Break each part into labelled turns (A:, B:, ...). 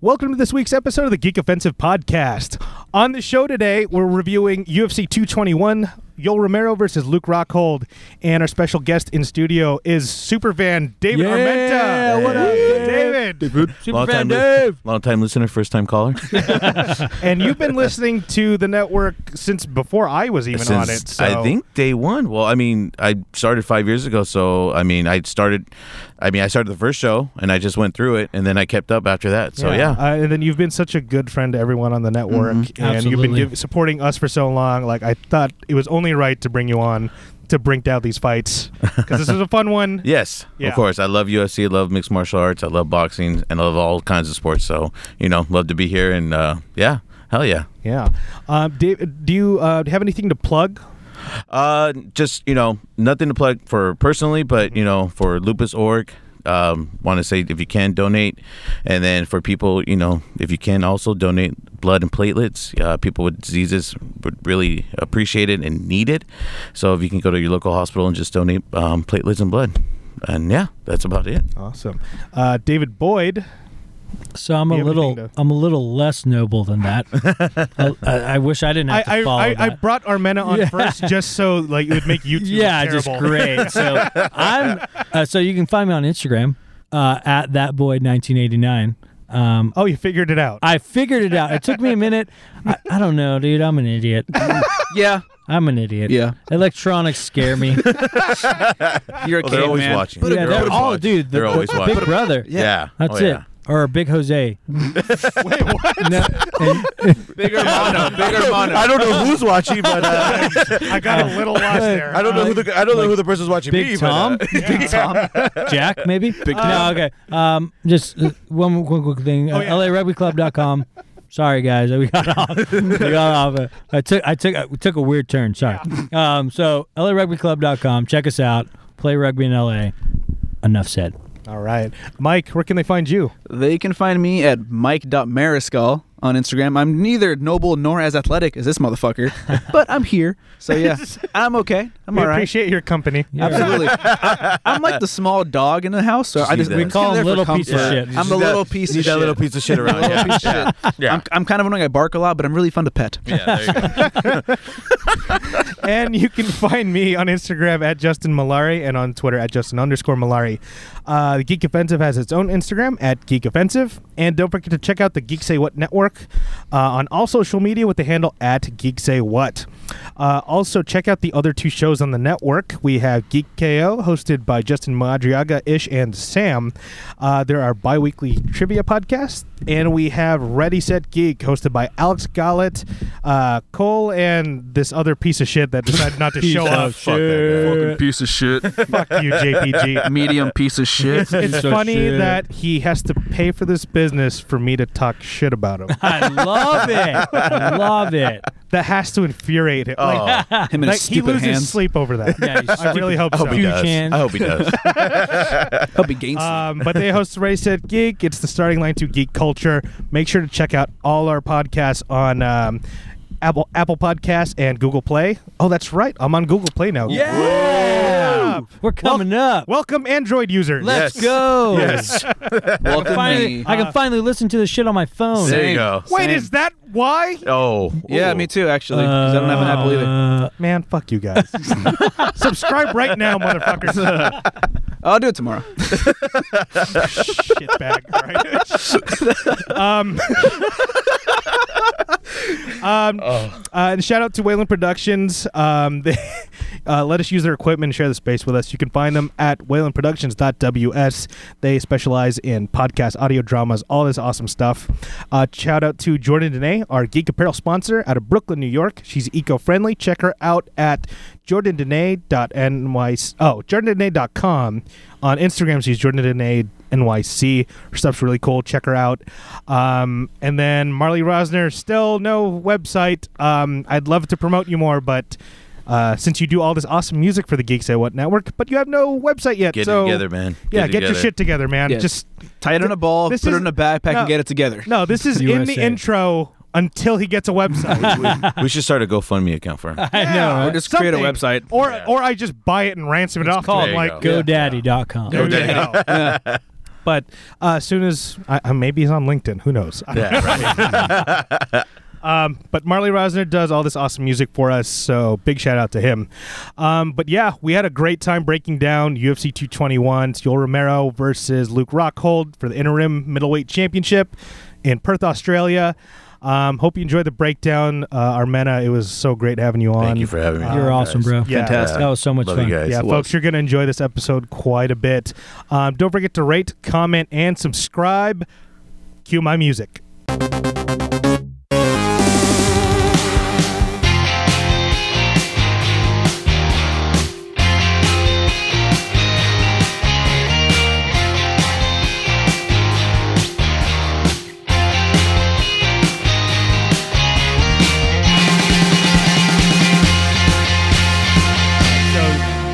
A: Welcome to this week's episode of the Geek Offensive Podcast. On the show today, we're reviewing UFC 221, Yoel Romero versus Luke Rockhold, and our special guest in studio is Supervan David
B: Yeah,
A: Armenta.
B: what up,
A: Woo,
B: Dave?
A: David?
B: Super fan
C: time, li-
B: Dave.
C: long time listener, first time caller.
A: And you've been listening to the network since before I was even on it.
C: Since,
A: So
C: I think day one. Well, I mean, I started five years ago, so I mean, I started. I mean, I started the first show, and I just went through it, and then I kept up after that. So yeah, Mm-hmm.
A: Uh, and then you've been such a good friend to everyone on the network, and you've been
B: Absolutely.
A: giv supporting us for so long. Like I thought it was only right to bring you on to bring down these fights because this is a fun one.
C: yes,
A: Yeah.
C: of course. I love UFC, I love mixed martial arts, I love boxing, and I love all kinds of sports. So you know, love to be here, and uh, yeah, hell yeah.
A: Yeah. Um, Dave, do you uh, have anything to plug?
C: Uh, just you know, nothing to plug for personally, but you know, for Lupus Org, um, want to say if you can donate, and then for people, you know, if you can also donate blood and platelets, uh, people with diseases would really appreciate it and need it. So if you can go to your local hospital and just donate um, platelets and blood, and yeah, that's about it.
A: Awesome. Uh, David Boyd.
B: So I'm
A: Do
B: a
A: you have
B: little,
A: anything to-
B: I'm a little less noble than that. I, I, I wish I didn't
A: I,
B: have
A: I,
B: to follow
A: I, I
B: that.
A: brought Armena on
B: Yeah.
A: first just so like it would make you two look
B: yeah,
A: terrible.
B: just great. So I'm, uh, so you can find me on Instagram uh, at that boy 1989. Um,
A: Oh, you figured it out.
B: I figured it out. It took me a minute. I, I don't know, dude. I'm an idiot.
D: Yeah,
B: I'm an idiot.
D: Yeah.
B: Electronics scare me.
D: you're a
C: Well, they're always
D: caveman.
C: watching.
B: yeah,
C: they're always
B: all
C: watching.
B: dude. The,
C: They're
B: the
C: always
B: Big
C: watching.
B: brother.
C: Yeah,
B: That's
C: Oh,
B: it.
C: yeah.
B: Or Big Jose.
A: Wait, what?
B: No, and-
D: Bigger mono, bigger mono.
C: I don't know who's watching, but uh,
A: I got
B: Oh.
A: a little lost there.
C: I don't know who the I don't know who the person's watching. me,
B: Big
C: but, uh,
B: Tom, Big Tom, Jack, maybe. Big No, okay. Um, just uh, one more quick, quick thing.
C: Oh,
B: Uh,
A: yeah.
B: LARugbyClub.com. Sorry guys, we got off. we got off. Uh, I took I took I took a weird turn. Sorry. Um, so LARugbyClub.com. Check us out. Play rugby in LA. Enough said.
A: All right, Mike. Where can they find you?
D: They can find me at mike.mariscal on Instagram. I'm neither noble nor as athletic as this motherfucker, but I'm here. So yeah, I'm okay. I'm
A: we
D: all right.
A: appreciate your company.
D: Absolutely. I, am like the small dog in the house, so I
C: She's
D: just
C: that.
D: I'm
C: We
D: just
B: call
D: there
B: him
D: for
B: little piece of shit.
D: comfort. I'm a
C: That-
D: little piece
C: you
D: of
C: that
D: shit.
C: little piece of shit around. yeah.
D: Piece of shit.
C: Yeah.
D: I'm, I'm kind of annoying. I bark a lot, but I'm really fun to pet.
C: yeah, there you go.
A: and you can find me on Instagram at Justin Malari and on Twitter at Justin underscore Malari. Uh, Geek Offensive has its own Instagram at Geek Offensive. And don't forget to check out the Geek Say What network uh, on all social media with the handle at Geek Say What. Uh, also, check out the other two shows on the network. We have Geek KO, hosted by Justin Madriaga, Ish, and Sam. Uh, there are bi weekly trivia podcasts. And we have Ready Set Geek, hosted by Alex Gollett, uh, Cole, and this other piece of shit that decided not to show up.
C: Fuck that guy.
E: piece of shit.
A: Fuck you, JPG.
D: Medium piece of shit.
A: It's
B: Piece of
A: funny
B: shit.
A: that he has to pay for this business for me to talk shit about him.
B: I love it. I love it.
A: that has to infuriate him. Like,
C: Oh,
D: Him and
A: like,
D: his
A: he
D: stupid
A: loses
D: hands.
A: sleep over that.
B: Yeah, he's
A: I really hope
C: I hope
A: so.
C: he does.
B: Toucan.
C: I hope he does.
D: Hope he gains sleep.
A: Um, but they host Race at Geek. It's the starting line to geek culture. Make sure to check out all our podcasts on um, Apple Apple Podcasts and Google Play. Oh, that's right. I'm on Google Play now.
B: Yeah. We're coming up.
A: Welcome, Android users.
B: Let's
C: Yes.
B: go.
C: yes. Uh,
D: Welcome
B: Finally,
D: me.
B: I can finally listen to this shit on my phone.
C: There you go.
A: Wait, is that why?
C: Oh.
D: Yeah,
C: Ooh.
D: me too. Actually, 'cause I don't have an Apple either.
B: Uh,
A: Man, fuck you guys. Subscribe right now, motherfuckers.
D: I'll do it tomorrow.
A: Shitbag. Right? um. um, uh, and shout out to Wayland Productions. Um, they uh, let us use their equipment and share the space with us. You can find them at waylandproductions.ws. They specialize in podcast audio dramas, all this awesome stuff. Uh, shout out to Jordan Dene, our geek apparel sponsor out of Brooklyn, New York. She's eco friendly. Check her out at jordandene.ny. Oh, jordandene.com. On Instagram, she's jordandene. NYC. Her stuff's really cool. Check her out. Um, and then Marley Rosner, still no website. Um, I'd love to promote you more, but uh, since you do all this awesome music for the Geeks at What Network, but you have no website yet.
C: Get
A: so
C: it together, man.
A: Yeah, get,
C: it
A: your
C: together.
A: shit together, man.
D: Yeah.
A: Just
D: Tie it in a ball,
A: This
D: put
A: is-
D: it in a backpack,
A: no.
D: and get it together.
A: no, this is in the
B: USA.
A: intro until he gets a website.
C: We should start a GoFundMe account for him.
B: I know.
A: Yeah.
B: right?
D: Or just create a
A: Something.
D: website.
A: or
C: Yeah.
A: or I just buy it and ransom it off. to
B: called
A: him,
C: There you
A: like
C: go.
B: GoDaddy.com.
A: there
C: GoDaddy.
A: you go. But uh, as soon as I, uh, maybe he's on LinkedIn, who knows?
C: Yeah, right.
A: Um, but Marley Rosner does all this awesome music for us, so big shout out to him. Um, but yeah, we had a great time breaking down UFC 221, Yoel Romero versus Luke Rockhold for the interim middleweight championship in Perth, Australia. Um, hope you enjoyed the breakdown, uh, Armena. It was so great having you on.
C: Thank you for having me.
B: You're awesome,
C: guys.
B: bro.
A: Yeah.
D: Fantastic.
B: That was so much
C: Love
B: fun.
C: you guys.
A: yeah,
C: It was.
A: folks, you're going to enjoy this episode quite a bit. Um, don't forget to rate, comment, and subscribe. Cue my music. So,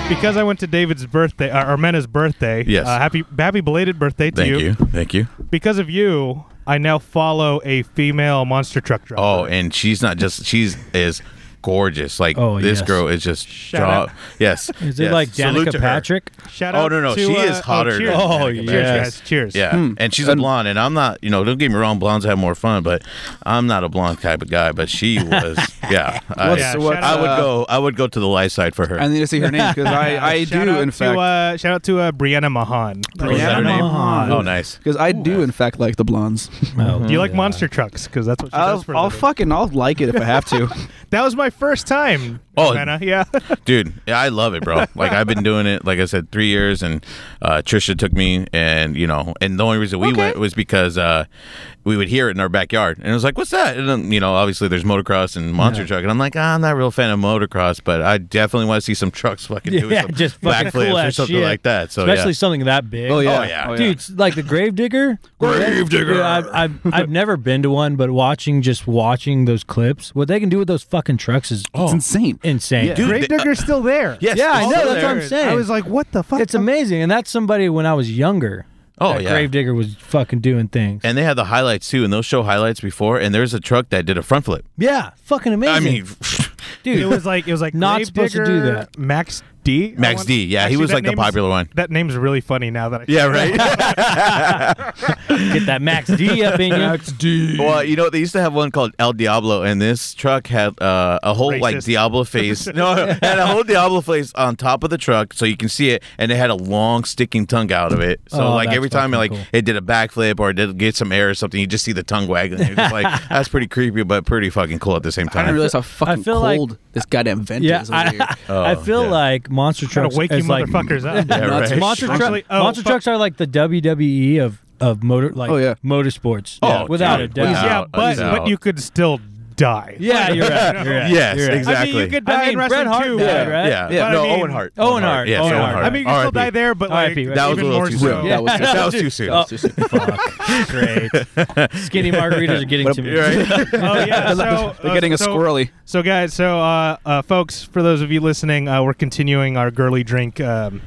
A: because I went to David's birthday, uh, Armena's birthday.
C: Yes.
A: Uh, happy, happy belated birthday to
C: Thank you. Thank you.
A: Because of you, I now follow a female monster truck driver.
C: Oh, and she's not just she's is gorgeous. Like
B: Oh,
C: this
B: yes.
C: girl is just
A: Shout
C: draw-
A: out.
C: Yes.
B: Is it
C: yes.
B: like
C: Salute to
B: Danica
C: her.
B: Patrick?
A: Shout
C: Oh,
A: out
C: no, no,
A: to,
C: she
A: uh,
C: is hotter
A: Oh,
C: than
A: cheers,
B: Danica
A: oh,
B: Patrick.
A: cheers,
B: yes.
A: guys, cheers.
C: Yeah, and she's a blonde, and I'm not. You know, don't get me wrong, blondes have more fun, but I'm not a blonde type of guy. But she was, yeah. I,
D: What's-
A: Yeah,
D: what's,
A: shout
C: I would
D: uh,
C: go. I would go to the light side for her.
D: I need to see her name because I, I
A: Shout
D: do
A: out
D: in
A: to,
D: fact
A: Uh, shout out to uh, Brianna Mahan.
C: Oh, is that her
D: Brianna
C: name?
D: Mahan.
C: Oh, nice.
D: because I do in fact like the blondes.
A: Do you like monster trucks? Because that's what she does
D: I'll,
A: for a
D: I'll
A: living.
D: fucking I'll like it if I have to.
A: That was my first time.
C: Oh.
A: Armena, yeah.
C: dude yeah, i love it bro like i've been doing it like i said three years and uh, trisha took me and you know and the only reason we went was because uh, we would hear it in our backyard and it was like what's that and um, you know obviously there's motocross and monster truck and i'm like ah, i'm not a real fan of motocross but i definitely want to see some trucks fucking do
B: Yeah,
C: some
B: just fucking
C: backflips
B: cool
C: or
B: ass
C: something
B: shit.
C: like that so
B: Especially
C: yeah
B: something that big.
D: Oh yeah,
C: Oh, yeah.
B: Dude, it's like the Gravedigger.
C: Gravedigger.
B: Dude, I've, I've, I've never been to one, but watching just watching those clips, what they can do with those fucking trucks is
D: it's insane.
B: insane.
C: Oh. Dude,
A: Gravedigger's still there.
C: Yes,
B: Yeah, I
C: it's
B: know.
C: still
B: That's what
C: there.
B: I'm saying.
A: I was like, what the fuck?
B: it's amazing, and that's somebody when I was younger.
C: Oh,
B: that
C: yeah.
B: Gravedigger was fucking doing things.
C: and they had the highlights too and they'll show highlights before and there's a truck that did a front flip
B: yeah, fucking amazing.
C: i mean
B: dude,
A: It was like it was like
B: Not supposed to do
A: Gravedigger,
B: that.
A: Max D. I
C: Max
A: want-
C: D, yeah, he was,
A: that
C: like, the
A: name's-
C: popular one.
A: That name's really funny now that I
C: yeah right
B: get that Max D up in you.
C: Well, you know, they used to have one called El Diablo, and this truck had uh, a whole like
A: Racist.
C: Diablo face. No, no, had a whole Diablo face on top of the truck, so you can see it, and it had a long sticking tongue out of it. So
B: Oh,
C: like
B: that's
C: every time,
B: fucking
C: like
B: cool.
C: it did a backflip or it did get some air or something, you just see the tongue waggling. You're just like that's pretty creepy, but pretty fucking cool at the same
D: I didn't
C: time.
D: realize how fucking
B: feel like-
D: cold this goddamn vent
B: yeah,
D: is over here.
B: I, I feel
C: Oh, yeah.
B: like monster
A: trying
B: trucks
A: to wake you
B: is like
A: motherfuckers up.
C: Yeah,
D: Nuts.
C: right.
B: monster, truck-
A: Actually, oh,
B: monster
A: fuck.
B: trucks are like the WWE of of motor like
D: Oh, yeah.
B: motorsports.
C: Oh,
B: Yeah, without
C: dude,
B: a doubt.
C: without-
A: yeah,
C: Out,
A: but
C: out.
A: but you could still die.
B: Yeah, you're right. You're right.
C: Yes,
B: you're right.
C: exactly.
A: I mean, you could
B: I
A: die
B: mean,
A: in wrestling
B: Bret Hart
A: too.
B: died, right?
C: Yeah,
D: Yeah.
C: no,
A: But I mean-
C: Owen Hart.
B: Owen Hart,
C: Yes,
B: Owen
C: Owen
B: Hart.
C: Hart.
A: I mean, you can still
C: RIP.
A: die there, but like
B: RIP, right?
C: That was
A: even
C: a little
A: more
C: too
A: so.
C: soon.
D: That was
C: That was too soon.
B: Oh, fuck. Great. Skinny margaritas are getting to me.
C: You're right.
A: oh yeah, so,
D: They're
A: uh,
D: getting a
A: so-
D: squirrely.
A: So guys, so uh, uh, folks, for those of you listening, uh, we're continuing our girly drink um,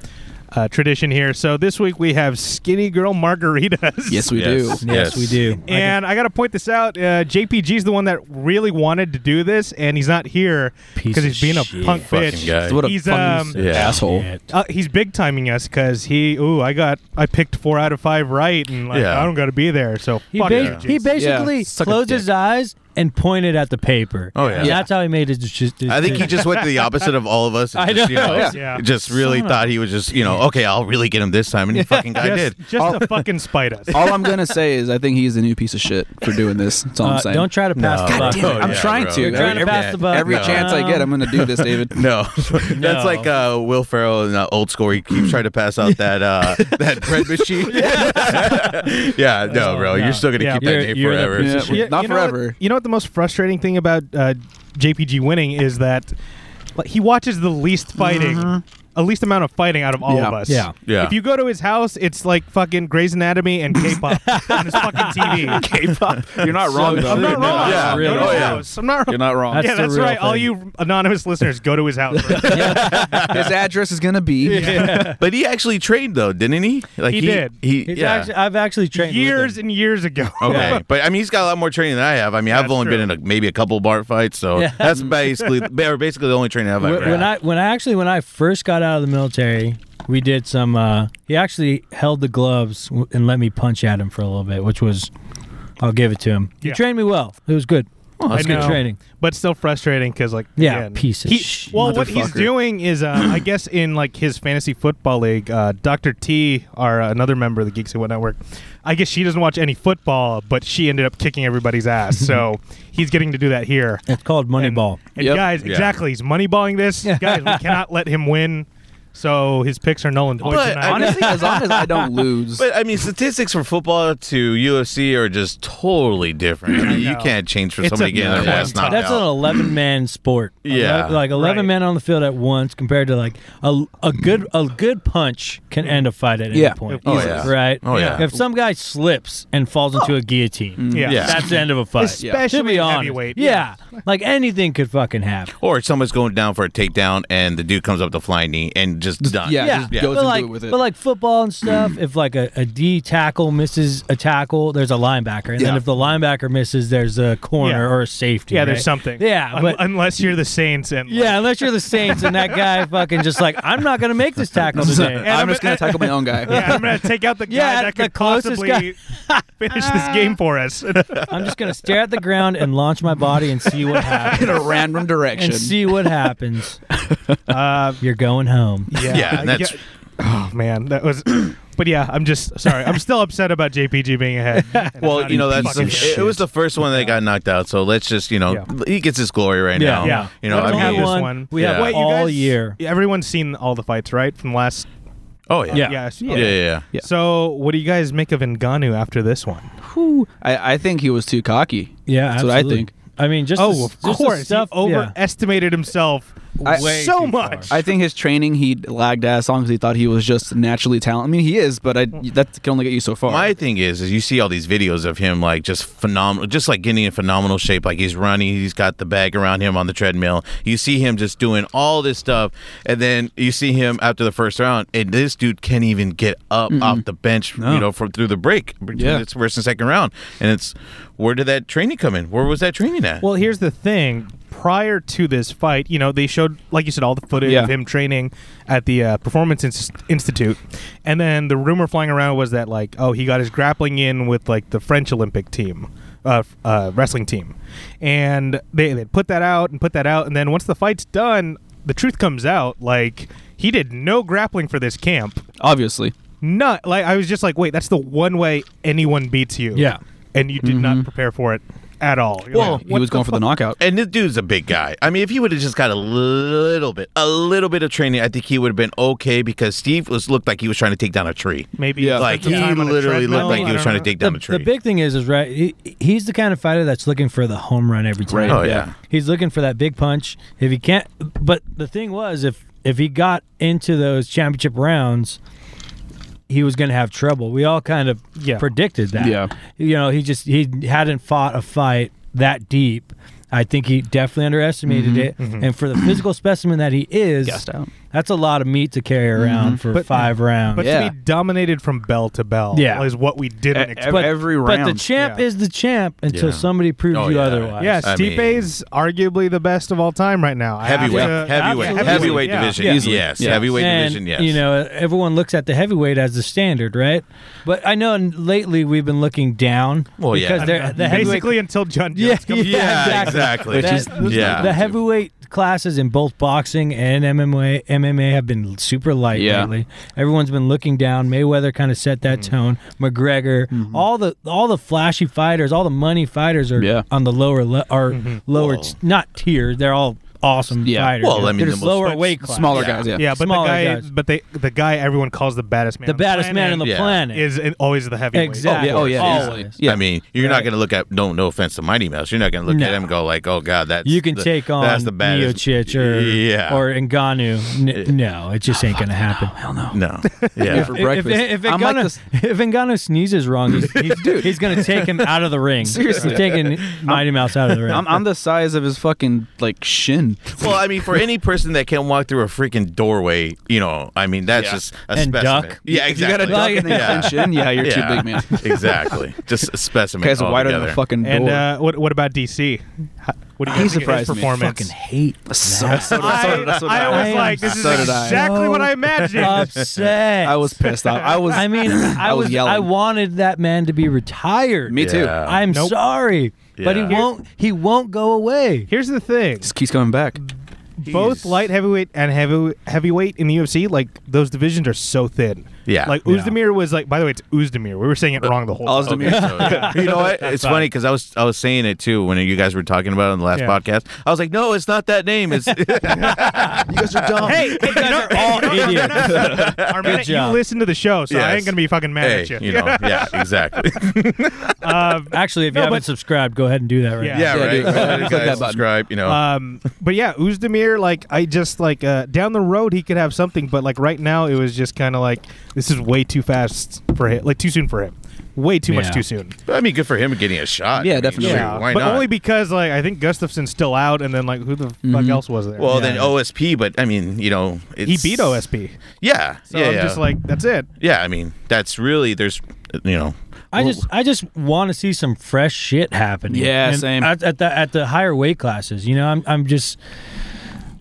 A: uh, tradition here. So this week we have skinny girl margaritas.
D: Yes, we
C: Yes.
D: do.
B: Yes, we do.
A: And I got to point this out. Uh, JPG's the one that really wanted to do this, and he's not here
B: Piece
A: because he's
B: of
A: being a
B: shit.
A: punk
C: Fucking
A: bitch.
C: guy.
D: What a
A: He's,
D: fucking
A: um,
C: Yeah.
D: asshole.
A: Uh, he's big timing us because he. Ooh, I got. I picked four out of five right, and like
C: Yeah.
A: I don't got to be there. So
B: He,
A: fuck
B: ba-
A: you,
B: he
A: JPG.
B: basically
D: Yeah, suck a
B: closed
D: dick.
B: his eyes and pointed at the paper.
C: Oh, yeah.
B: And
C: Yeah.
B: That's how he made his decision.
C: I think he just went to the opposite of all of us. And
B: I
C: just,
B: know.
C: You know,
A: Yeah.
C: just really thought he was just, you know, okay, I'll really get him this time, and he fucking guy did.
A: just, just to fucking spite us.
D: All I'm gonna say is I think he's a new piece of shit for doing this. That's all I'm
B: Uh,
D: saying.
B: don't try to pass the
D: God
B: buck.
D: damn it.
C: Oh,
D: I'm trying to.
B: You're trying to
D: Every-
B: pass the buck.
D: Every
C: No.
D: chance I get, I'm gonna do this, David.
C: No, that's like uh, Will Ferrell in uh, old school. He keeps trying to pass out that uh, that bread machine. yeah, no,
B: no.
C: bro, you're still gonna
A: Yeah.
C: keep
B: You're-
C: that name
B: you're the
C: forever.
B: piece
D: Yeah,
B: of shit.
D: not
A: know what-
D: forever.
A: you know what the most frustrating thing about uh, JPG winning is that like, he watches the least fighting, a least amount of fighting out of all
D: Yeah.
A: of us.
B: Yeah.
C: Yeah.
A: If you go to his house, it's like fucking Grey's Anatomy and K-pop on his fucking TV. K-pop.
D: You're not wrong though.
A: I'm not wrong.
C: Yeah.
A: Go to
C: Oh,
A: his
C: yeah.
A: house. I'm not
D: You're not wrong.
B: That's
A: yeah,
B: the
A: that's
B: real
A: right. All
B: thing.
A: you anonymous listeners, go to his house.
D: His address is gonna be
C: But he actually trained though, didn't he? Like
A: He did.
C: He
B: He's
C: yeah.
B: actually, I've actually trained with
A: years
B: him.
A: and years ago.
C: Okay, but I mean, he's got a lot more training than I have. I mean, I've
A: That's
C: only
A: true.
C: been in a, maybe a couple bar fights, so
B: Yeah.
C: that's basically, or basically the only training I've ever
B: When
C: had.
B: I when I actually when I first got out of the military, we did some. Uh, he actually held the gloves w- and let me punch at him for a little bit, which was, I'll give it to him. He
A: Yeah.
B: trained me well. It was good.
C: Oh,
B: That's
A: I
B: good
A: know.
B: training.
A: but still frustrating because like
B: Yeah,
A: again,
B: piece of
A: he-
B: sh-
A: well what he's
D: motherfucker.
A: doing is uh, i guess in like his fantasy football league uh, dr t our uh, another member of the geeks and what network i guess she doesn't watch any football but she ended up kicking everybody's ass so he's getting to do that here
B: It's called Moneyball.
A: and
D: Yep.
A: guys
C: Yeah.
A: exactly he's moneyballing this guys we cannot let him win so his picks are null and void
C: But
A: tonight.
C: I-
D: Honestly, as long as I don't lose,
C: But I mean, statistics for football to UFC are just totally different. you
A: know.
C: can't change for
A: It's
C: somebody
A: a-
C: getting their
A: yeah.
C: ass knocked
B: That's an
C: out.
B: 11 man sport.
C: Yeah,
B: Ele- like 11
A: right.
B: men on the field at once compared to like a, a good a good punch can end a fight at any
D: Yeah.
B: point.
C: Oh, yeah.
B: Right?
C: Oh, yeah.
B: If some guy slips and falls into a guillotine,
A: yeah.
C: Yeah.
B: that's the end of a fight.
A: Especially
B: to be honest.
A: heavyweight,
B: Yeah. Like anything could fucking happen.
C: or someone's going down for a takedown and the dude comes up to flying knee and just done.
D: yeah,
B: Yeah.
D: just goes
B: but
D: into
B: like,
D: it with it.
B: but like football and stuff, if like a, a D tackle misses a tackle, there's a linebacker, and then
A: Yeah.
B: if the linebacker misses, there's a corner
A: Yeah.
B: or a safety.
A: yeah
B: right?
A: there's something
B: Yeah,
A: Un-
B: but
A: unless you're the saints and like,
B: yeah, unless you're the Saints and that guy fucking just like I'm not gonna make this tackle today.
D: I'm just gonna tackle my own guy.
A: yeah, I'm gonna take out the guy
B: Yeah,
A: that
B: the
A: could
B: closest Uh,
A: possibly finish this game for us.
B: I'm just gonna stare at the ground and launch my body and see what
D: in
B: happens.
D: a random direction.
B: and see what happens.
A: uh,
B: You're going home.
A: yeah,
C: Yeah, that's-
A: Oh man, that was. But yeah, I'm just sorry. I'm still upset about JPG being ahead.
C: Well, you know that's
A: Fucking
C: it, it was the first one that got knocked out. So let's just you know
A: Yeah.
C: he gets his glory right
B: Yeah.
C: now.
A: Yeah.
C: Um, you know
A: Let
C: I
A: him
C: mean,
A: have
C: it's-
A: one.
B: We have
C: Yeah. Wait,
A: you
B: all
A: guys-
B: year.
A: Everyone's seen all the fights, right? From last.
C: oh yeah,
B: Yeah.
A: Yes.
C: yeah, yeah. yeah.
D: Yeah.
A: So, what do you guys make of Ngannou after this one?
D: Whew. I, I think he was too cocky.
B: Yeah,
D: That's what I
B: absolutely.
D: think.
B: I mean, just the,
A: Oh, of
B: just the
A: course.
B: stuff
A: he
B: yeah.
A: overestimated himself
D: I-
B: Way
A: so
B: too far.
A: much.
D: I think his training he lagged ass long because he thought he was just naturally talented. I mean, he is, but I that can only get you so far.
C: My thing is, is you see all these videos of him like just phenomenal, just like getting in phenomenal shape. Like he's running, he's got the bag around him on the treadmill. You see him just doing all this stuff, and then you see him after the first round, and this dude can't even get up off the bench, you know, from through the break between
D: Yeah.
C: this first and second round. And it's where did that training come in? Where was that training at?
A: Well, here's the thing. Prior to this fight, you know, they showed, like you said, all the footage
D: Yeah.
A: of him training at the uh, Performance Ins- Institute. And then the rumor flying around was that, like, oh, he got his grappling in with, like, the French Olympic team, uh, f- uh, wrestling team. And they, they put that out and put that out. And then once the fight's done, the truth comes out. Like, he did no grappling for this camp
D: Obviously,
A: not like I was just like, wait, that's the one way anyone beats you.
B: Yeah.
A: and you did not prepare for it at all. You're
C: Well,
A: like,
D: Mm-hmm. he
A: what
D: was
A: the
D: going for the
A: fuck?
D: knockout.
C: And this dude's a big guy. I mean, if he would have just got a little bit, a little bit of training, I think he would have been okay because Steve was looked like he was trying to take down a tree.
A: Maybe
D: Yeah.
A: spent
C: Like
A: some
C: he
A: time on a
C: literally looked
A: treadmill,
C: like
A: I
C: he was
A: don't
C: trying to
A: know.
C: take down a
B: the
C: tree.
B: big thing is, is right. He, he's the kind of fighter that's looking for the home run every time.
D: Right.
C: oh yeah.
B: He's looking for that big punch. If he can't, but the thing was, if if he got into those championship rounds, he was going to have trouble. We all kind of
A: Yeah.
B: predicted that.
D: Yeah.
B: you know, he just he hadn't fought a fight that deep. I think he definitely underestimated it. And for the physical specimen that he is,
D: Gassed out.
B: that's a lot of meat to carry around for
A: But-
B: five rounds.
A: But
D: Yeah.
A: to be dominated from bell to bell,
B: Yeah.
A: is what we didn't
D: E-
A: expect.
B: but,
D: every
B: but the
D: round.
B: champ
A: Yeah.
B: is the champ until
C: Yeah.
B: somebody proves
C: Oh,
B: you
C: yeah.
B: otherwise.
A: Yeah,
C: I mean-
A: Stipe's arguably the best of all time right now. I have
C: Heavyweight,
A: to-
C: heavyweight,
A: absolutely.
C: heavyweight
A: Yeah.
C: division.
B: Yeah.
C: Easily. Yes,
D: Yeah.
C: heavyweight
B: and,
C: division. Yes,
B: You know, everyone looks at the heavyweight as the standard, right? But I know lately we've been looking down.
C: Well, yeah.
B: because they're, the heavyweight,
A: Basically, until John Jones
B: yeah,
A: comes-
C: Yeah, exactly. Which is-
B: That-
C: yeah.
B: the heavyweight classes in both boxing and MMA, MMA have been super light
D: Yeah.
B: lately. Everyone's been looking down. Mayweather kind of set that
C: Mm-hmm.
B: tone. McGregor, all the all the flashy fighters, all the money fighters are
D: Yeah.
B: on the lower le- are lower
C: Mm-hmm. Well-
B: t- not tier. They're all awesome
D: Yeah.
B: fighters.
C: Well, I mean,
B: They're
C: the
B: just
C: most-
B: lower
A: but
B: weight class.
D: Smaller
C: Yeah.
D: guys, yeah.
A: Yeah, but the
B: Smaller
A: guy,
B: guys.
A: but they, the guy everyone calls the baddest man,
B: the baddest man on the
C: Yeah.
B: planet.
A: is in- always the heavyweight.
B: Exactly.
D: Oh, yeah,
B: Always.
D: easily. Yeah.
C: I mean, you're not going to look at no, no offense to Mighty Mouse, you're not going to look
B: No.
C: at him and go like, oh god, that's
B: You can
C: the-
B: take on
C: that's the baddest.
B: Miocic or
C: yeah, Oh,
B: or Ngannou. N- no, it just ain't gonna happen.
D: Hell no.
C: no, yeah,
D: For
B: If- If,
D: breakfast,
B: if,
D: I'm
B: Ngannou,
D: like this-
B: if Ngannou sneezes wrong, he's, he's, he's gonna take him out of the ring.
D: Seriously.
B: he's taking Mighty Mouse out of the ring.
D: I'm, I'm the size of his fucking like shin.
C: Well, I mean, for any person that can walk through a freaking doorway, you know, I mean, that's
D: Yeah.
C: just a
B: And
C: specimen.
B: duck.
C: Yeah,
D: If you got
C: exactly.
D: a duck and then
C: yeah.
D: thin shin, yeah, you're too big, man.
C: exactly. Just a specimen.
D: Guys are wider than
A: Oh,
C: altogether.
B: uh,
D: a fucking door.
A: And uh, what what about DC? How, What do you guys
D: He
A: think of his
D: surprised me.
A: performance?
B: Fucking hate.
D: So, so did I,
A: I,
D: so did I, so did
A: I
D: I.
A: was
B: am
A: like, this is
D: so did I.
A: exactly what I imagined.
B: Upset.
D: I was pissed off. I was.
B: I mean, I,
D: I was
B: was.
D: yelling.
B: I wanted that man to be retired.
D: me too.
C: Yeah.
B: I'm
A: Nope.
B: sorry, but he
C: Yeah.
B: won't. He won't go away.
A: Here's the thing:
D: Just keeps coming back.
A: both light heavyweight and heavy heavyweight in the UFC, like those divisions are so thin.
C: Yeah.
A: Like
B: Yeah.
A: Uzdemir was like. By the way, it's Uzdemir. We were saying it wrong the whole time.
D: Ozdemir.
C: you know what? It's funny because I was I was saying it too when you guys were talking about it on the last
A: Yeah.
C: podcast. I was like, no, it's not that name. It's
D: You guys are dumb.
A: Hey, hey,
B: guys
A: no,
B: are all
A: no, no, no,
B: idiots.
A: no, no, no. Armand,
B: job.
A: you listen to the show, so I
C: Yes.
A: ain't gonna be fucking mad
C: hey,
A: at you.
C: you know, yeah, exactly.
A: Um,
B: Actually, if
A: No,
B: you haven't
A: but-
B: subscribed, go ahead and do that right
A: Yeah.
B: now.
C: yeah,
D: Yeah,
C: right.
D: dude. Click
C: guys,
D: that button.
C: subscribe. You know,
A: um, but yeah, Uzdemir, like I just like uh, down the road he could have something, but like right now it was just kind of like this is way too fast for him, like too soon for him, way too
B: Yeah.
A: much too soon.
C: I mean, good for him getting a shot.
D: Yeah,
C: I mean,
D: definitely.
C: shoot,
D: Yeah,
C: Why
A: but
C: not?
A: only because like I think Gustafson's still out, and then like who the
D: Mm-hmm.
A: fuck else was there?
C: well,
A: Yeah.
C: then OSP, but I mean, you know, it's,
A: he beat OSP,
C: Yeah,
A: so
C: yeah,
A: I'm
C: yeah.
A: just like that's it.
C: yeah. I mean, that's really there's, you know,
B: I just, I just want to see some fresh shit happening.
D: Yeah,
B: And
D: same.
B: At, at the at the higher weight classes, you know, I'm, I'm just.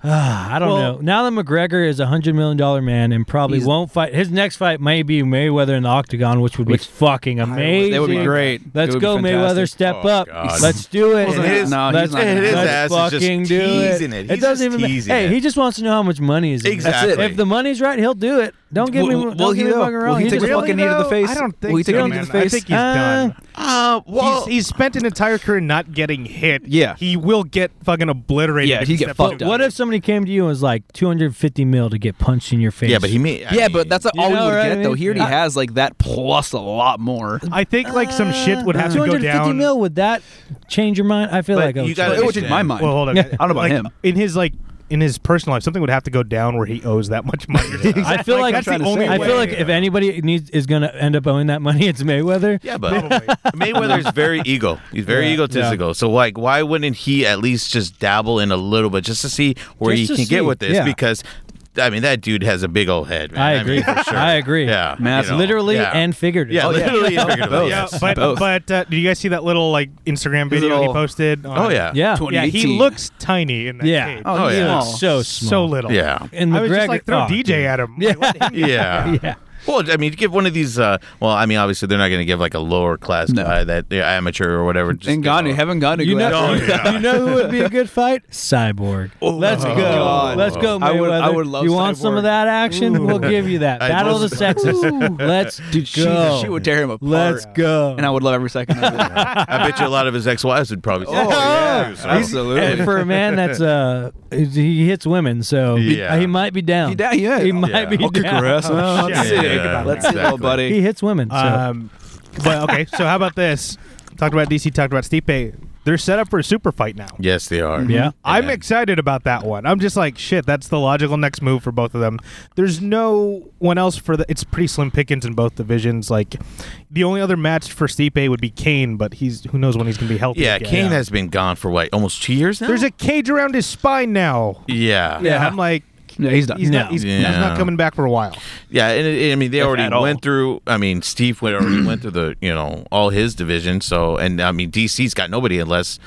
B: ah, I don't
A: Well-
B: know. Now that McGregor is a hundred million dollar man and probably
D: He's-
B: won't fight, his next fight may be Mayweather in the octagon, which would be fucking amazing.
D: That would be great. It
B: Let's
D: would be
B: go, Mayweather.
D: fantastic.
B: Step
C: Oh,
B: up.
C: God.
B: Let's do it.
D: Wasn't
C: it-
B: Let's-
D: no, he's
B: let's-
D: not gonna
B: let's
D: do it.
C: His ass is just
B: fucking do
C: teasing it.
B: it.
C: He's
B: doesn't
C: just
B: even.
C: teasing
B: hey,
C: it.
B: he just wants to know how much money is in it.
C: Exactly.
D: That's it.
B: If the money's right, he'll do it. Don't get
D: Will-
B: me.
D: will
B: Don't
D: he
B: get me
D: though?
B: fucking
D: Will
B: wrong.
D: he take a
B: really
D: fucking knee to the
B: though?
D: face?
A: I don't think
D: Will he take
A: so,
D: a knee to
A: man.
D: the face?
A: I think he's
B: Uh,
A: done.
C: uh, well,
A: he's, he's spent an entire career not getting hit.
D: Yeah.
A: he will get fucking obliterated.
D: Yeah,
A: if
D: he'd
A: he
D: get
A: steps
D: fucked
A: in.
D: up.
B: What if somebody came to you and was like 250 mil to get punched in your face?
C: yeah, but he may. I
D: yeah,
C: mean,
D: but that's not
B: You
D: all we
B: know
D: would
B: what I
D: get though.
B: mean?
D: He already
B: Yeah.
D: has like that plus a lot more.
A: I think like some shit would have to go
B: 250
A: down.
B: mil. Would that change your mind? I feel
C: But
B: like I
C: you
B: would
C: gotta-
B: change
D: It would in my mind.
A: Well, hold on.
B: Yeah.
A: I
D: don't know about
A: like,
D: him.
A: In his like in his personal life, something would have to go down where he owes that much money.
B: I feel like,
A: that's the
D: to
A: only
D: say.
B: I feel
A: way.
B: like if anybody needs is going to end up owing that money, it's Mayweather.
C: Yeah, but Mayweather is very ego. He's very
B: Yeah,
C: egotistical. So like, why wouldn't he at least just dabble in a little bit just to see where
B: Just
C: he
B: to
C: can get
B: see,
C: with this?
B: yeah.
C: Because, I mean, that dude has a big old head. Man.
B: I agree.
C: mean, for sure.
B: I agree.
C: Yeah,
D: Man, that's
C: you know,
B: Literally
C: yeah.
B: and figuratively.
C: yeah,
D: Oh, yeah.
C: literally and figuratively.
A: Yeah,
C: Yeah.
A: but
D: Both.
A: but uh, did you guys see that little like Instagram
D: His
A: video he
D: little-
A: posted? on-
C: Oh yeah.
B: Yeah.
A: yeah. He
D: 2018.
A: looks tiny in that
B: Yeah.
A: cage.
D: Oh,
C: Oh,
D: he
C: yeah.
D: looks
B: It's so small.
A: so little.
C: Yeah.
B: And McGregor,
A: I was just like throw
B: oh,
A: DJ
B: dude.
A: at him. Like, let him-
C: Yeah.
B: Yeah.
C: Well, I mean, give one of these. Uh, well, I mean, obviously, they're not going to give like a lower class
D: No.
C: guy that they're amateur or whatever. Just
D: And Ghani, haven't Ghani
B: You
D: go
B: know,
C: Oh,
D: after him.
B: you know who would be a good fight? Cyborg. Let's go.
D: Oh, God.
B: Let's go, Mayweather.
D: I would- I would love
B: you want some
D: Cyborg.
B: of that action? We'll give you that.
C: I
B: Battle of the
C: just-
B: sexes. Let's
D: Dude, she,
B: go.
D: she would tear him apart.
B: Let's go. Oh,
D: And I would love every second of it.
C: I bet you a lot of his ex-wives would probably. say that,
D: Oh, yeah.
C: too, so.
B: and
D: Absolutely.
B: for a man that's uh, he hits women, so be-
C: Yeah.
B: he might be down.
D: He down, yeah.
B: He might
C: Yeah.
B: be
D: I'll kick
B: down.
D: her ass.
A: Oh,
D: Let's
A: shit.
D: see.
A: Yeah,
D: Let's see, little
C: exactly.
D: buddy.
B: He hits women. So.
D: Uh,
A: Um, but okay, so how about this? Talked about DC. Talked about Stipe. They're set up for a super fight now.
C: Yes, they are.
B: yeah.
A: I'm
C: Yeah.
A: excited about that one. I'm just like, shit, that's the logical next move for both of them. There's no one else for the. It's pretty slim pickings in both divisions. Like, the only other match for Stipe would be Kane, but he's who knows when he's going to be healthy.
C: Yeah,
A: again.
C: Kane has been gone for what, almost two years now.
A: There's a cage around his spine now.
C: yeah,
A: Yeah, I'm like,
D: Yeah, he's done.
A: he's
B: No.
A: not. He's, he's
C: Yeah.
A: not coming back for a while.
C: yeah. And it, I mean, they
D: at
C: already
D: all.
C: went through. I mean, Steve went already went through the you know all his division. So and I mean, DC's got nobody unless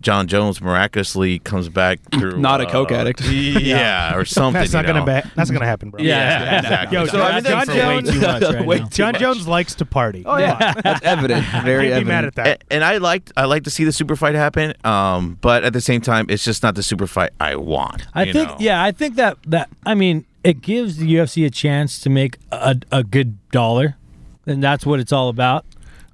C: John Jones miraculously comes back through. uh,
D: Not a coke addict.
C: Yeah, or something.
A: That's not
C: you
A: gonna.
C: know.
A: Ba- that's gonna happen, bro.
B: Yeah.
C: Yeah, exactly.
A: Yo,
C: so I mean,
A: John
C: that's way
A: Jones-
C: too much.
D: Way
B: now.
D: too-
A: John
D: much.
A: Jones likes to party.
D: Oh yeah, that's evident.
A: Can't
D: Very
A: be
D: evident.
A: mad at that.
C: A- and I liked I like to see the super fight happen, um, but at the same time, it's just not the super fight I want.
B: I
C: you
B: think
C: know?
B: yeah, I think that that I mean it gives the UFC a chance to make a, a good dollar, and that's what it's all about,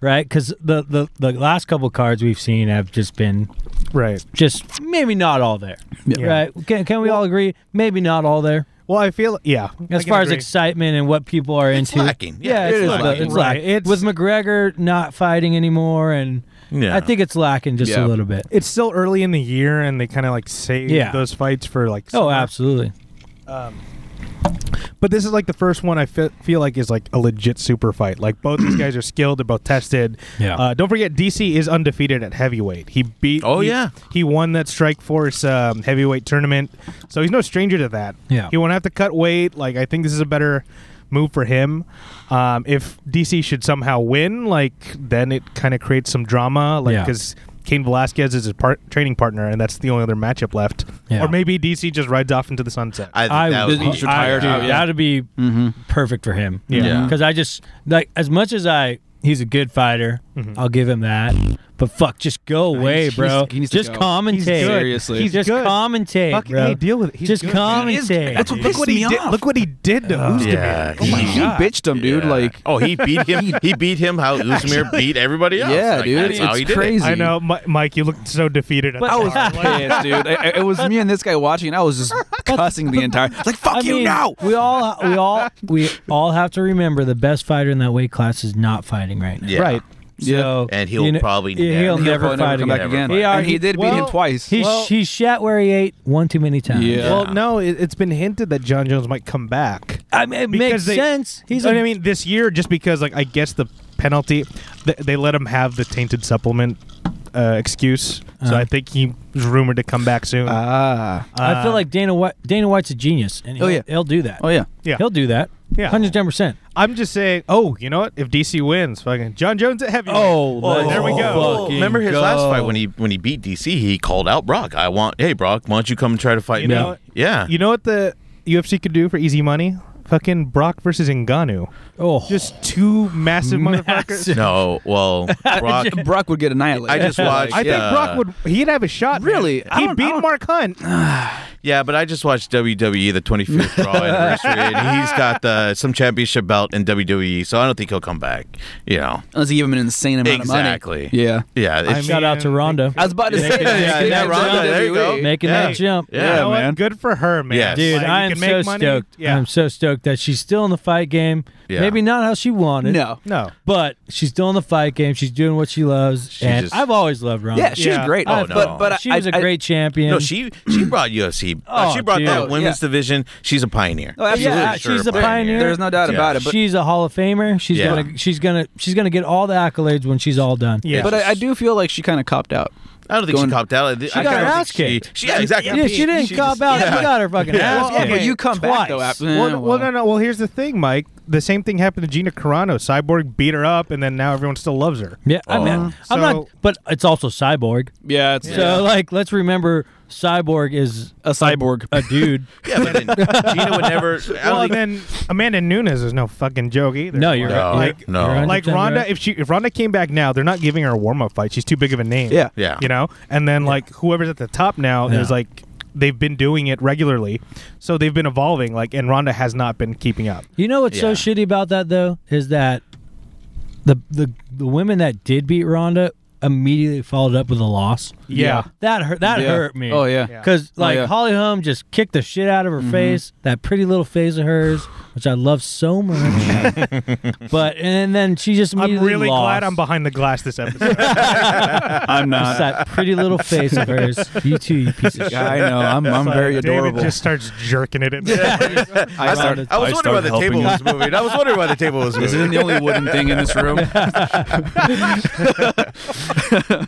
B: right? Because the, the the last couple cards we've seen have just been
D: Eh.
A: Right.
B: just maybe not all there,
A: Yeah.
B: right? Can, can we all agree? Maybe not all there
A: Well, I feel. Yeah. I
B: as
A: can
B: far as
A: agree.
B: excitement and what people are
C: It's
B: into.
C: lacking.
B: Yeah,
C: It
B: it's,
C: is
B: lacking.
C: lacking.
B: It's
A: Right.
B: lacking. with McGregor not fighting anymore, and
C: Yeah.
B: I think it's lacking just a
D: Yeah.
B: little bit.
A: it's still early in the year, and they kind of like save
B: Yeah.
A: those fights for like.
B: Oh,
A: summer.
B: absolutely.
A: But this is like the first one I fe- feel like is like a legit super fight. Like both these guys are skilled, they're both tested.
B: Yeah.
A: Uh, don't forget, DC is undefeated at heavyweight. He beat.
C: Oh,
A: he-
C: yeah.
A: He won that Strike Force um, heavyweight tournament, so he's no stranger to that.
B: Yeah.
A: He won't have to cut weight. Like I think this is a better move for him. Um, if DC should somehow win, like then it kind of creates some drama, like
B: Yeah.
A: because. Kane Velasquez is his par- training partner, and that's the only other matchup left.
B: Yeah.
A: Or maybe DC just rides off into the sunset.
C: I think
B: I,
C: that
B: would,
C: would
B: I,
C: be
D: He's retired
B: dude,
D: now, yeah.
B: That'd be perfect for him.
A: Mm-hmm. Yeah.
C: Yeah.
B: Because I just like as much as I, he's a good fighter. I'll give him that. But fuck, just go away,
D: he's-
B: bro.
D: he needs to
B: just
D: go.
B: commentate.
D: He's good. Seriously. He's
B: just
A: good.
B: commentate,
A: Fucking
B: bro.
A: A, deal with it. He's
B: just
A: good, man.
B: commentate.
A: He is good. That's what- look what he
D: Pissed me
A: did.
D: off.
A: Look what he did to Uzdemir.
C: yeah.
A: Oh my
D: he, he
A: god.
D: bitched him, dude.
C: Yeah.
D: Like,
C: oh, he beat him. he beat him. How Usmir beat everybody else.
D: yeah,
C: Like,
D: dude.
C: That's
D: It's,
C: how he did it.
D: crazy.
A: I know, Mi- Mike. You looked so defeated. At
B: But-
A: the
B: I was-
A: start. Like,
D: pissed, dude. I, I- it was me and this guy watching. And I was just cussing the entire. Like, fuck
B: I
D: you
B: mean,
D: now.
B: we all we all we all have to remember the best fighter in that weight class is not fighting right now.
C: Yeah.
A: Right.
B: So
C: And he'll
B: you know,
C: probably
B: he'll,
C: never- He'll
B: never
D: probably never
B: fight
D: come back
B: again.
C: again.
B: He,
C: And
B: already-
D: he did beat him
B: well,
D: twice.
B: He
A: Well-
B: he shat where he ate one too many times.
D: Yeah.
A: Well, no, it, it's been hinted that John Jones might come back.
B: I mean, it
A: Because
B: makes
A: they-
B: sense. He's
A: He's. I mean, this year, just because, like, I guess the penalty, th- they let him have the tainted supplement uh, excuse, so I think he was rumored to come back soon.
D: Ah.
B: I feel like Dana White, Dana White's a genius, and he'll,
D: Oh, yeah.
B: he'll do that.
D: Oh yeah.
A: yeah,
B: he'll do that.
A: Yeah.
B: hundred ten percent.
A: I'm just saying. Oh, you know what? If DC wins, fucking John Jones at heavyweight.
B: Oh, let's
A: there we go.
B: fucking
C: Remember his last
B: go.
C: fight when he when he beat DC? He called out Brock. I want, hey Brock, why don't you come and try to fight
A: You
C: me?
A: know-
C: yeah,
A: You know what the UFC could do for easy money? Fucking Brock versus Ngannou.
B: Oh,
A: Just two massive motherfuckers.
C: no. Well, Brock.
D: Brock would get annihilated.
C: I just watched.
A: I think
C: uh,
A: Brock would. He'd have a shot. man.
D: Really?
A: He
D: I don't- I
A: beat
D: don't-
A: Mark Hunt.
C: Yeah, but I just watched WWE the 25th Raw anniversary, and he's got the some championship belt in WWE, so I don't think he'll come back. You know,
D: Unless you give him an insane amount
C: exactly.
D: of money. Yeah.
C: yeah. It's,
B: shout out to
A: mean,
B: Ronda.
D: I was about to say
B: Yeah,
D: that.
B: yeah, yeah,
C: Ronda, there you go.
B: making
C: Yeah.
B: that jump.
C: Yeah,
A: You know what?
D: man.
A: Good for her, man.
C: Yes.
B: Dude,
A: Like, you
B: I am
A: can make
B: so
A: money.
B: stoked.
A: Yeah.
B: I'm so stoked that she's still in the fight game.
C: Yeah.
B: Maybe not how she wanted.
D: No.
A: no.
B: But she's still in the fight game. She's doing what she loves.
C: She
B: and
C: just-
B: I've always loved Ronda.
D: Yeah, she's
A: Yeah.
D: great.
C: Oh, no.
D: But but
B: she
D: I,
B: was a
D: I-
B: great champion.
C: no, she she brought UFC. uh,
B: Oh,
C: she brought
B: dude.
C: that women's
D: Yeah.
C: division. She's a pioneer.
D: Oh, absolutely.
B: Yeah,
C: Sure,
B: she's a
C: pioneer.
B: pioneer.
D: There's no doubt
C: Yeah.
D: about it. But
B: she's a Hall of Famer. She's
C: Yeah.
B: gonna she's gonna she's gonna get all the accolades when she's all done.
A: Yeah.
D: but I, I do feel like she kind of copped out.
C: I don't think
D: Going-
C: she copped out. She I
B: got her
C: kinda
B: ass
C: think she-
B: kicked.
C: She, yeah, exactly.
B: Yeah, she didn't cop out. She got her fucking ass.
D: Well,
B: kicked
D: but you come
B: twice.
D: back though. After,
A: Well,
D: Eh,
A: well, no, no. Well, here's the thing, Mike. The same thing happened to Gina Carano. Cyborg beat her up, and then now everyone still loves her.
B: Yeah, I
C: Oh.
B: mean, I'm
A: So-
B: not. But it's also cyborg.
D: Yeah, it's uh,
B: So like, let's remember, cyborg is
D: a cyborg.
B: a dude.
C: Yeah, but then Gina would never. I don't
A: Well, and
C: think-
A: then Amanda Nunes is no fucking joke either.
B: No, you're
C: No,
B: right. You're-
C: no.
B: you're
A: like
C: Like
B: 110%
A: Ronda.
B: right.
A: If she if Ronda came back now, they're not giving her a warm up fight. She's too big of a name.
D: Yeah.
C: Yeah.
A: you know. And then like whoever's at the top now
B: Yeah.
A: is like they've been doing it regularly, so they've been evolving. Like and Ronda has not been keeping up.
B: You know what's so
C: Yeah.
B: shitty about that though is that the the the women that did beat Ronda immediately followed up with a loss.
A: Yeah.
B: That hurt. That
D: Yeah.
B: hurt me.
D: Oh, yeah. Yeah.
B: Because
D: Oh,
B: like
D: yeah. Mm-hmm.
B: Holly Holm just kicked the shit out of her face. That pretty little face of hers, which I love so much. but and then she just
A: I'm
B: immediately
A: really
B: lost.
A: glad I'm behind the glass this episode.
D: I'm
B: Just that pretty little face of hers. You too, you piece of shit.
D: I know. I'm I'm very adorable.
A: David just starts jerking it. At me.
D: I,
B: started-
C: I was wondering why the
D: helping
C: table was
D: him.
C: moving. I was wondering why the table was
D: This isn't
C: moving.
D: the only wooden thing in this room.
C: But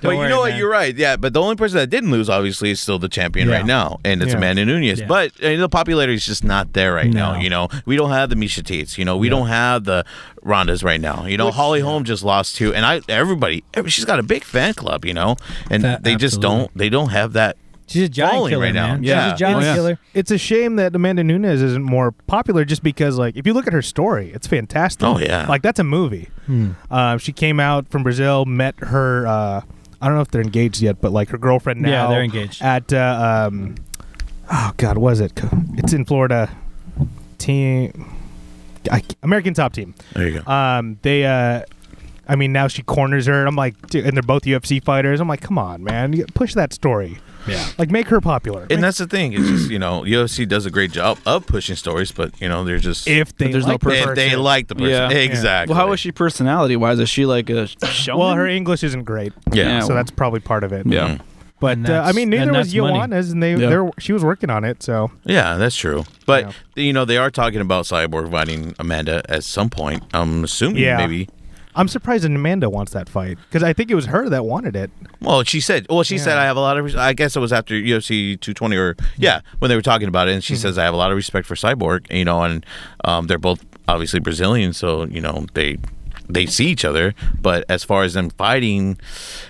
C: you
B: worry,
C: know what?
B: man.
C: You're right. Yeah, but the only person that didn't lose, obviously, is still the champion
B: Yeah.
C: right now, and it's
A: Yeah.
C: Amanda Nunez.
B: Yeah.
C: But uh, the popularity is just not there right
B: No.
C: now. You know, we don't have the Misha Tates. You know, we don't have the Rondas right now. You know, Holly Holm just lost too, and I everybody, every- she's got a big fan club. You know, and
B: That-
C: they just
B: absolutely.
C: don't they don't have that.
B: She's a giant
C: Falling
B: killer
C: right now.
B: man.
C: Yeah.
B: She's a giant
D: Oh, yeah.
B: killer.
A: it's a shame that Amanda Nunes isn't more popular just because, like, if you look at her story, it's fantastic.
C: Oh, yeah.
A: Like, that's a movie.
B: Hmm.
A: Um, she came out from Brazil, met her, uh, I don't know if they're engaged yet, but like her girlfriend now.
B: Yeah, they're engaged.
A: At, uh, um, oh, God, what is it? It's in Florida. Team, I, American Top Team.
C: There you go.
A: Um, they, uh, I mean, now she corners her. I'm like, dude, and they're both UFC fighters. I'm like, come on, man, You- push that story.
B: Yeah.
A: Like, make her popular.
C: And that's the thing. It's just you know, UFC does a great job of pushing stories, but you know, they're just
A: if they
D: But there's no
A: like the
C: if they
A: person.
C: like the person
D: Yeah.
C: exactly.
D: well, how is she personality wise? Is she like a showman?
A: Well, her English isn't great,
C: Yeah.
D: Yeah.
A: so that's probably part of it.
D: Yeah.
C: Mhm.
A: But
B: And
A: uh, I
B: that's-
A: mean, neither
B: and
A: was
B: that's money.
A: Ioana's, and they
D: Yeah.
A: they're she was working on it. So
C: Yeah, that's true. But you know, they are talking about Cyborg fighting Amanda at some point. I'm assuming
A: Yeah.
C: maybe.
A: I'm surprised that Amanda wants that fight because I think it was her that wanted it.
C: Well, she said. Well, she said
A: Yeah.
C: I have a lot of. res- I guess it was after UFC 220 or yeah, when they were talking about it, and
A: Mm-hmm.
C: she says I have a lot of respect for Cyborg. You know, and um, they're both obviously Brazilian, so you know they they see each other. But as far as them fighting,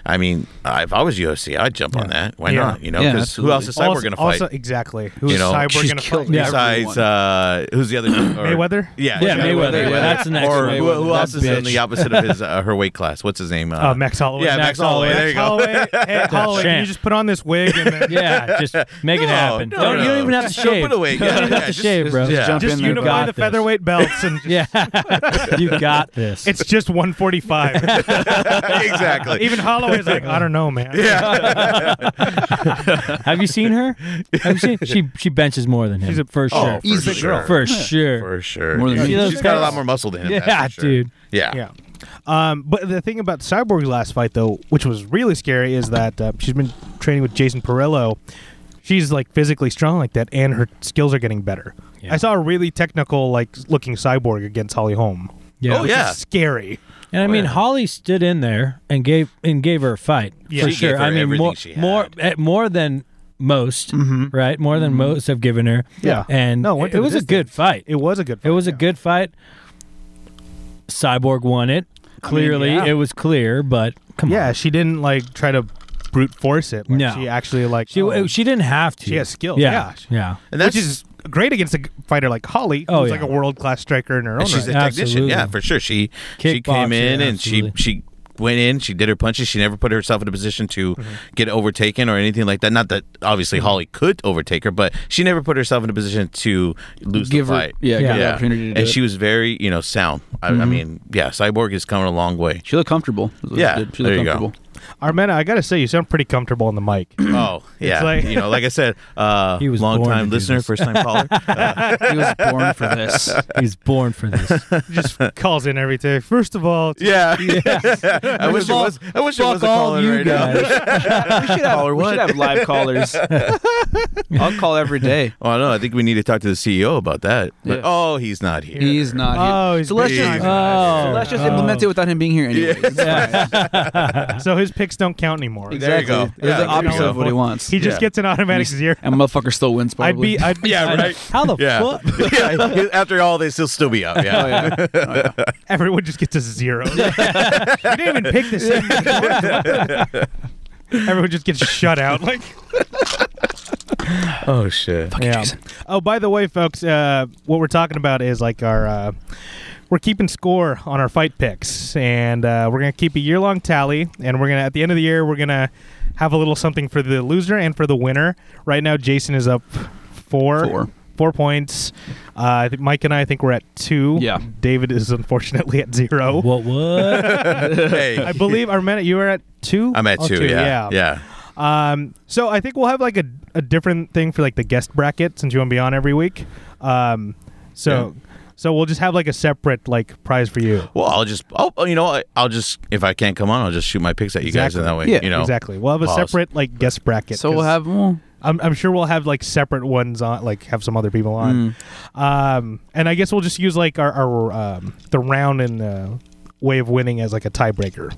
C: I mean, I- if I was UFC, I'd jump on that. Why
A: Yeah.
C: not? You know,
D: Yeah,
C: 'cause who else is
A: Also-
C: Cyborg going to fight?
A: Also, exactly. Who's
C: you know,
A: Cyborg
C: she's
A: going to
C: killed
A: fight?
B: Yeah.
C: Besides, uh, who's the other or,
A: Mayweather?
C: Yeah,
B: Yeah, Mayweather.
D: Mayweather, yeah.
B: That's the next
C: Or
B: one.
C: who, who
B: That
C: else is in
B: bitch.
C: the opposite of his uh, her weight class? What's his name?
A: Uh, Max Holloway.
C: Yeah,
B: Max
C: Max
A: Max
B: Holloway.
C: Holloway. There you go.
A: Holloway. Hey, Holloway, can
B: champ.
A: you just put on this wig and then
B: Yeah, just make it
C: No,
B: happen.
C: no,
B: don't,
C: no,
B: you don't
C: no.
B: even have to
C: Just jump
B: shave.
C: it away.
B: You don't
C: Yeah,
B: even have
C: yeah,
B: to
C: just-
B: shave,
C: just-
B: bro.
C: yeah.
D: Jump
A: just
D: in there.
A: unify
B: Got
A: the
B: this.
A: featherweight belts and just,
B: Yeah, you got this.
A: it's just 145.
C: exactly.
A: Even Holloway's like, I don't know, man.
C: yeah.
B: Have you seen her? Have you seen? She she benches more than him.
A: She's a-
B: for
C: Oh,
B: sure.
C: for Easy
B: for
C: sure.
B: sure.
C: girl.
B: For sure.
C: For sure.
D: More than
C: Dude,
D: me.
B: See
C: she's
B: those
C: got a
B: guys?
C: lot more muscle than him. that's
B: Yeah,
C: for sure.
B: dude.
C: Yeah.
A: Yeah. Um, but the thing about Cyborg's last fight, though, which was really scary, is that uh, she's been training with Jason Perillo. She's like physically strong like that, and her skills are getting better.
B: Yeah.
A: I saw a really technical, like looking Cyborg against Holly Holm.
B: Yeah.
C: Oh, yeah.
A: It's scary.
B: And I mean,
C: oh, yeah.
B: Holly stood in there and gave and gave her a fight
A: Yeah.
B: for
A: She
B: sure.
C: gave her
B: I mean,
C: everything
B: more
C: she had. Mm-hmm.
B: more eh, more than most, right? More than most have given her.
A: Yeah.
B: And
A: No, it
B: no,
A: went
B: it,
A: to the
B: was a good fight.
A: It was a good. Fight.
B: It was a good fight. Cyborg won it. Clearly,
D: yeah.
B: it was clear, but come
A: Yeah,
B: on.
A: she didn't like try to brute force it. Like,
B: No.
A: she actually like
B: She
A: oh,
B: she didn't have to.
A: She has skills,
B: Yeah.
A: yeah.
B: Yeah.
C: And that's
A: which is great against a g- fighter like Holly,
B: Oh,
A: who's
B: yeah.
A: like a world class striker in her own
C: And she's
A: right.
C: a technician, yeah,
B: Absolutely.
C: for sure. She she came
B: Kickboxing,
C: in and she
B: absolutely.
C: she went in. She did her punches. She never put herself in a position to get overtaken or anything like that. Not that obviously Holly could overtake her, but she never put herself in a position to lose
D: Give
C: the
D: her-
C: fight.
D: yeah, give
B: her the
D: opportunity to do
C: and
D: it.
C: she was very you know sound. I, I mean, yeah, Cyborg is coming a long way.
D: She looked comfortable. is what she
C: Yeah,
D: did. she
C: there
D: looked
C: you go.
D: comfortable.
A: Armena, I gotta say, you sound pretty comfortable on the mic.
C: Oh yeah,
A: like-
C: you know, like I said, uh,
B: He was
C: long
B: born to
C: time
B: do
C: listener,
B: this.
C: first time caller. Uh,
D: He was born for this.
B: He's born for this.
A: just calls in every day. First of all,
C: yeah, I wish it was. I wish it was a caller right now.
D: We should have, we should have live callers. I'll call every day.
C: Oh no, I think we need to talk to the CEO about that. But
D: Yeah.
C: oh, he's not here.
D: He's not
A: Oh,
D: here.
A: he's
D: so let's
A: busy.
D: just,
C: He's
B: Oh.
C: not
D: so
C: here.
D: let's just
C: Oh.
D: implement it without him being here anyways. It's fine.
A: so his picks don't count anymore.
C: There you go.
D: Exactly. It
C: Yeah,
D: was the opposite
C: there you
D: of what he
A: go.
D: wants.
A: He just
C: Yeah.
A: gets an automatic zero.
D: and motherfucker still wins
A: I'd
D: probably.
A: be, I'd
C: Yeah, right.
B: How the
C: Yeah.
B: fuck?
C: yeah. After all this, he'll still be up. Yeah.
D: Oh, yeah.
A: everyone just gets a zero. we didn't even pick this. everyone just gets shut out. Like,
C: Oh shit.
A: yeah. Oh, by the way, folks, uh, what we're talking about is like our. Uh, we're keeping score on our fight picks, and uh, we're gonna keep a year-long tally. And we're gonna, at the end of the year, we're gonna have a little something for the loser and for the winner. Right now, Jason is up four,
D: Four.
A: four points. Uh, I think Mike and I, I think we're at two.
D: Yeah.
A: David is unfortunately at zero.
B: What? What?
A: I
C: Hey,
A: believe Armenta, you were at two.
C: I'm at
A: Oh,
C: two. Yeah. Yeah.
A: Um, so I think we'll have like a, a different thing for like the guest bracket since you won't be on every week. Um, so so we'll just have like a separate like prize for you.
C: Well, I'll just. Oh, you know, I- I'll just. If I can't come on, I'll just shoot my pics at you guys in that way.
D: Yeah,
C: You know.
A: exactly. We'll have a
C: Pause.
A: separate like guest bracket.
D: So we'll
A: 'cause
D: have well,
A: I'm, I'm sure we'll have like separate ones on like have some other people on. Um, and I guess we'll just use like our, our um, the round and uh, way of winning as like a tiebreaker.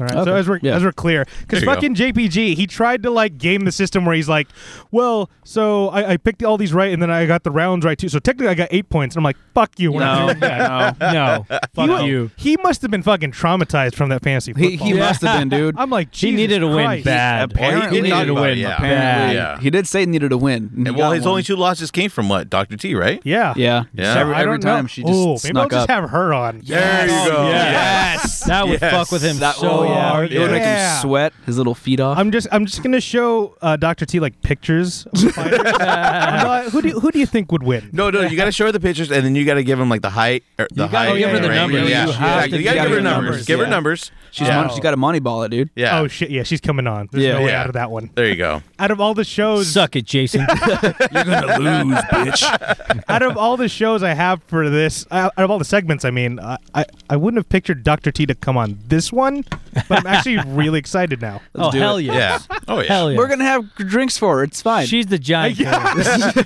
A: All right. So
D: Okay.
A: as we're
D: Yeah.
A: as we're clear, because
C: There you go.
A: fucking JPG, he tried to like game the system where he's like, well, so I, I picked all these right and then I got the rounds right too. So technically I got eight points. And I'm like, fuck you. we're not
D: no,
A: doing that.
D: no.
B: no. Fuck you.
A: He must have been fucking traumatized from that fantasy football.
D: He, he must have been, dude.
A: I'm like,
B: He
A: Jesus
B: needed a win
A: Christ.
B: bad.
C: Well, he
D: Apparently,
C: did talk about it, yeah.
D: Apparently,
C: Yeah.
D: he did say he needed a win. and he
C: And well,
D: got
C: his
D: one.
C: only two losses came from what? Dr. T, right?
A: Yeah.
D: Yeah,
C: Yeah.
D: Every,
A: I
D: every
A: don't know.
D: time she just
A: Ooh, maybe
D: snuck
A: I'll
D: up.
A: just have her on.
C: There you go.
B: Oh, Yes. That would
C: Yes.
B: fuck with him
D: That-
B: so
D: oh, yeah.
B: hard.
D: It would make
A: Yeah.
D: him sweat his little feet off.
A: I'm just I'm just gonna show uh, Doctor T like pictures. Of the fighters. I'm like, who do you, who do you think would win?
C: No, no, you got to show her the pictures, and then you got to give him like the height. Or the
B: You gotta
C: height
B: give her
C: and
B: the
C: range.
B: numbers.
C: Yeah,
B: You have
C: exactly.
B: to
C: you got
D: give
C: to give
D: her
C: her
D: the
C: numbers.
D: numbers,
C: Give her
D: yeah.
C: numbers.
D: she's
C: yeah.
D: mon- she's got a money ball it, dude.
C: Yeah.
A: Oh shit! Yeah, she's coming on. There's
D: Yeah.
A: no way
C: Yeah.
A: out of that one.
C: There you go.
A: Out of all the shows,
B: Suck it, Jason.
D: You're gonna lose, bitch.
A: out of all the shows I have for this, uh, out out of all the segments, I mean, I I, I wouldn't have pictured Doctor T to come on this one, but I'm actually really excited now.
B: oh
D: do
B: hell
D: it.
B: yeah.
C: Yeah. Oh yeah.
B: Hell yeah.
D: We're gonna have drinks for her. It's fine.
B: She's the giant. killer.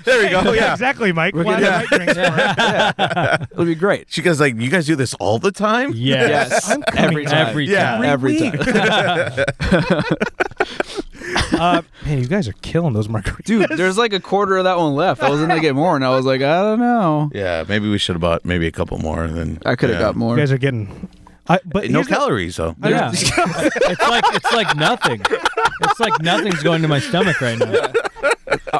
C: there you go. Yeah.
A: Oh, exactly, Mike.
D: We're
A: Why
D: gonna-
A: the right drinks for it?
D: It'll be great.
C: She goes like, "You guys do this all the time."
B: Yes.
D: Yes, every time.
B: Every
C: Yeah.
B: time.
D: every time.
A: Uh, man, you guys are killing those margaritas.
D: Dude, there's like a quarter of that one left. I was gonna get more, and I was like, I don't know.
C: Yeah, maybe we should have bought maybe a couple more. And then
D: I could have
C: yeah.
D: got
A: You
D: more.
A: guys are getting. I, but
C: no
A: here's the-
C: calories though.
B: Yeah. it's like it's like nothing. It's like nothing's going to my stomach right now.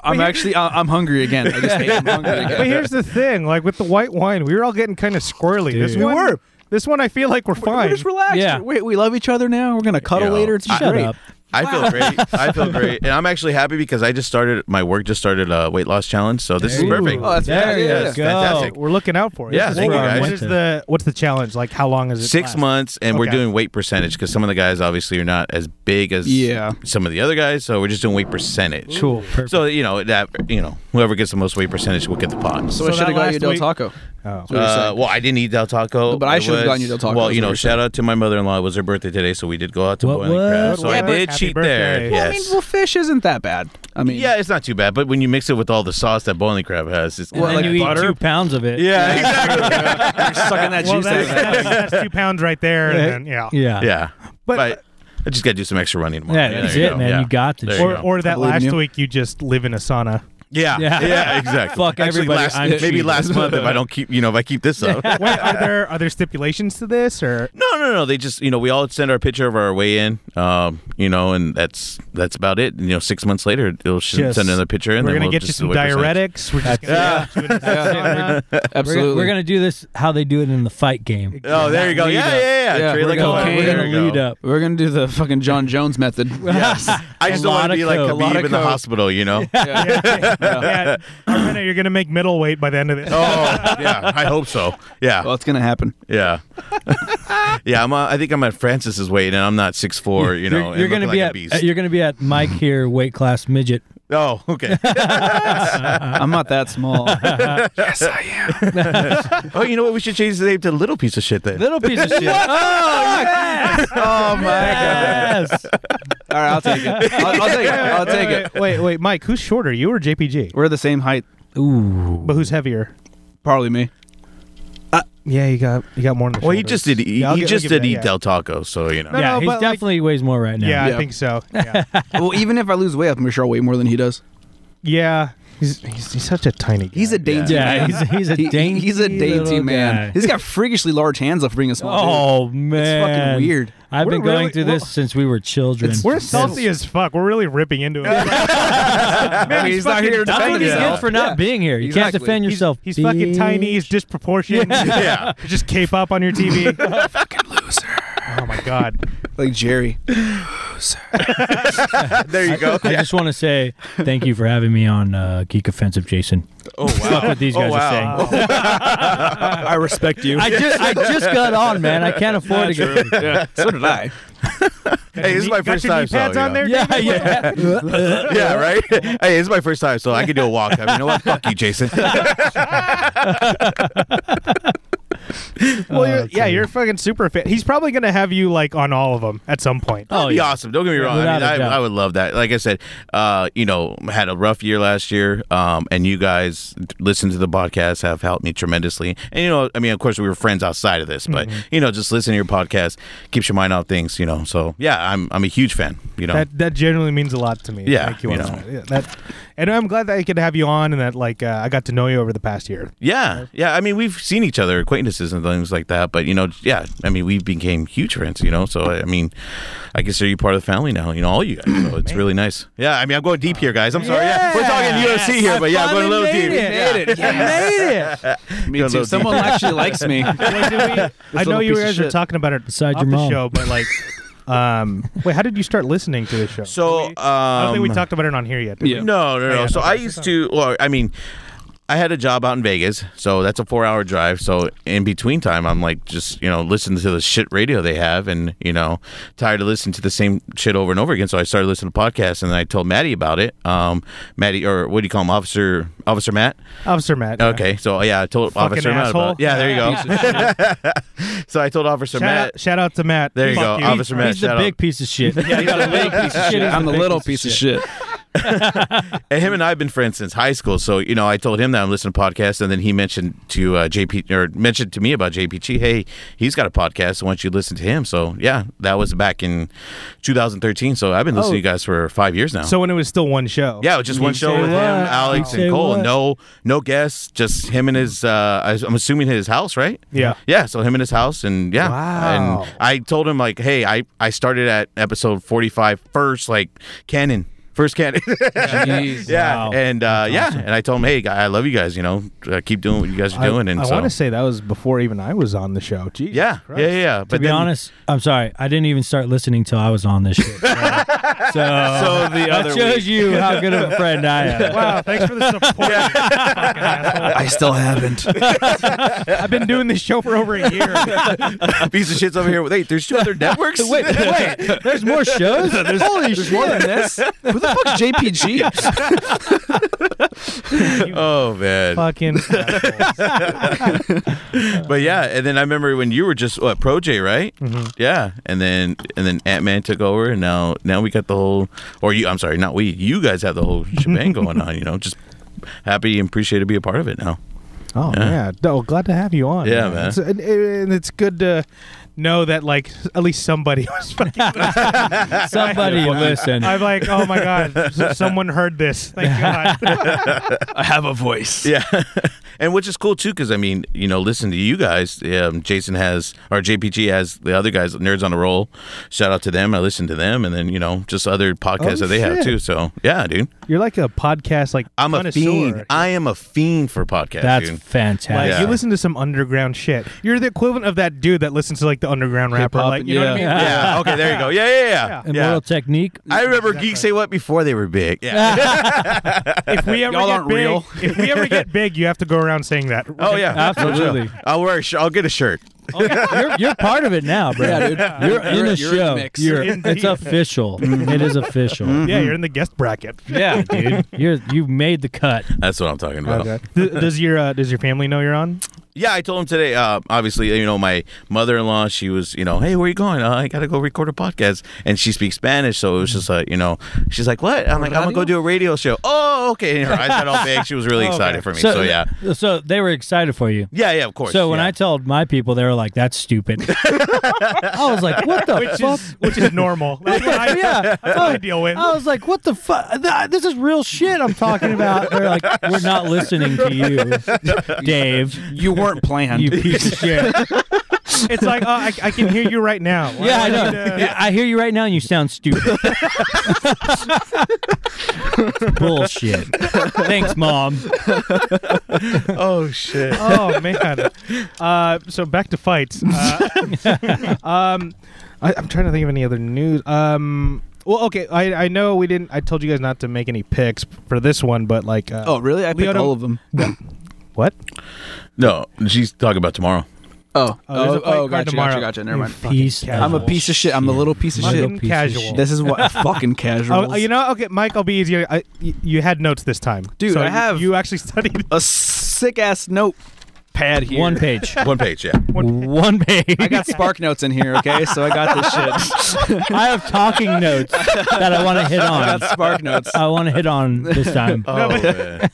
D: I'm actually I- I'm hungry again. I just ate. I'm hungry
A: But
D: again.
A: here's the thing, like with the white wine, we were all getting kind of squirrely. This
B: Dude.
A: one,
D: were.
A: This one, I feel like we're
D: We're
A: fine.
D: just relaxed.
B: Yeah.
D: Wait, we love each other now. We're gonna cuddle
C: Yo,
D: later. It's
C: I-
B: Shut
D: great.
B: up.
C: I feel great. I feel great, and I'm actually happy because I just started my work just started a weight loss challenge, so this is
B: Ooh.
C: perfect.
D: Oh, that's
B: there
D: yeah, yeah,
B: you
D: yeah.
B: go.
C: Fantastic.
A: we're looking out for it.
C: Yeah,
A: This is
C: thank
A: where
C: you,
A: I'm-
C: guys.
A: What is the what's the challenge? Like, how long is it?
C: Six
A: last?
C: months, and we're
A: Okay.
C: doing weight percentage because some of the guys obviously are not as big as
D: Yeah.
C: some of the other guys, so we're just doing weight percentage.
B: Cool. Perfect.
C: So you know that you know whoever gets the most weight percentage will get the pot.
A: So
D: So, I should
A: that
D: have got
A: last
D: you Del
A: week-
D: Taco.
A: Oh.
D: what you're
C: Uh,
D: saying.
C: well, I didn't eat Del Taco,
D: But I
C: It
D: should've
C: was-
D: gotten you Del Taco,
C: Well,
D: is
C: you
D: what
C: know,
D: you're
C: shout out to my mother-in-law. It was her birthday today, so we did go out to
B: What,
C: Boiling
B: what?
C: Crab. So I
A: Whatever.
C: did
A: Happy
C: cheat
A: birthday.
C: there.
A: Well,
D: I mean,
C: Yes.
D: well, fish isn't that bad. I mean,
C: yeah, it's not too bad, but when you mix it with all the sauce that Boiling Crab has, it's
D: Well,
B: and
D: like
B: you eat
D: butter?
B: two pounds of it.
C: yeah, exactly.
D: you're sucking that
A: Well,
D: juice out
A: that's,
D: of that.
A: that's, that's two pounds right there. And then, yeah.
B: Yeah.
C: yeah,
A: But-
C: but, I just got to do some extra running tomorrow.
B: Yeah, that's
C: there
B: it,
C: go.
B: man.
C: Yeah.
B: You got to.
C: There you
A: Or,
C: go.
A: or that
D: believe in
A: last
D: you.
A: week you just live in a sauna.
C: yeah,
B: Yeah.
C: yeah, exactly.
B: Fuck
C: Actually,
B: everybody,
C: last-
B: I'm
C: maybe
B: cheating.
C: last month if I don't keep, you know, if I keep this up.
A: Wait, are there are there stipulations to this or
C: No, no, no. They just, you know, we all send our picture of our way in, um, you know, and that's that's about it. And, you know, six months later, they'll sh-
B: Just-
C: send another picture, and
A: we're
C: then
A: gonna
C: we'll
A: get you
C: just
A: some
C: do a percentage.
A: diuretics? We're just gonna put you in a sauna.
B: We're, gonna-
D: Absolutely.
B: we're gonna do this how they do it in the fight game.
C: Oh, there you go.
B: Lead
C: Yeah,
B: up.
C: yeah, yeah.
D: Yeah,
C: Trade
D: we're
C: like
D: gonna-
C: a-
D: Okay.
B: we're
C: there
B: gonna
C: you go.
B: lead up.
D: We're gonna do the fucking John Jones method.
B: Yes.
C: I just
B: A
C: don't
B: lot
C: want to
B: of
C: be like
B: coke.
C: Khabib
D: of
C: in the
D: coke.
C: hospital, you know?
D: Yeah.
A: yeah, Armando, you're gonna make middleweight by the end of this.
C: oh, yeah. I hope so.
D: Well,
C: Yeah,
D: it's gonna happen.
C: yeah, yeah. I'm. Uh, I think I'm at Francis's weight, and I'm not six four. You know,
B: you're, you're gonna
C: and looking
B: be
C: like
B: at uh,
C: a beast.
B: you're gonna be at Mike here weight class midget.
C: oh, okay.
D: I'm not that small.
C: oh, you know what? We should change the name to Little Piece of Shit then.
B: Little piece of shit.
D: Oh my god!
B: yes.
D: All right, I'll take it. I'll, I'll take it. I'll take it.
A: Wait, wait, wait, Mike, who's shorter, you or JPG?
D: We're the same height.
B: Ooh.
A: But who's heavier?
D: Probably me.
A: Yeah, you got you got more. On the
C: well, he just did. He,
A: Yeah, I'll
C: he
A: gi- I'll
C: just
A: give you
C: did
A: that,
C: eat
A: yeah.
C: Del Taco, so you know.
A: No,
B: yeah,
A: no,
B: he
A: but, like-
B: definitely weighs more right now.
A: Yeah, I
D: Yeah.
A: think so. Yeah,
D: Well, even if I lose weight, I'm sure I'll weigh more than he does.
A: yeah. He's, he's he's such a tiny. Guy.
D: He's a dainty.
B: Yeah,
D: man.
B: he's, he's a
D: He-
B: dainty.
D: he's a dainty
B: little
D: man.
B: guy.
D: He's got freakishly large hands though for being a small
B: Oh man,
D: fucking weird.
B: I've
A: We're
B: been going
A: really-
B: through this
A: we're-
B: since we were children.
A: We're salty as fuck. We're really ripping into him. Man,
D: he's not here to
B: That's
D: defend
B: what he
D: himself.
B: gets for not
D: Yeah,
B: being here. You can't
D: exactly.
B: defend
A: He's,
B: yourself.
A: he's fucking
B: bitch.
A: tiny. He's disproportionate.
C: Yeah.
A: You just cape up on your TV.
D: fucking loser,
A: oh my god.
D: like Jerry.
C: there you go.
B: I just want to say thank you for having me on uh, Geek Offensive, Jason.
C: Oh wow.
B: Fuck what these
C: oh,
B: guys
C: wow.
B: are saying.
D: I respect you.
B: I just I just got on, man. I can't afford to go.
D: so did I.
C: Hey, this is my
A: Got
C: first
A: your knee
C: time. so,
A: pads
C: you
A: on
C: know.
A: there?
B: Yeah, yeah.
C: yeah, right. hey, this is my first time, so I can do a walk. I mean, you know what? Fuck you, Jason.
A: Well, you're, yeah, you're fucking super fit. He's probably gonna have you like on all of them at some point.
B: Oh,
C: be
B: yeah.
C: awesome. Don't get me wrong. I,
B: Without
C: mean,
B: a
C: I,
B: doubt.
C: I would love that. Like I said, uh, you know, had a rough year last year, um, and you guys listen to the podcast have helped me tremendously. And you know, I mean, of course, we were friends outside of this, but you know, just listening to your podcast keeps your mind off things. You know, so yeah, I'm I'm a huge fan. You know,
A: That that generally means a lot to me.
C: Yeah,
A: Thank you,
C: you
A: on
C: know.
A: that. Yeah, that- and I'm glad that I could have you on, and that like uh, I got to know you over the past year.
C: yeah, yeah. I mean, we've seen each other, acquaintances and things like that, but you know, yeah, I mean, we became huge friends. You know, so I, I mean, I consider you part of the family now. You know, all you guys. So it's really nice. Yeah, I mean, I'm going deep here, guys. I'm sorry. Yeah, we're talking UFC here, but yeah, I'm going a little deep.
D: Made
B: Made
D: it.
B: it.
D: Me too.
C: little
D: Someone actually likes me.
A: I know
D: little
A: you
D: piece of
A: guys are
D: shit.
A: talking about it
B: Beside
A: off
B: your
A: the
B: mom.
A: show, but like, um, wait, how did you start listening to this show?
C: So um,
A: I don't think we talked about it on here yet. did we?
D: Yeah.
C: No, no, no.
A: yeah,
C: so
A: no,
C: I
A: that's
C: used to. Well, I mean, I had a job out in Vegas, so that's a four-hour drive. So in between time, I'm like just you know listening to the shit radio they have, and you know tired of listening to the same shit over and over again. So I started listening to podcasts, and then I told Maddie about it. Um, Maddie, or what do you call him, Officer Officer Matt?
A: Officer Matt. yeah.
C: Okay, so yeah, I told Officer Matt
A: asshole.
C: about. It. Yeah, there you go. so I told Officer
A: Shout
C: Matt.
A: out, shout out to Matt.
C: There you
A: Fuck
C: go, Officer Matt.
B: He's the
C: shout out.
B: big piece of shit. Yeah,
C: he's the big piece of
D: I'm the little piece of shit.
C: and him and I've been friends since high school. So you know, I told him that I'm listening to podcasts, and then he mentioned to uh, JP or mentioned to me about JPG. Hey, he's got a podcast. So why don't you listen to him? So yeah, that was back in 2013. So I've been listening to you guys for five years now.
A: So when it was still one show.
C: yeah, it was just one show
B: Oh. say
C: with him,
B: what?
C: Alex,
B: You say
C: and Cole.
B: what?
C: No, no guests. Just him and his. Uh, I- I'm assuming his house, right?
A: Yeah.
C: Yeah, so him in his house, and yeah,
A: Wow.
C: and I told him like, hey, I I started at episode 45 first, like canon, first canon,
D: Jeez.
C: yeah,
B: Wow.
C: and uh, yeah, and I told him, hey, guy, I love you guys, you know, uh, keep doing what you guys are
A: I,
C: doing, and
A: I
C: so
A: want to say that was before even I was on the show. Jesus
C: yeah, yeah,
A: Christ.
C: yeah, yeah. But
B: to be
C: then-
B: honest, I'm sorry. I didn't even start listening till I was on this shit. So,
C: so the
B: that
C: other
B: shows
C: week-
B: you how good of a friend I am.
A: Wow, thanks for the support.
D: I still haven't.
A: I've been doing this show for over a year.
C: piece of shit's over here. Wait, there's two other networks.
B: wait, wait. There's more shows. Holy shit!
D: More than this. Who the fuck's JPG?
C: oh man.
A: Fucking. assholes.
C: But yeah, and then I remember when you were just what Pro J, right?
B: Mm-hmm.
C: Yeah, and then and then Ant Man took over, and now now we got the whole, or you, I'm sorry, not we, you guys have the whole shebang going on. You know, just happy and appreciate to be a part of it now.
A: Oh
C: Yeah.
A: yeah, no, glad to have you on.
C: Yeah, man.
A: It's, and, and it's good to know that like at least somebody was fucking.
B: Somebody listen.
A: I'm like, oh my god, s- someone heard this. Thank God.
D: I have a voice.
C: Yeah, and which is cool too, because I mean, you know, listen to you guys. Um, Jason has or JPG has the other guys, Nerds on a Roll. Shout out to them. I listen to them, and then you know, just other podcasts
A: Oh,
C: that they have
A: shit.
C: too. So yeah, dude,
A: You're like a podcast like
C: I'm a
A: connoisseur.
C: fiend. I am a fiend for podcasts.
B: That's
C: dude.
A: Like
B: fantastic.
A: you
C: Yeah.
A: listen to some underground shit. You're the equivalent of that dude that listens to like the underground rapper.
D: Hip-hop,
A: Like you know what I mean?
B: yeah.
C: yeah. Okay. There you go. Yeah. Yeah. Yeah. yeah.
B: Immortal technique.
C: I remember geeks say what before they were big. Yeah.
A: If we ever
D: Y'all
A: get
D: aren't
A: big,
D: real.
A: if we ever get big, you have to go around saying that.
C: oh yeah.
B: Absolutely.
C: I'll wear. A sh- I'll get a shirt.
B: Oh, you're, you're part of it now, bro.
D: Yeah, dude.
B: You're in
D: You're-
B: the
D: you're in the
B: show.
D: mix.
B: You're,
A: Indeed.
B: it's official.
C: Mm-hmm.
B: it is official.
A: Yeah, you're in the guest bracket.
B: Yeah, dude. You're you've made the cut.
C: That's what I'm talking about.
A: Th- does your uh, does your family know you're on?
C: Yeah, I told him today. Uh, obviously, you know, my mother-in-law, she was, you know, hey, where you going? Uh, I gotta go record a podcast, and she speaks Spanish, so it was just like, you know, she's like, what? I'm like, I'm gonna go do a radio show. Oh, okay. And her eyes got all big. She was really excited for me. So, yeah,
B: So they were excited for you.
C: yeah, yeah. Of course.
B: So when
C: yeah.
B: I told my people, they were like, "That's stupid." I was like, "What the
A: Which
B: fuck?"
A: is which is normal. That's what I,
B: yeah,
A: that's what I deal
C: Oh,
A: with.
B: I was like, "What the fuck? This is real shit I'm talking about." They're like, "We're not listening to you, Dave.
D: You weren't planned.
B: You piece of shit."
A: It's like uh, I, I can hear you right now. Why
B: Yeah, I
A: would
B: know.
A: uh,
B: Yeah, I hear you right now, and you sound stupid. Bullshit. Thanks, mom.
C: oh shit.
A: oh man. Uh, so back to fights. Uh, um, I, I'm trying to think of any other news. Um, well, okay. I, I know we didn't. I told you guys not to make any picks for this one, but like, uh,
D: Oh, really? I picked
A: Leona-
D: all of them. Oh.
A: what?
C: No, she's talking about tomorrow.
D: Oh, oh,
A: there's a fight
D: oh,
A: card
D: gotcha,
A: tomorrow.
D: gotcha, gotcha. Never
B: You
D: mind.
B: piece
A: casual.
D: I'm a piece of shit. I'm the little piece of
A: Fucking
D: shit.
B: Little piece of
A: casual.
B: shit.
D: This is what fucking casual.
A: Oh, you know, okay, Mike. I'll be easier. I, y- you had notes this time,
D: Dude,
A: So
D: I
A: you-
D: have-
A: You actually studied.
D: a sick ass note pad here.
B: One page.
C: One page. Yeah.
B: One page.
D: I got spark notes in here, okay? So I got this shit.
B: I have talking notes that I want to hit
D: I
B: on.
D: got spark notes.
B: I want to hit on this time.
C: Oh man.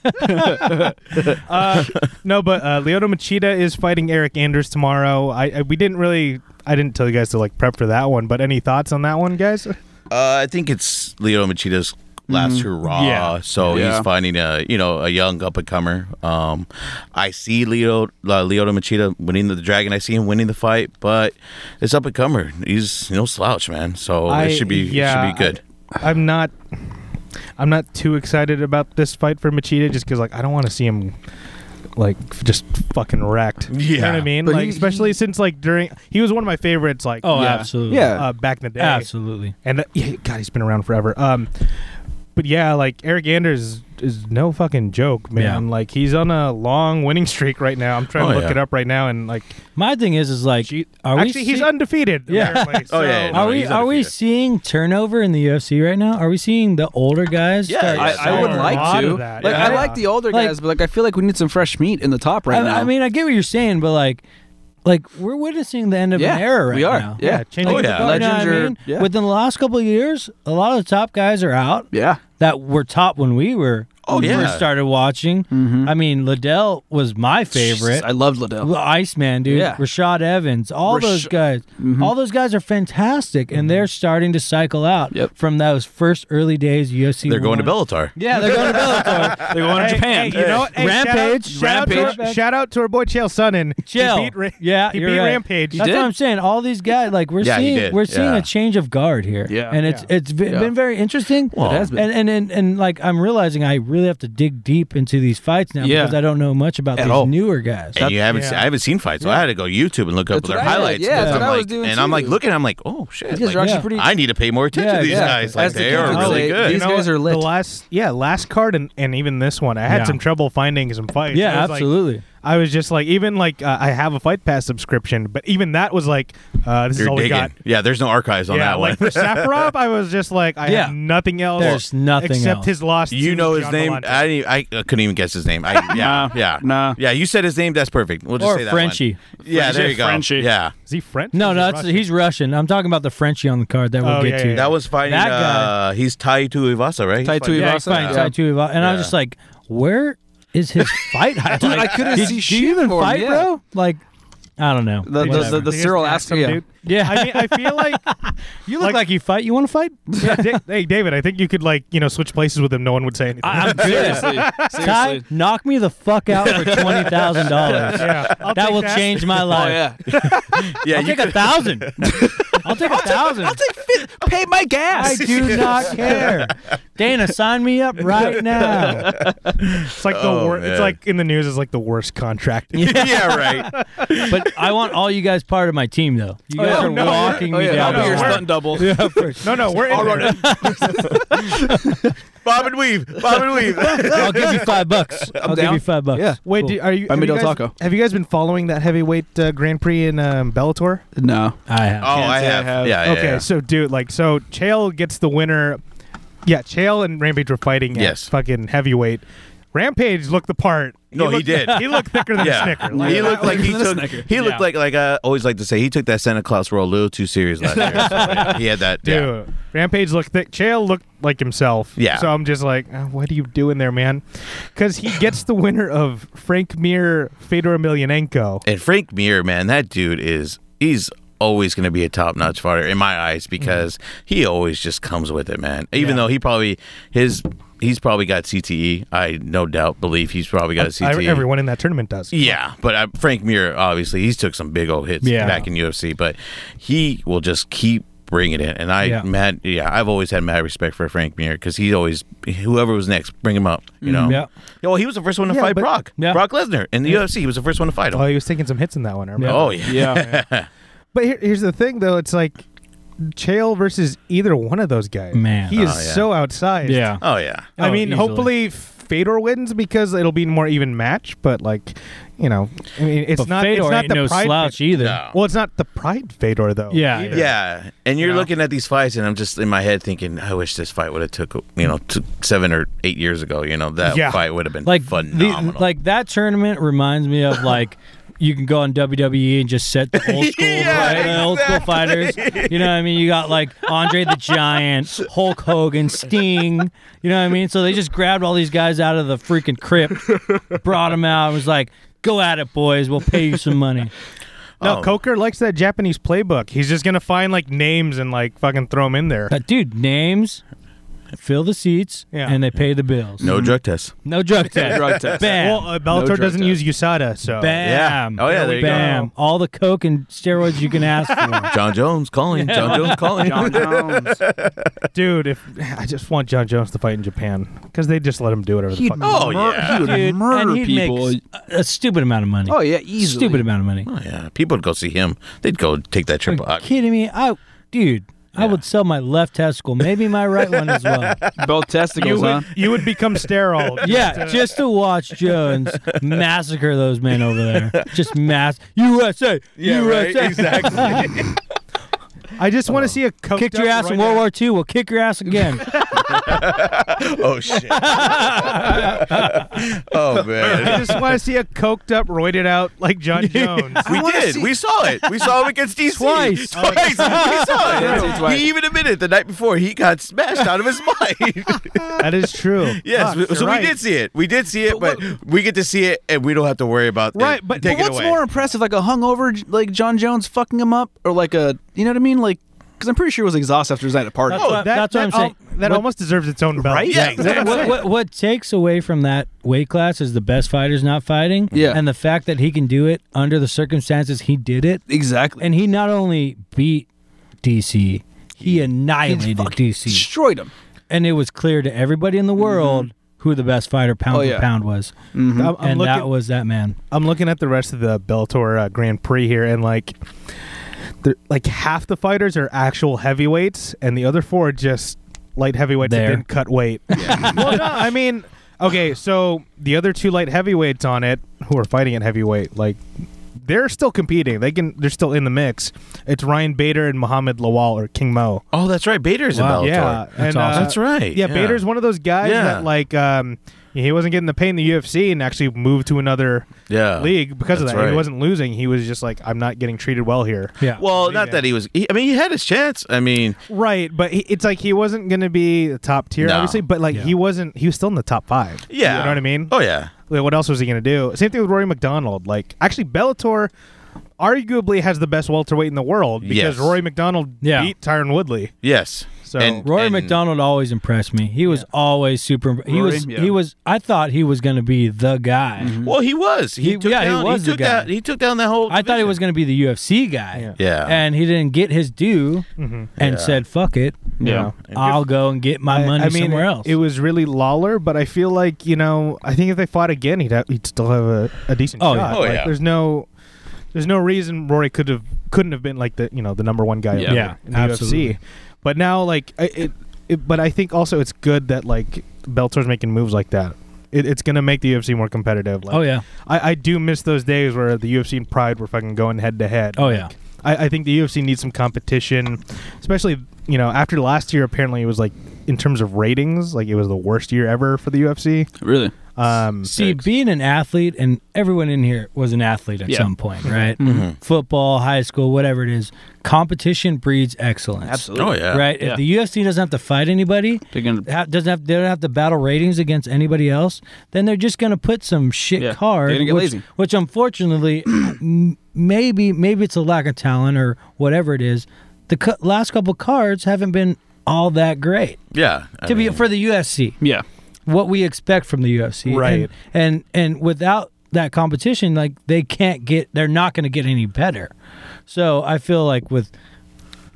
A: Uh, no, but uh, Leoto Machida is fighting Eric Anders tomorrow. I, I we didn't really. I didn't tell you guys to like prep for that one, but any thoughts on that one, guys?
C: Uh, I think it's Leo Machida's last hurrah.
A: Yeah.
C: So
D: Yeah.
C: he's finding a you know a young up and comer. Um, I see Leo uh, Leo Machida winning the dragon. I see him winning the fight, but it's up and comer. He's no slouch, man. So
A: I-
C: it should be
A: yeah,
C: it should be good.
A: I'm not. I'm not too excited about this fight for Machida just because like I don't want to see him like f- just fucking wrecked. you know what I
C: Yeah.
A: mean.
D: But
A: Like
D: he-
A: especially since like during he was one of my favorites like
B: Oh,
D: Yeah.
B: absolutely.
D: Yeah.
A: uh, back in the day.
B: Absolutely.
A: And uh, yeah, God, he's been around forever. Um, but yeah, like Eric Anders is no fucking joke, man.
B: Yeah.
A: Like he's on a long winning streak right now. I'm trying
C: Oh,
A: to look
C: yeah.
A: it up right now, and like
B: My thing is, is like,
A: gee-
B: are
A: actually
B: we?
A: he's
B: see-
A: undefeated.
B: Yeah.
A: Apparently,
C: Oh, yeah,
A: so-
C: No,
B: are we?
C: he's
B: Are we
C: undefeated.
B: seeing turnover in the UFC right now? Are we seeing the older guys?
C: Yeah,
B: start
C: yeah.
D: I, I would
A: A
D: like
A: lot
D: to.
A: of that,
D: Like, I
A: yeah.
D: like the older
B: Like-
D: guys, but like, I feel like we need some fresh meat in the top right
B: I,
D: now.
B: I mean, I get what you're saying, but like, like we're witnessing the end of
D: Yeah,
B: an era right
D: we are.
B: now.
D: Yeah.
A: changing
C: Oh,
A: the
C: yeah.
A: guard.
B: You know what
D: Legends
B: I
D: are-
B: mean?
D: yeah.
B: Within the last couple of years, a lot of the top guys are out
D: Yeah.
B: that were top when we were
C: Oh,
B: when we
C: yeah.
B: first started watching. I mean, Liddell was my favorite.
D: Mm-hmm. Jesus, I loved Liddell.
B: The Iceman, dude.
D: Yeah.
B: Rashad Evans. All
D: Rash- Mm-hmm.
B: those guys. All those guys are fantastic, and they're starting to cycle out
D: Yep.
B: from those first early days UFC.
C: They're going to
B: one.
C: Bellator.
B: Yeah, they're going to Bellator. they're going
A: Hey, hey, you know what? Hey, Shout out,
B: Rampage.
A: shout out, to, our,
B: Rampage.
A: shout out to our boy Chael Sonnen.
B: Chill.
A: He beat, Ra-
B: yeah,
A: he
B: you're
A: beat
B: right.
A: Rampage.
B: That's
D: did?
B: what I'm saying. All these guys, like we're
C: Yeah, he
B: seeing,
C: did.
B: we're seeing
C: Yeah.
B: a change of guard here.
D: Yeah.
B: and it's
A: Yeah.
B: it's been,
D: Yeah.
B: been very interesting.
C: Well,
D: It has been.
B: and, and and and like I'm realizing I really have to dig deep into these fights now
D: Yeah.
B: because I don't know much about
D: At
B: these
D: all.
B: newer guys.
C: And you haven't,
A: yeah.
C: se- I haven't seen fights, so I had to go YouTube and look up
D: That's
C: their
D: what I did.
C: highlights.
D: Yeah, that's
C: because
D: what
C: I'm
D: I was
C: like,
D: doing
C: and I'm like
D: too.
C: looking, I'm like, oh shit,
D: These guys
C: like,
D: are actually
B: yeah.
D: pretty.
C: I need to pay more attention
B: Yeah,
C: to these
B: yeah.
C: guys. Like
D: As the
C: they
D: kids
C: are
D: would
C: really
D: say,
C: good.
D: these
A: Uh, You know
D: guys
A: what?
D: are lit.
A: The last, yeah, last card and, and even this one, I had
B: Yeah.
A: some trouble finding some fights. I
B: yeah,
A: was like-
B: absolutely.
A: I was just like, even like uh, I have a Fight Pass subscription, but even that was like, uh, this is
C: You're
A: all we
C: digging.
A: got.
C: Yeah, there's no archives on
A: yeah,
C: that
A: like
C: one.
A: for Safarov, I was just like, I
B: Yeah.
A: have nothing else.
B: There's nothing
A: except
B: else.
A: his loss.
C: you
A: to
C: know his
A: John
C: name.
A: Volante.
C: I, didn't, I uh, couldn't even guess his name. I, yeah, yeah,
D: nah.
C: yeah. You said his name. That's perfect. We'll just
B: Or
C: say that
B: Frenchie.
C: One. Yeah, there
D: Frenchie.
C: you go.
D: Frenchie.
C: Yeah,
A: is he French?
B: No,
A: Is
B: no,
A: he
B: that's,
A: Russian?
B: he's Russian. I'm talking about the Frenchie on the card that we'll
A: Oh,
B: get
A: yeah,
B: to.
A: yeah, yeah.
C: that was fighting.
B: That guy.
C: Uh, he's tied to Ivasa, right?
D: Tai
C: He's fighting-
B: Yeah,
D: Tuivasa.
B: he's fighting
D: Yeah.
B: Tai Tuivasa. And I was
C: Yeah.
B: just like, where is his fight highlight?
D: Dude, I couldn't
B: Did-
D: see
B: Do
D: shit
B: you even
D: for him,
B: fight,
D: yeah.
B: bro? Like, I don't know.
D: The- the-
B: Whatever.
A: They just
D: Cyril
A: asked
D: Ask-
A: some
D: yeah.
A: dude.
B: yeah,
A: I mean, I feel like
B: you look
A: like-
B: like, you fight. You want to fight?
A: Yeah, Da- hey, David, I think you could like you know switch places with him. No one would say anything.
B: I, am good.
D: Seriously.
B: Ty,
D: Seriously.
B: knock me the fuck out for twenty thousand dollars.
A: yeah, I'll
B: That
A: take
B: will change my
D: Oh
B: life.
D: yeah.
C: Yeah,
B: I'll
C: you
B: take a thousand. I'll take a thousand. I'll take
D: Pay my
B: I
D: gas.
B: do not care. Dana, sign me up right now.
A: It's like the
C: Oh,
A: wor- It's
C: man.
A: like in the news is like the worst contract.
C: yeah, right.
B: But I want all you guys part of my team, though. You guys
D: yeah.
B: are
A: No,
B: walking
D: Oh
B: me
D: yeah.
B: down.
D: I'll be
A: no,
B: the
D: your
A: we're-
B: line.
D: stunt double.
B: Yeah, for
A: No, no, we're in there.
C: Bob and weave. Bob and weave. Oh,
B: I'll give you five bucks. I'll give
D: down.
B: you five bucks.
D: Yeah.
A: Wait,
B: Cool.
A: do, are you?
D: Buy
A: Have
D: me
A: you,
D: Del
A: guys,
D: Taco.
A: have you guys been following that heavyweight uh, Grand Prix in um, Bellator?
D: No.
B: I have.
C: Oh, I
D: say I
C: have.
D: have.
C: Yeah, yeah,
A: okay,
C: yeah.
A: so dude, like, so Chael gets the winner. Yeah, Chael and Rampage were fighting at
C: Yes.
A: fucking heavyweight. Rampage looked the part.
C: No, he
A: looked-
C: did.
A: He looked thicker than a
C: Yeah,
A: Snicker. Like,
C: he looked like he
D: Isn't this
C: took.
D: Snicker?
C: He looked
D: Yeah.
C: like like I always like to say he took that Santa Claus role a little too serious last year. or something. he had that.
A: dude.
C: Yeah.
A: Rampage looked thick. Chael looked like himself.
C: Yeah.
A: So I'm just like, uh, what are you doing there, man? Because he gets the winner of Frank Mir Fedor Emelianenko.
C: And Frank Mir, man, that dude is he's always going to be a top-notch fighter in my eyes because he always just comes with it, man. Even
A: Yeah.
C: though he probably his he's probably got CTE. I no doubt believe he's probably got
A: I-
C: CTE.
A: everyone in that tournament does.
C: E. Yeah, but uh, Frank Mir obviously he's took some big old hits
B: Yeah.
C: back in UFC, but he will just keep bringing it. And I
B: Yeah.
C: mad yeah, I've always had mad respect for Frank Mir because he always whoever was next, bring him up. You know,
B: yeah.
C: Well, he was the first one to
A: Yeah,
C: fight
A: but-
C: Brock.
B: Yeah.
C: Brock Lesnar in the UFC. He was the first one to fight him.
A: Oh, he was taking some hits in that one. I remember.
C: Oh yeah.
D: Yeah.
A: But here, here's the thing, though. It's like Chael versus either one of those guys.
B: Man.
A: he is
C: Oh, yeah.
A: so outside.
B: Yeah.
C: Oh yeah.
A: I
B: Oh,
A: mean,
B: easily.
A: hopefully Fedor wins because it'll be a more even match. But like, you know, I mean, it's
B: But
A: not.
B: Fedor
A: it's not
B: ain't
A: the
B: no
A: pride.
B: slouch either.
C: No.
A: Well, it's not the pride Fedor though.
B: Yeah,
A: either.
C: Yeah, and you're
A: You know?
C: looking at these fights, and I'm just in my head thinking, I wish this fight would have took you know t- seven or eight years ago. You know that
A: Yeah.
C: fight would have been
B: Like
C: phenomenal.
B: The, like that tournament reminds me of like you can go on WWE and just set the old school,
C: Yeah,
B: right, the old school fighters. You know what I mean? You got like Andre the Giant, Hulk Hogan, Sting. You know what I mean? So they just grabbed all these guys out of the freaking crypt, brought them out, and was like, "Go at it, boys. We'll pay you some money."
A: No,
C: Oh.
A: Coker likes that Japanese playbook. He's just gonna find like names and like fucking throw them in there.
B: But dude, names fill the seats,
A: Yeah.
B: and they pay the bills.
C: no drug test.
B: no drug test.
D: Drug test.
B: Bam.
A: Well, uh, Bellator
D: drug
A: doesn't
D: test.
A: use USADA, so
B: Bam.
C: Yeah. Oh, yeah, there you go.
B: Bam. All the coke and steroids you can ask for.
C: John Jones calling. John Jones calling.
D: John Jones.
A: dude, if I just want John Jones to fight in Japan because they just let him do whatever the fuck.
C: Oh, yeah.
D: He would
B: Dude,
D: murder
B: and he'd
D: people.
B: make s- a, a stupid amount of money.
D: oh yeah, easily.
B: Stupid amount of money.
C: Oh yeah, people would go see him. They'd go take that trip.
B: Are you kidding me? I, dude, I would sell my left testicle, maybe my right one as well.
D: Both
A: you
D: testicles, huh?
A: would, you would become sterile.
B: Yeah, just to watch Jones massacre those men over there. Just mass USA, USA.
C: Exactly.
A: I just want to see a coked
B: Kicked your
A: up
B: ass in
A: right
B: World War II. We'll kick your ass again.
C: oh shit. oh
A: I
C: man.
A: just want to see a coked up, roided out like John Jones.
C: We
D: wanna
C: did.
D: see-
C: We saw it. We saw him against DC.
B: Twice.
C: Twice. we saw it.
D: Yeah, it's twice.
C: He even admitted the night before he got smashed out of his mind.
A: that is true.
C: yes.
A: Fuck,
C: we-
A: you're
C: so
A: right.
C: we did see it. We did see it, but,
D: But
C: we get to see it and we don't have to worry about it
A: Right, but- but
C: taking
D: But what's
C: away.
D: more impressive, like a hungover like John Jones fucking him up, or like a you know what I mean, like because I'm pretty sure he was exhausted after his night at party.
C: Oh,
B: That's what-
A: That,
B: that's what I'm
A: al-
B: saying.
A: that
B: What-
A: almost deserves its own belt.
C: Right? Yeah, exactly.
B: what, what, what takes away from that weight class is the best fighters not fighting.
D: Yeah.
B: And the fact that he can do it under the circumstances he did it.
D: exactly.
B: And he not only beat DC, he annihilated
D: fucking
B: DC.
D: destroyed him.
B: And it was clear to everybody in the world
A: Mm-hmm.
B: who the best fighter pound
D: Oh,
B: for
D: yeah.
B: pound was.
A: I'm, Mm-hmm. I'm
B: and
A: looking,
B: that was that man.
A: I'm looking at the rest of the Bellator uh, Grand Prix here, and like, they're- like half the fighters are actual heavyweights, and the other four are just light heavyweights that
B: There.
A: didn't cut weight. well, no, I mean, okay, so the other two light heavyweights on it who are fighting at heavyweight, like. They're still competing. They can. They're still in the mix. It's Ryan Bader and Muhammad Lawal or King Mo.
C: Oh, that's right. Bader's
B: Wow.
C: in Bellator.
A: Yeah,
B: That's
A: and, uh,
B: awesome.
C: That's right.
A: yeah, Bader's one of those guys
C: Yeah.
A: that like um, he wasn't getting the pay in the UFC and actually moved to another
C: Yeah.
A: league because of
C: Oh, That's
A: that. He
C: right.
A: wasn't losing. He was just like, I'm not getting treated well here.
B: Yeah.
C: Well, not that he was. He, I mean, he had his chance. I mean,
A: Right, but he, it's like he wasn't going to be the top tier,
C: No.
A: obviously. But like
B: Yeah.
A: he wasn't. He was still in the top five.
C: yeah.
A: you know what I mean.
C: Oh yeah.
A: Like, what else was he going to do? Same thing with Rory McDonald. Like actually, Bellator arguably has the best welterweight in the world because
C: Yes.
A: Rory McDonald
B: Yeah.
A: beat Tyron Woodley.
C: Yes.
A: So-
B: Rory
C: and-
B: McDonald always impressed me. He was always super. He
D: Rory,
B: was.
D: yeah.
B: He was. I thought he was going to be the guy.
A: Mm-hmm.
C: Well, he was. He,
B: He-
C: took
B: yeah, he
C: down,
B: was the
C: took
B: guy.
C: Down, he took down that whole.
B: I thought he
C: division.
B: was going to be the UFC guy.
A: Yeah.
C: Yeah.
B: And he didn't get his due, and said, "Fuck it,
A: Yeah.
B: I'll go and get my
A: I-
B: money
A: I mean,
B: somewhere else."
A: It was really Lawler, but I feel like you know, I think if they fought again, he'd ha- he'd still have a, a decent
B: Oh, yeah.
A: shot.
C: Oh,
A: Like,
C: yeah.
A: There's no, there's no reason Rory could have couldn't have been like the you know the number one guy.
C: Yeah.
A: in the-
B: Yeah,
A: in the
B: absolutely.
A: UFC. But now, like I- it, it, but I think also it's good that like Bellator's making moves like that. It, it's gonna make the UFC more competitive. Like,
B: oh yeah,
A: I, I do miss those days where the UFC and Pride were fucking going head to head.
B: oh yeah.
A: I, I think the UFC needs some competition, especially you know after last year. Apparently, it was like in terms of ratings, like it was the worst year ever for the UFC.
D: Really?
A: Um,
B: See, being an athlete, and everyone in here was an athlete at
D: Yeah. Mm-hmm.
B: some point, right?
C: Mm-hmm.
B: Football, high school, whatever it is, competition breeds excellence.
C: Oh yeah.
B: Right.
D: Yeah.
B: If the UFC doesn't have to fight anybody,
D: They're gonna-
B: ha- doesn't have they don't have to battle ratings against anybody else, then they're just going to put some shit
D: Yeah.
B: card,
D: They're gonna get
B: which,
D: lazy.
B: which unfortunately, m- maybe maybe it's a lack of talent or whatever it is. The cu- last couple cards haven't been all that great
C: Yeah. I
B: to
C: mean,
B: be for the UFC.
D: Yeah.
B: What we expect from the UFC,
A: Right.
B: And and, and without that competition, like they can't get, they're not going to get any better. So I feel like with,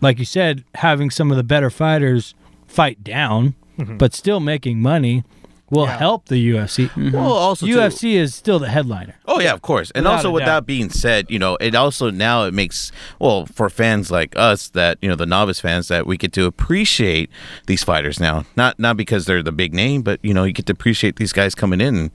B: like you said, having some of the better fighters fight down, but still making money, will help the UFC.
C: Well, also too-
B: UFC is still the headliner.
C: Oh yeah, of course. And
B: Without
C: also,
B: a
C: with
B: doubt.
C: that being said, you know, it also now it makes well for fans like us that you know the novice fans that we get to appreciate these fighters now. Not not because they're the big name, but you know you get to appreciate these guys coming in.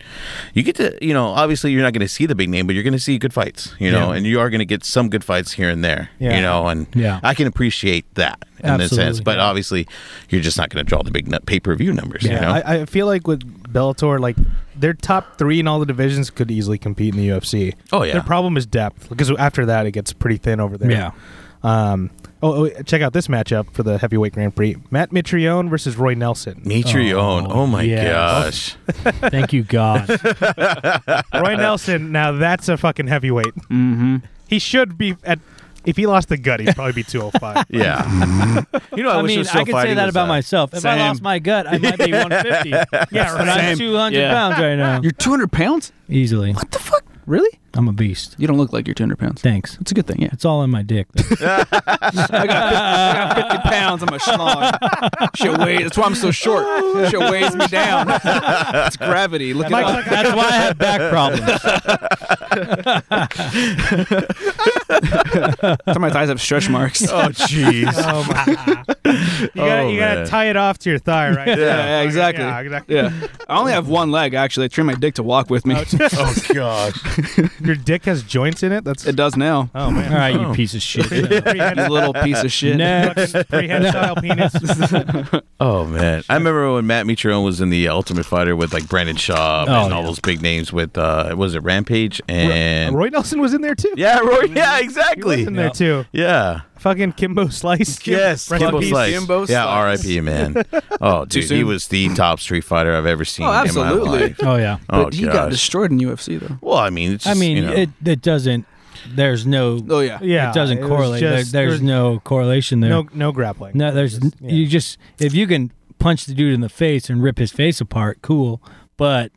C: You get to you know obviously you're not going to see the big name, but you're going to see good fights. You know, and you are going to get some good fights here and there.
A: Yeah.
C: You know, and
B: Yeah.
C: I can appreciate that in the sense.
B: Absolutely.
C: But obviously, you're just not going to draw the big pay per view numbers. You know,
A: I, I feel like with Bellator, like their top three in all the divisions could easily compete in the UFC.
C: Oh, yeah.
A: their problem is depth because after that it gets pretty thin over there.
B: Yeah.
A: Um. Oh, oh, check out this matchup for the heavyweight Grand Prix: Matt Mitrione versus Roy Nelson.
C: Mitrione. Oh,
B: Oh,
C: my
B: yes.
C: gosh.
B: Thank you, God.
A: Roy Nelson. Now that's a fucking heavyweight.
D: Mm-hmm.
A: He should be at. If he lost the gut, he'd probably be 205.
C: Yeah. you know, I,
B: I
C: wish
B: mean,
C: was still
B: I could say
C: fighting
B: that
C: this
B: about
C: guy.
B: myself. If I
D: Same.
B: lost my gut, I might be 150.
A: yeah,
B: But
A: right.
B: I'm 200
D: Yeah.
B: pounds right now.
D: You're 200 pounds?
B: Easily.
D: What the fuck? Really?
B: I'm a beast.
D: You don't look like you're 200 pounds.
B: Thanks.
D: It's a good thing. Yeah.
B: It's all in my dick. though.
D: I got, 50, I got 50 pounds. I'm a schlong. Shit weighs. That's why I'm so short. Oh, Shit weighs me down. it's gravity. Look
A: Mike's
D: at
A: like,
B: That's why I have back problems.
D: Somebody ties up stretch marks.
C: Oh jeez.
A: Oh my! you gotta,
C: Oh,
A: you gotta
C: man.
A: tie it off to your thigh, right?
D: yeah, yeah, exactly.
A: Yeah, exactly.
D: Yeah. I only have one leg actually. I train my dick to walk with me.
C: oh gosh.
A: Your dick has joints in it. That's
D: it does now.
A: oh man.
B: All right, you
C: Oh.
B: piece of shit.
D: You
A: Prehensile
D: little piece of shit.
B: Next.
A: penis.
C: Oh man. I remember when Matt Mitrione was in the Ultimate Fighter with like Brandon Shaw
B: Oh,
C: and all
B: yeah. uh,
C: those big names with uh was it Rampage and
A: Roy Nelson was in there too.
C: Yeah, Roy. Yeah,
A: he was
C: exactly.
A: in there too.
C: Yeah.
A: Fucking Kimbo Slice.
C: Yes,
A: Rest in
C: Kimbo
A: peace.
C: Slice.
D: Kimbo
C: Yeah,
D: Slice.
C: R.I.P. Man. Oh, dude, he
D: soon?
C: was the top Street Fighter I've ever seen.
D: Oh,
C: In my
D: absolutely.
C: life.
B: Oh yeah.
C: Oh
D: But
C: gosh.
D: he got destroyed in UFC though.
C: well, I mean, it's
B: I
C: just,
B: mean,
C: you know,
B: it it doesn't. There's no.
D: Oh yeah.
A: Yeah,
B: it doesn't
A: was
B: correlate. There-
A: just-
B: there's no correlation there.
A: no no grappling.
B: No, there's
A: Just- yeah.
B: you just if you can punch the dude in the face and rip his face apart, cool. But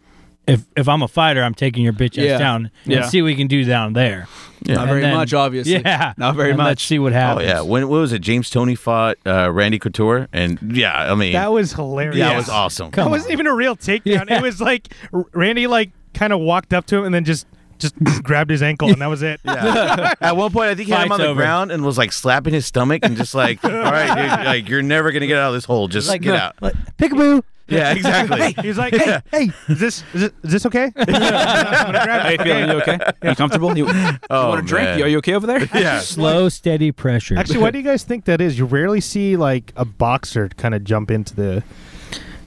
B: if if I'm a fighter, I'm taking your bitch ass
D: Yeah.
B: down and
D: Yeah.
B: see what we can do down there.
C: Yeah.
D: Not
B: And
D: very
B: then-
D: much, obviously.
B: Yeah,
D: Not very
B: And Let's
D: much.
B: see what
C: Oh
B: happens.
C: yeah, when what was it? James Tony fought uh, Randy Couture, and yeah, I mean,
A: That was hilarious.
C: yeah, it was awesome.
A: That
B: Come
A: wasn't even a real takedown.
B: Yeah.
A: It was like R- Randy like kind of walked up to him and then just just grabbed his ankle and that was it.
C: Yeah. At one point, I think he had him
B: Fight's
C: on the
B: over.
C: ground and was like slapping his stomach and just like, all right, dude, like you're never gonna get out of this hole. Just
B: Like,
C: get
B: no,
C: out.
B: like, peekaboo.
C: Yeah, exactly.
A: He was like, "Hey, hey, is this is, it, is this okay?" I'm gonna grab
D: How you
A: it.
D: feeling? You okay? You comfortable? You,
C: Oh,
D: want a drink?
C: man.
D: Are you okay over there?
C: yeah.
B: Slow, steady pressure.
A: Actually, why do you guys think that is? You rarely see like a boxer kind of jump into the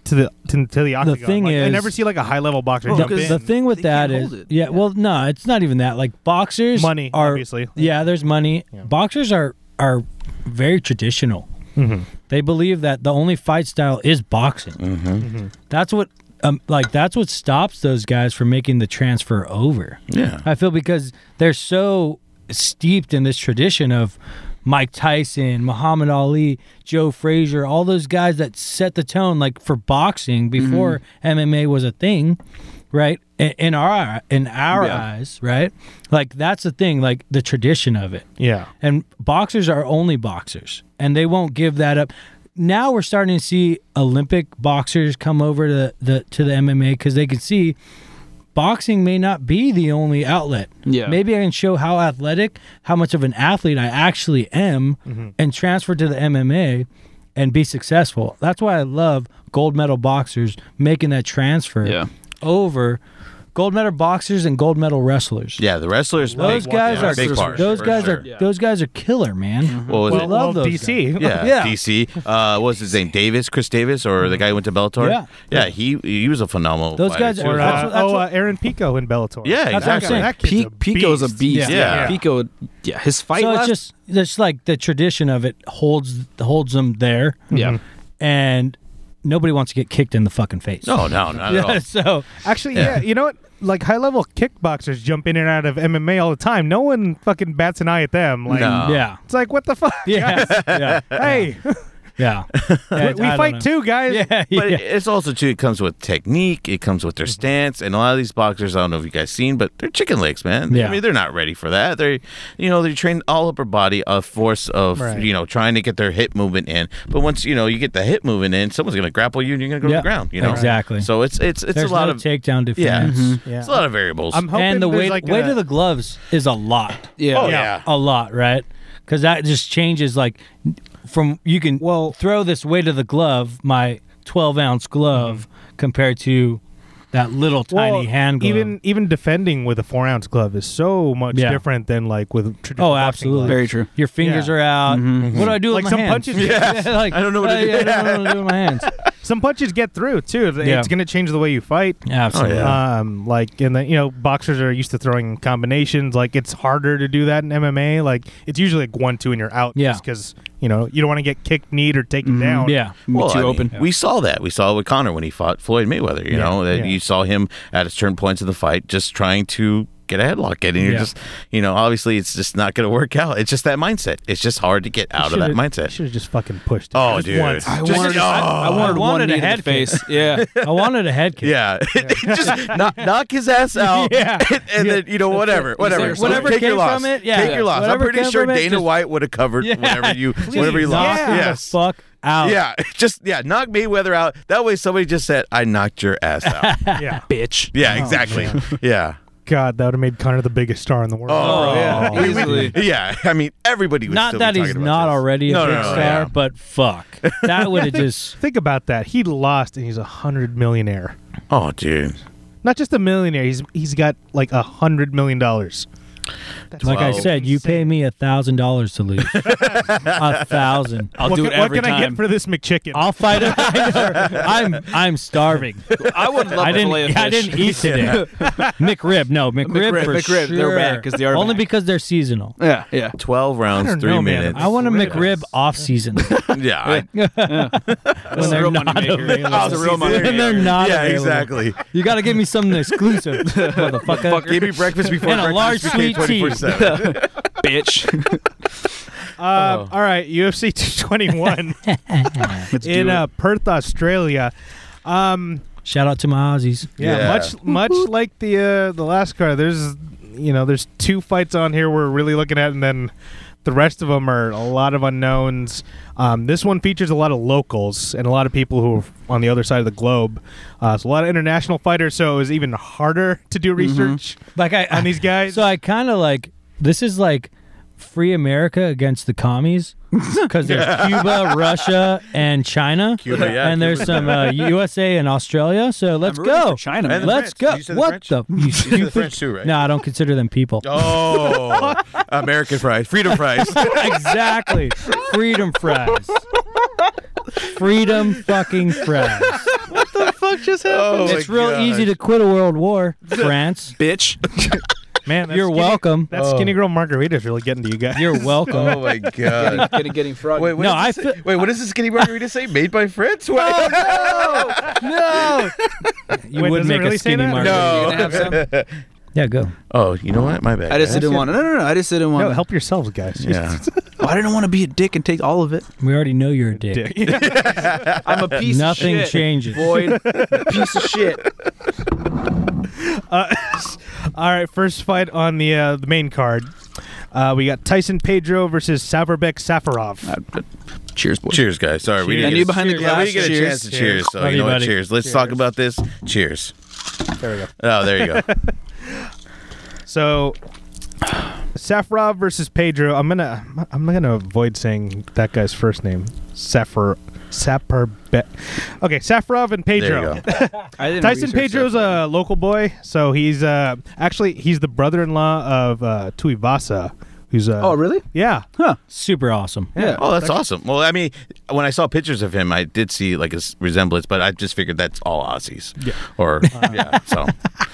A: to the to, to the octagon.
B: thing
A: Like, I
B: is-
A: never see like a high level boxer
D: Well,
A: jump
D: because
A: in.
B: the thing with
D: They
B: that
D: can't
B: is,
D: hold it.
B: yeah,
D: Yeah.
B: Well, no, it's not even that. Like boxers,
A: Money,
B: are,
A: obviously.
B: Yeah, there's money. Boxers are are very traditional.
A: Mm-hmm.
B: They believe that the only fight style is boxing. That's what, um, like, that's what stops those guys from making the transfer over.
C: Yeah.
B: I feel because they're so steeped in this tradition of Mike Tyson, Muhammad Ali, Joe Frazier, all those guys that set the tone like for boxing before MMA was a thing, right? In, in our in our
D: Yeah.
B: eyes, right? Like that's the thing, like the tradition of it.
A: yeah,
B: And boxers are only boxers, and they won't give that up. Now we're starting to see Olympic boxers come over to the, the to the MMA because they can see boxing may not be the only outlet.
D: Yeah.
B: Maybe I can show how athletic, how much of an athlete I actually am,
D: Mm-hmm.
B: and transfer to the MMA and be successful. That's why I love gold medal boxers making that transfer
D: Yeah.
B: over gold medal boxers and gold medal wrestlers.
C: Yeah, the wrestlers.
B: Those
C: big-
B: guys
C: yeah,
B: are
C: big part,
B: those
C: for
B: guys
C: sure. Mm-hmm.
B: are those guys are killer, man.
C: What was
B: Well,
C: it?
B: love those
A: DC.
C: Yeah,
B: Yeah.
C: DC. Uh, what was his name? Davis, Chris Davis, or the guy who went to Bellator.
B: Yeah.
C: yeah. He he was a phenomenal.
B: Those
C: fighter,
B: guys
C: too.
A: Or, uh,
B: That's what- that's
A: oh,
B: what-
A: uh, Aaron Pico in Bellator.
C: yeah,
B: that's what I'm
C: exactly.
B: saying.
A: That kid's
D: Pe- Pico's a beast.
C: Yeah.
D: Pico. Yeah. His fight.
B: so it's
D: last-
B: just it's like the tradition of it holds holds them there, Mm-hmm.
D: Yeah.
B: and nobody wants to get kicked in the fucking face.
C: No, no, not at all.
B: Yeah, so
A: Actually, yeah. you know what? Like high level kickboxers jump in and out of MMA all the time. No one fucking bats an eye at them. Like
C: No.
B: yeah,
A: it's like what the fuck?
B: yeah, yeah,
A: Hey,
B: yeah.
A: we, we fight
B: too.
A: too, guys.
B: Yeah, Mm-hmm.
C: But
B: yeah.
C: it's also too. It comes with technique. It comes with their stance, and a lot of these boxers. I don't know if you guys seen, but they're chicken legs, man.
B: Yeah.
C: I mean, they're not ready for that. They're, you know, they train all upper body of force of
A: Right.
C: you know trying to get their hip movement in. But once you know you get the hip movement in, someone's gonna grapple you and you're gonna go
B: Yeah,
C: to the ground. You know
B: exactly.
C: So it's it's it's
B: There's
C: a lot
B: no Mm-hmm.
C: of
B: takedown defense.
C: yeah, Mm-hmm. it's,
A: Yeah.
C: it's a lot of variables.
A: I'm hoping
B: and the
A: there's
B: weight
A: like
B: weight
A: a-
B: of the gloves is a lot.
D: Yeah.
C: oh yeah.
B: a lot, right? Because that just changes. Like from you can well throw this weight of the glove, my twelve ounce glove, compared to that little tiny hand glove.
A: Even even defending with a four ounce glove is so much
B: Yeah.
A: different than like with traditional.
B: oh,
A: boxing
B: absolutely,
A: gloves.
D: Very true.
B: Your fingers
A: Yeah.
B: are out. What do I do with
A: Like
B: my
A: some
B: hands?
A: punches- Yeah.
B: like,
C: I don't know what
B: uh,
C: to do.
B: yeah, I don't know what to do with my hands.
A: Some punches get through too. It's
B: Yeah.
A: going to change the way you fight.
B: Absolutely.
C: Yeah.
A: Um, like and then you know boxers are used to throwing combinations. Like it's harder to do that in MMA. Like it's usually like one two and you're out.
B: Yeah. Mm,
A: because you know you don't want to get kicked, kneed, or taken down.
B: Um, yeah.
D: Me
C: Well,
D: too
C: I mean,
D: open.
C: We saw that. We saw it with Connor when he fought Floyd Mayweather. You
A: Yeah,
C: know, that
A: yeah.
C: you saw him at certain points of the fight just trying to get a headlock in, and you're
B: Yeah.
C: just, you know, obviously it's just not going to work out. It's just that mindset. It's just hard to get out of that mindset.
A: Should have just fucking pushed. it.
C: Oh,
A: Just
C: dude.
A: once.
D: I
C: Just-
D: wanted, I, I
C: Oh.
D: wanted,
B: I
D: one
B: wanted a
D: knee to the
B: head kick.
D: face. Yeah.
B: I wanted a head kick.
C: Yeah, just knock, knock his ass out.
B: Yeah.
C: and, and then you know whatever, whatever,
D: Whatever
C: Take
B: came
C: your loss.
B: from it, yeah.
C: Take your loss. I'm
B: Whatever
C: pretty
B: came
C: sure
B: from it,
C: Dana
B: just-
C: Whitever would have covered
B: Yeah.
C: whatever you
B: Please
C: whatever you
B: knock
C: lost.
B: the
C: Yes.
B: fuck out.
C: Yeah, just yeah, knock Mayweather out. That way, somebody just said, "I knocked your ass out."
A: yeah.
D: Bitch.
B: Oh,
C: Yeah, exactly. yeah.
A: God, that would have made Connor the biggest star in the world.
C: Oh,
D: yeah,
B: Oh.
D: easily.
C: yeah, I mean everybody was
B: Not
C: still
B: that
C: be
B: he's
C: talking about
B: not
C: this.
B: already a
C: No,
B: big
C: no, no,
B: star,
C: yeah.
B: but fuck, that would have just
A: Think about that. He lost, and he's a hundred millionaire.
C: Oh, dude.
A: Not just a millionaire. He's he's got like a hundred million dollars. That's
B: like I
C: Wow.
B: said. You pay me a thousand dollars to lose. a thousand. I'll
A: what
B: do
A: can,
B: it
A: what
B: every
A: can I
B: time. Uh,
A: get for this McChicken?
B: I'll fight it. I'm I'm starving.
D: I would love
B: I
D: to fillet
B: didn't.
D: a fish.
B: I didn't eat today. McRib, no McRib
D: McRib,
B: for
D: McRib,
B: sure.
D: they're back 'cause they are
B: only
D: back.
B: because they're seasonal.
D: Yeah, yeah.
C: Twelve rounds,
A: don't
C: three
A: know, man.
C: minutes.
B: I want a
A: Ribs.
B: McRib off season
C: yeah, I-
B: when they're not available.
D: That's the real money
B: When they're not
C: yeah,
B: available.
C: exactly.
B: You got to give me something exclusive, motherfucker.
C: Give me breakfast before
B: And a large
C: breakfast became
B: sweet tea.
C: 24/7.
D: bitch.
A: Um, All right, UFC 221
D: Let's
A: in
D: do it.
A: uh, Perth, Australia. Um,
B: Shout out to my Aussies.
A: yeah,
C: Yeah.
A: much much like the uh, the last card. There's you know there's two fights on here we're really looking at, and then the rest of them are a lot of unknowns. Um, this one features a lot of locals and a lot of people who are on the other side of the globe. Uh, it's a lot of international fighters, so it was even harder to do research
B: Like
D: Ah.
B: I,
A: on these guys.
B: Mm-hmm. so I kind of like this is like free America against the commies because there's Cuba, Russia, and China,
C: Cuba, yeah,
B: and there's
C: Cuba's
B: some uh, USA and Australia. So let's
D: rooting
B: go,
D: for China,
C: And
D: man.
C: the
B: Let's
C: French.
B: go.
C: You said the
B: what
C: French?
B: the? You
C: You said the
B: stupid-
C: French too, right?
B: No, I don't consider them people.
C: Oh, American fries, freedom fries.
B: exactly. Freedom fries. Freedom fucking fries.
D: fuck just happened?
C: Oh,
B: it's
C: my
B: real
C: gosh.
B: easy to quit a world war, France.
D: Bitch.
A: Man, that
B: You're
A: skinny-
B: welcome.
A: That skinny girl margarita is really getting to you guys.
B: You're welcome.
C: Oh my god.
D: getting getting frog.
C: Wait, what
B: No,
C: does
B: I
C: it say?
B: feel- Oh,
C: wait. What does the skinny margarita say? Made by Fritz? Wait,
B: No, you
A: Wait,
B: would
A: does it
B: make
A: really
B: a
A: say
B: skinny
A: that?
B: margarita.
C: no.
B: Yeah, go.
C: oh, you know what? My bad.
D: I just
C: guys.
D: didn't want to. No, no, no. I just didn't want.
A: No, help yourselves, guys.
C: Yeah.
D: Oh, I didn't want to be a dick and take all of it.
B: We already know you're a dick.
D: I'm a piece
B: Nothing
D: of shit.
B: changes.
D: Void. piece of shit.
A: All right, first fight on the uh, the main card. Uh, we got Tyson Pedro versus Saverbek Safarov.
D: Cheers, boys.
C: Cheers, guys. Sorry,
A: Cheers.
C: we didn't
D: And
C: get,
D: you behind the
B: Cheers. Yeah,
D: glass.
C: we didn't get a
D: cheers.
C: chance to cheers. So
B: Love
C: you
B: you,
C: know what?
B: buddy.
C: Cheers. Let's talk about this. Cheers.
A: There we go.
C: Oh, there you go.
A: So Safarov versus Pedro. I'm gonna I'm gonna avoid saying that guy's first name. Safar Saperbek. Okay, Safarov and
C: there
A: Pedro.
C: you go.
D: I didn't
A: Tyson
D: research
A: Pedro's a
D: that.
A: local boy, so he's uh, actually he's the brother-in-law of uh, Tuivasa, who's uh,
D: Oh, really?
A: yeah
D: Huh.
B: Super awesome.
D: Yeah.
C: Oh, that's awesome. Well, I mean, when I saw pictures of him, I did see like a s- resemblance, but I just figured that's all Aussies. Yeah. Or yeah. So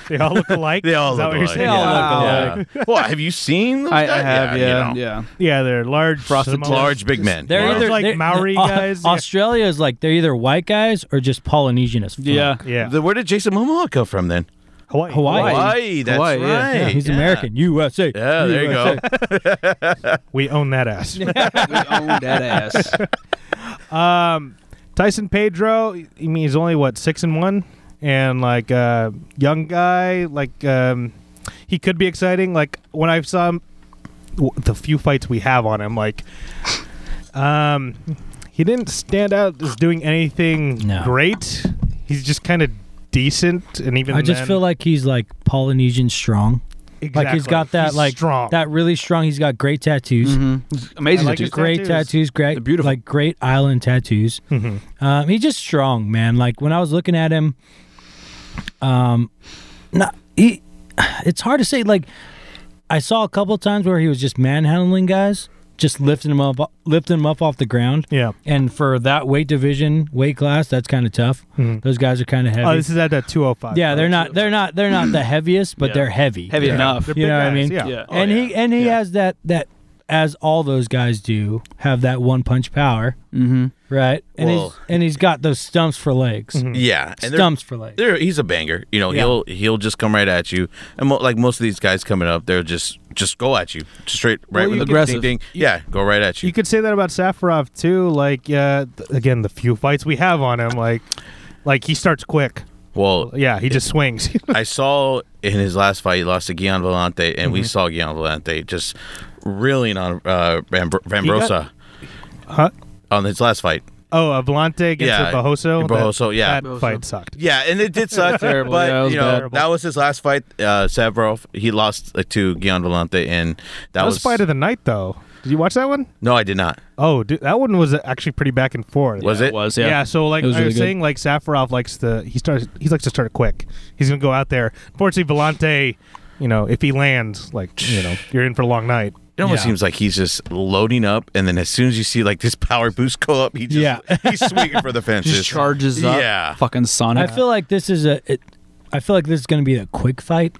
A: they all look alike.
C: they all
A: Is that
C: look
A: what you're
C: alike.
A: saying?
B: They all look
C: yeah. Yeah. Well, have you seen? those
D: I, I
C: guys?
D: have.
C: you
D: Yeah. Yeah.
C: know.
A: Yeah, they're large,
C: Frosted
A: Samoan-
C: large big men.
B: They're
C: you know?
B: either
A: like
B: they're-
A: Maori
B: Au-
A: guys, yeah.
B: Australia is like they're either white guys or just Polynesian as fuck.
D: Yeah.
A: Yeah,
C: The- where did Jason Momoa come from then?
A: Hawaii.
B: Hawaii.
C: Hawaii. That's
D: Hawaii, yeah.
C: right.
B: Yeah, he's
C: Yeah.
B: American. USA.
C: Yeah, there you go.
A: We own that ass.
D: We own that ass.
A: um, Tyson Pedro, I mean, he's only what six and one, and like uh, young guy, like um, he could be exciting. Like when I saw him, w- the few fights we have on him, like um, he didn't stand out as doing anything
B: No.
A: great. He's just kind of decent, and even
B: I just
A: then-
B: feel like he's like Polynesian strong.
A: exactly.
B: Like he's got that
A: He's
B: like
A: strong.
B: that really strong. He's got great tattoos.
D: Amazing.
A: I like
D: dude.
A: his
B: Great
A: tattoos.
B: tattoos, great,
D: They're beautiful.
B: like great island tattoos.
A: Mhm.
B: Um, he's just strong, man. Like when I was looking at him, um, not he. It's hard to say. Like I saw a couple times where he was just manhandling guys, just lifting him up, lifting him up off the ground.
A: yeah.
B: And for that weight division, weight class, that's kind of tough.
A: Mhm.
B: Those guys are kind of heavy.
A: Oh, this is at that two hundred five.
B: yeah, they're not. They're not. They're not the heaviest, but
D: Yeah.
B: they're heavy.
D: Heavy enough.
A: They're
B: You
A: big
B: know what I
A: guys,
B: mean?
A: Yeah.
D: yeah.
C: Oh,
B: and he and he has that that as all those guys do have that one punch power,
D: Mm-hmm.
B: right? And
C: Well-
B: he's and he's got those stumps for legs,
C: Yeah, and they're-
B: stumps for legs.
C: They're, he's a banger. You know,
B: Yeah.
C: he'll he'll just come right at you. And mo- like most of these guys coming up, they'll just just go at you straight right
A: Well,
C: with
A: you
C: the
A: could-
D: Aggressive.
C: Ding, ding. Yeah, go right at you.
A: You could say that about Safarov too. Like, uh, th- again, the few fights we have on him, like, like he starts quick.
C: well,
A: Yeah, he just swings.
C: I saw in his last fight he lost to Gian Volante, and
A: Mm-hmm.
C: we saw Gian Volante just reeling on uh, Ram- Rambrosa
A: huh?
C: on his last fight.
A: Oh, Ablante against
C: Yeah,
A: Bohoso.
C: Bohoso,
A: that,
C: yeah.
A: that
D: Bohoso.
A: fight sucked.
C: Yeah, and it did suck.
D: Terrible,
C: But
D: yeah, that was
C: you know,
D: bad.
C: that was his last fight. Uh, Savarov, he lost uh, to Gian Vellante, and that
A: That was
C: was
A: fight of the night though. Did you watch that one?
C: no, I did not.
A: Oh, dude, that one was actually pretty back and forth.
C: Was it?
D: was
A: Yeah. so like
D: It was
A: I
D: really
A: was
D: good.
A: saying, like Safarov likes to he starts he likes to start quick. He's gonna go out there. Unfortunately, Vellante, you know, if he lands, like you know, you're in for a long night.
C: It almost
B: Yeah.
C: seems like he's just loading up, and then as soon as you see like this power boost go up, he just
B: Yeah.
C: he's swinging for the fences.
D: just charges up.
C: Yeah,
D: Fucking Sonic.
B: I feel like this is a. It, I feel like this is going to be a quick fight.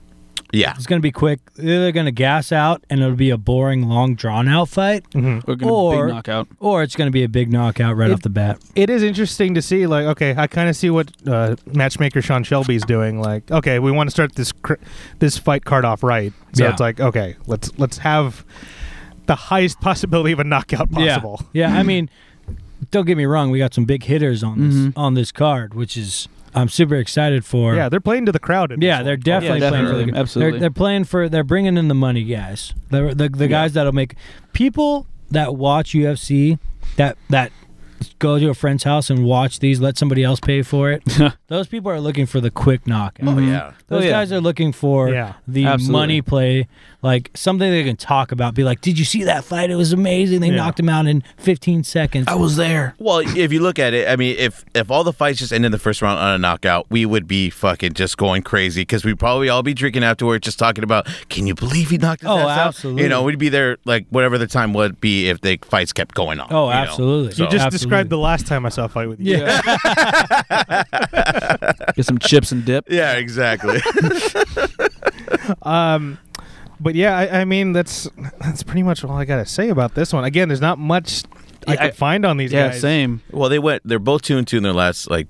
C: yeah.
B: It's going to be quick. They're either going to gas out and it'll be a boring, long, drawn out fight,
D: We're gonna
B: or-
D: big knockout.
B: or it's going to be a big knockout right
A: It-
B: off the bat.
A: It is interesting to see, like, okay, I kind of see what uh, matchmaker Sean Shelby's doing. Like, okay, we want to start this cr- this fight card off right, so
B: Yeah.
A: it's like, okay, let's let's have the highest possibility of a knockout possible.
B: Yeah. yeah, I mean, don't get me wrong. We got some big hitters on this
A: Mm-hmm.
B: on this card, which is I'm super excited for.
A: Yeah, they're playing to the crowd. in
B: Yeah,
A: this
B: they're
A: one. Oh,
B: definitely,
D: Yeah,
B: playing for
D: definitely.
B: the
D: Absolutely.
B: They're, they're playing for they're bringing in the money, guys. They're, the the guys that'll make people that watch UFC that that go to a friend's house and watch these, let somebody else pay for it. Those people are looking for the quick knockout. Mm-hmm.
C: Oh yeah.
B: Those
D: Oh, yeah.
B: guys are looking for
A: Yeah.
B: the
D: Absolutely.
B: money play, like something they can talk about. Be like, "Did you see that fight? It was amazing. They
A: Yeah.
B: knocked him out in 15 seconds."
D: was there.
C: Well, if you look at it, I mean, if if all the fights just ended the first round on a knockout, we would be fucking just going crazy because we'd probably all be drinking afterward, just talking about, can you believe he knocked his
B: Oh,
C: ass out?"
B: absolutely.
C: You know, we'd be there like whatever the time would be if the fights kept going on.
B: Oh,
C: you know?
B: absolutely.
C: So-
A: You just
B: Absolutely.
A: described the last time I saw a fight with you.
B: yeah.
D: Get some chips and dip.
C: Yeah, exactly.
A: Um, but yeah, I, I mean that's that's pretty much all I gotta say about this one. Again, there's not much I
D: Yeah,
A: could
D: I-
A: find on these
D: Yeah,
A: guys.
D: same.
C: well, they went. They're both two and two in their last like.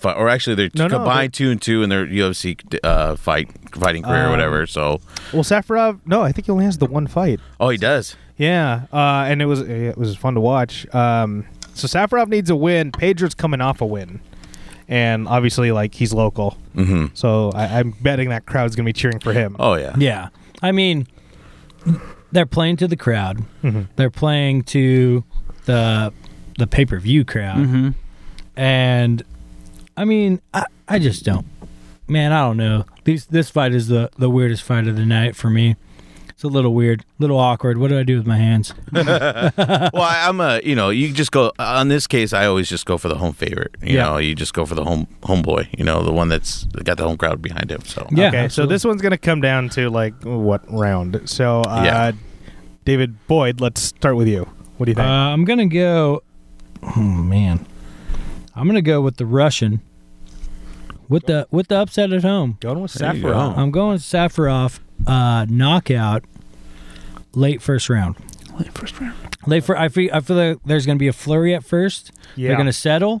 C: Fight, or actually, they're
A: No, no,
C: combined two and two in their UFC uh, fight fighting career or
A: Um,
C: whatever. So,
A: Well, Safarov, no, I think he only has the one fight.
C: oh, he does.
A: Yeah, uh, and it was it was fun to watch. Um, so Safarov needs a win. Pedro's coming off a win, and obviously, like he's local,
C: hmm
A: so I, I'm betting that crowd's gonna be cheering for him.
C: Oh yeah.
B: Yeah. I mean, they're playing to the crowd.
A: Mhm.
B: They're playing to the the pay per view crowd,
D: Mm-hmm.
B: and I mean, I, I just don't. Man, I don't know. These this fight is the the weirdest fight of the night for me. It's a little weird, little awkward. What do I do with my hands?
C: well, I- I'm a you know you just go on this case. I always just go for the home favorite. You
B: Yeah.
C: know, you just go for the home homeboy. You know, the one that's got the home crowd behind him. So
B: Yeah,
A: okay, so
B: absolutely.
A: this one's gonna come down to like what round? So, uh,
C: Yeah.
A: David Boyd, let's start with you. What do you
B: Uh,
A: think?
B: I'm gonna go. Oh man, I'm gonna go with the Russian. With the with the upset at home.
A: Going with
C: There you go.
A: Safarov.
B: I'm going Safarov uh, knockout late first round.
D: First round.
B: Late for I feel I feel like there's going to be a flurry at first.
A: Yeah.
B: They're going to settle.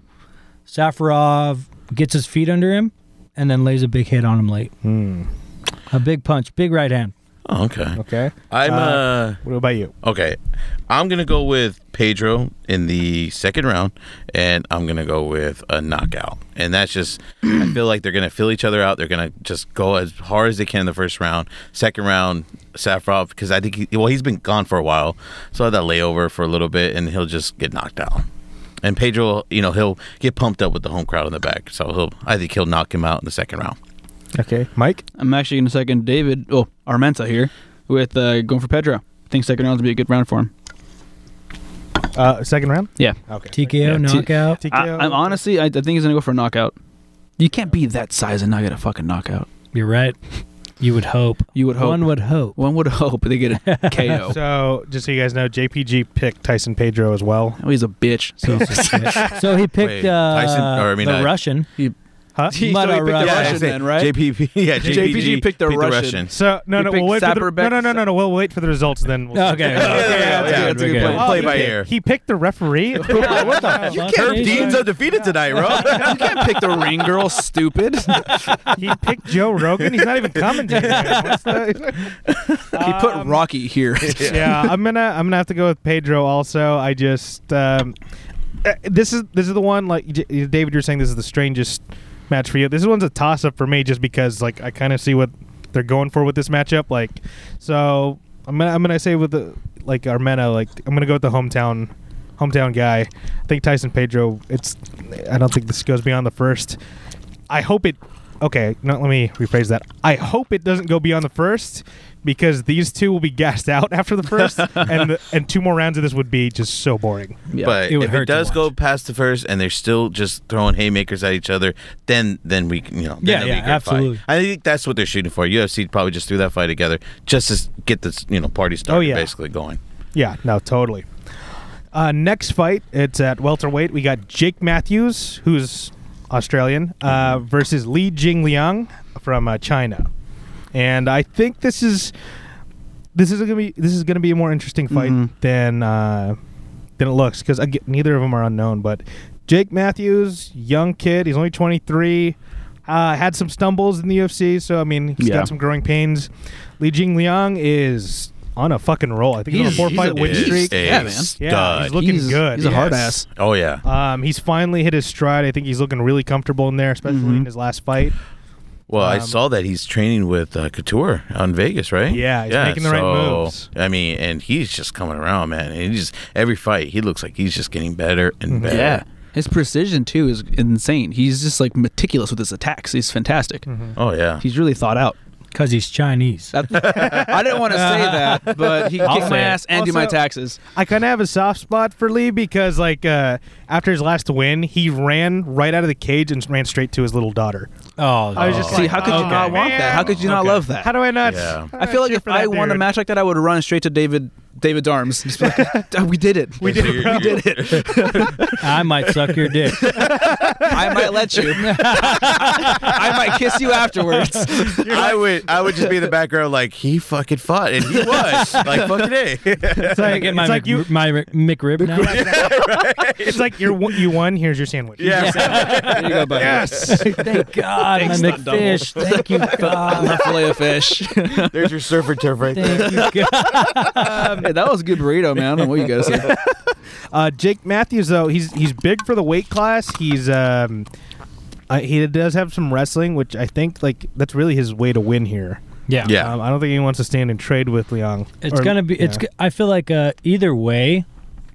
B: Safarov gets his feet under him and then lays a big hit on him late.
A: Hmm.
B: A big punch, big right hand.
C: Oh, okay,
A: Okay.
C: I'm uh,
A: What about you?
C: okay. I'm gonna go with Pedro in the second round, and I'm gonna go with a knockout. And that's just I feel like they're gonna fill each other out. They're gonna just go as hard as they can in the first round. Second round, Safarov because I think he, well he's been gone for a while, so I had that layover for a little bit, and he'll just get knocked out. And Pedro, you know, he'll get pumped up with the home crowd in the back, so he'll I think he'll knock him out in the second round.
A: Okay, Mike.
D: I'm actually going to second David. Oh, Armenta here with uh, going for Pedro. I think second round's gonna be a good round for him.
A: Uh, second round.
D: Yeah.
A: Okay.
B: TKO
D: Yeah, T-
B: knockout.
D: I,
A: TKO.
D: I'm honestly, I, I think he's gonna go for a knockout. You can't be that size and not get a fucking knockout.
B: You're right. You would hope.
D: You would hope.
B: One
D: One,
B: would hope.
D: would hope they get a KO.
A: So, just so you guys know, JPG picked Tyson Pedro as well.
D: Oh, he's a bitch. So.
B: Piece of shit. so he picked
C: Wait,
B: uh,
C: Tyson- or I mean,
B: the
C: uh,
B: Russian.
A: Huh?
D: so he
B: But
D: picked
B: a
D: the
B: Russian.
C: Yeah, I
D: Russian
C: say
D: then, right?
C: JPP, yeah,
D: JPG
C: JPG
D: picked the Russian.
A: So no,
D: You
A: no,
D: picked
A: we'll wait for the,
D: Sapperbeck-
A: no, no, no, no, no. We'll wait for the results then. We'll
B: Okay.
C: Yeah, yeah, yeah,
B: Okay,
C: yeah,
B: that's
C: yeah,
B: good,
C: that's a
B: we're
C: good
B: good.
C: point. Play
A: he
C: by
A: picked-
C: ear.
A: He picked the referee.
B: what the fuck?
C: Herb Dean's undefeated tonight, bro.
D: you can't pick the ring girl, stupid.
A: he picked Joe Rogan. He's not even commentating. What's the-
D: he put Rocky here.
A: yeah, I'm gonna I'm gonna have to go with Pedro. Also, I just um, uh, this is this is the one like J- David, you're saying this is the strangest match for you. This one's a toss up for me just because like I kind of see what they're going for with this matchup. Like, so I'm gonna I'm gonna say with the like Armena, like I'm gonna go with the hometown hometown guy. I think Tyson Pedro. It's. I don't think this goes beyond the first. I hope it. Okay, no, let me rephrase that. I hope it doesn't go beyond the first because these two will be gassed out after the first, and the, and two more rounds of this would be just so boring.
D: Yeah.
C: But
B: It would
C: if
B: hurt
C: it
B: to
C: does go
B: watch.
C: past the first and they're still just throwing haymakers at each other, then then we can, you know then
B: Yeah,
C: it'll be
B: yeah,
C: a good fight.
B: absolutely.
C: I think that's what they're shooting for. UFC probably just threw that fight together just to s- get this you know party started
A: yeah.
C: basically going.
A: Yeah, no, totally. Uh, next fight, it's at welterweight. We got Jake Matthews, who's Australian, uh, versus Li Jingliang from uh, China, and I think this is this is gonna be this is gonna be a more interesting fight
D: Mhm.
A: than uh, than it looks because neither of them are unknown. But Jake Matthews, young kid, he's only twenty three. Uh, had some stumbles in the UFC, so I mean he's
D: Yeah.
A: got some growing pains. Li Jingliang is on a fucking roll. I think he's, on a
D: He's-
A: four fight
D: he's a
A: win
D: beast.
A: streak.
C: A
D: Yeah, man.
A: Yeah,
C: stud.
A: he's looking
D: He's-
A: good.
D: He's a hard
A: Yes.
D: ass.
C: oh yeah.
A: Um, he's finally hit his stride. I think he's looking really comfortable in there, especially in his last fight.
C: Well, I
A: Um,
C: saw that he's training with uh, Couture on Vegas, right?
A: Yeah, he's making the right moves.
C: I mean, and he's just coming around, man. And he just every fight, he looks like he's just getting better and
A: Mm-hmm.
C: better.
D: Yeah. His precision too is insane. He's just like meticulous with his attacks. He's fantastic.
C: Oh yeah.
D: He's really thought out.
B: because he's Chinese.
D: That, I didn't want to say that, but he
B: I'll
D: kicked my
B: say it.
D: ass and do my
A: Also-
D: taxes.
A: I kind of have a soft spot for Lee because, like, uh, after his last win, he ran right out of the cage and ran straight to his little daughter.
B: Oh,
A: I was just
B: oh.
D: See,
A: like,
D: how could you
A: okay,
D: not want that?
A: man.
D: How could you not
B: Okay.
D: love that?
A: How do I not?
C: Yeah.
A: how do
D: I feel like
A: cheer
D: if
A: for that
D: I won a
A: dude?
D: match like that, I would run straight to David David Darms. Just be like, "Duh, we did it.
A: We
C: So
A: did it,
C: you're-
A: bro.
C: you're-
B: I might suck your dick.
D: I might let you. I might kiss you afterwards.
C: I would, I would just be in the background like he fucking fought, and he was like fucking a.
A: It's
B: I
A: like,
B: get
A: it's
B: my
A: like
B: Mc,
A: you.
B: my McRib now.
A: It's like you're one- you won. Here's your sandwich.
D: there you go, buddy.
A: Yes.
B: Thank God, my McFish. Thank you,
D: I'm
B: God.
D: a fillet of fish.
C: There's your surfer turf right there.
B: Thank you, God.
D: Hey, that was a good burrito, man. I don't know what you guys said.
A: Uh, Jake Matthews though he's he's big for the weight class. He's um, uh, he does have some wrestling, which I think like that's really his way to win here.
B: Yeah,
C: Yeah.
A: Um, I don't think he wants to stand and trade with Liang.
B: It's
A: Or-
B: gonna be. It's.
A: yeah.
B: g- I feel like uh, either way,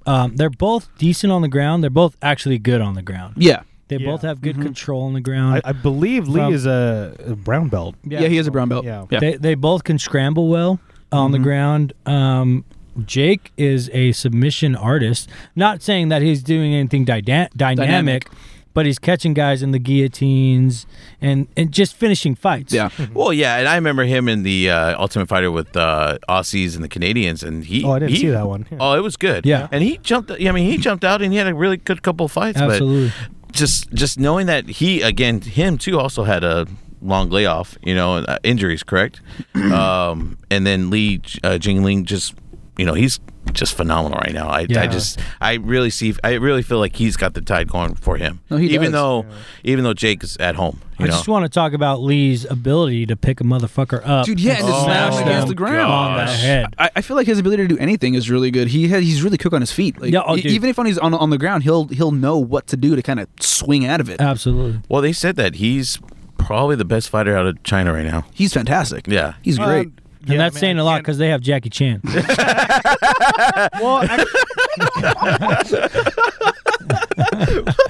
B: um, they're both decent on the ground. They're both actually good on the ground.
D: Yeah.
B: They
A: Yeah. Mm-hmm.
B: both have good control on the
A: I,
B: ground.
A: I believe
B: From-
A: Lee is a, a brown belt.
D: yeah, he has a brown belt.
A: Yeah.
B: They they both can scramble well on the ground. Um, Jake is a submission artist. Not saying that he's doing anything dyna- dynamic,
D: Dynamic.
B: but he's catching guys in the guillotines and and just finishing fights.
D: yeah.
C: Well, yeah, and I remember him in the uh, Ultimate Fighter with uh, Aussies and the Canadians, and he.
A: Oh, I didn't
C: he-
A: see that one. Yeah.
C: Oh, it was good.
B: Yeah.
C: and he jumped. I mean, he jumped out, and he had a really good couple of fights.
B: Absolutely.
C: But just, just knowing that he again, him too, also had a long layoff. You know, uh, injuries, correct? um, and then Lee uh, Jingling just, you know, he's just phenomenal right now. I,
B: Yeah.
C: I just, I really see, I really feel like he's got the tide going for him.
D: No, he
C: even
D: does.
C: though, even though Jake is at home. You
B: I
C: know?
B: just want to talk about Lee's ability to pick a motherfucker up,
D: Dude, yeah, and to
C: Oh,
D: smash
B: smash
D: against
B: them
D: the ground.
B: on the
C: gosh.
B: head.
D: I, I feel like his ability to do anything is really good. He has, he's really quick on his feet. Like,
B: Yeah, oh,
D: e-
B: dude.
D: even if on he's on on the ground, he'll he'll know what to do to kind of swing out of it.
B: Uh, Absolutely.
C: Well, they said that he's probably the best fighter out of China right now.
D: he's fantastic.
C: Yeah.
D: he's great.
A: Um,
B: And
A: yeah,
B: that's
A: man,
B: saying
A: I
B: a lot
A: can't-
B: because they have Jackie Chan.
A: Well, I-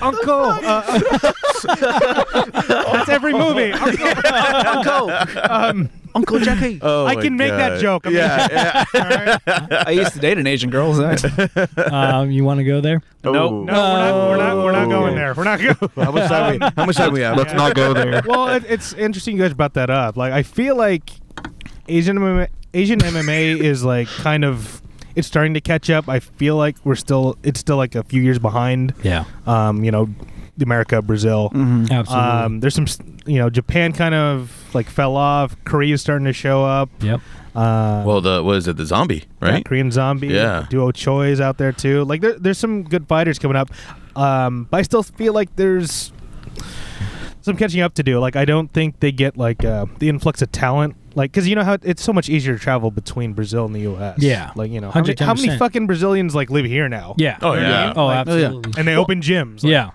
A: Uncle, uh, that's every movie. Uncle,
D: Uncle,
A: um,
D: Uncle Jackie.
C: Oh,
A: I can make that joke. I mean-
C: yeah, yeah.
D: Uh, I used to date an Asian girl. so I-
B: um, you want to go there?
C: Nope.
A: no, we're not, we're not. We're not going there. We're not going.
C: How much time? We, how much time we have? Let's not go there.
A: well, it, it's interesting you guys brought that up. Like, I feel like Asian MMA, Asian MMA is like kind of it's starting to catch up. I feel like we're still it's still like a few years behind.
B: Yeah, Mm-hmm.
A: Um, you know, America, Brazil.
B: absolutely.
A: Um, there's some, s- you know, Japan kind of like fell off. Korea's starting to show up.
B: yep.
A: Uh,
C: Well, the what is it? The zombie,
A: yeah,
C: right?
A: Korean Zombie.
C: Yeah.
A: Duo Choi's out there too. Like there, there's some good fighters coming up, um, but I still feel like there's some catching up to do. Like I don't think they get like uh, the influx of talent. Like, cause you know how it- it's so much easier to travel between Brazil and the U.S.
B: Yeah.
A: Like you know how many, how many
B: 110%.
A: fucking Brazilians like live here now?
B: Yeah.
C: Oh, yeah.
B: Oh,
A: Like,
B: absolutely.
A: And they open gyms. Like,
B: yeah.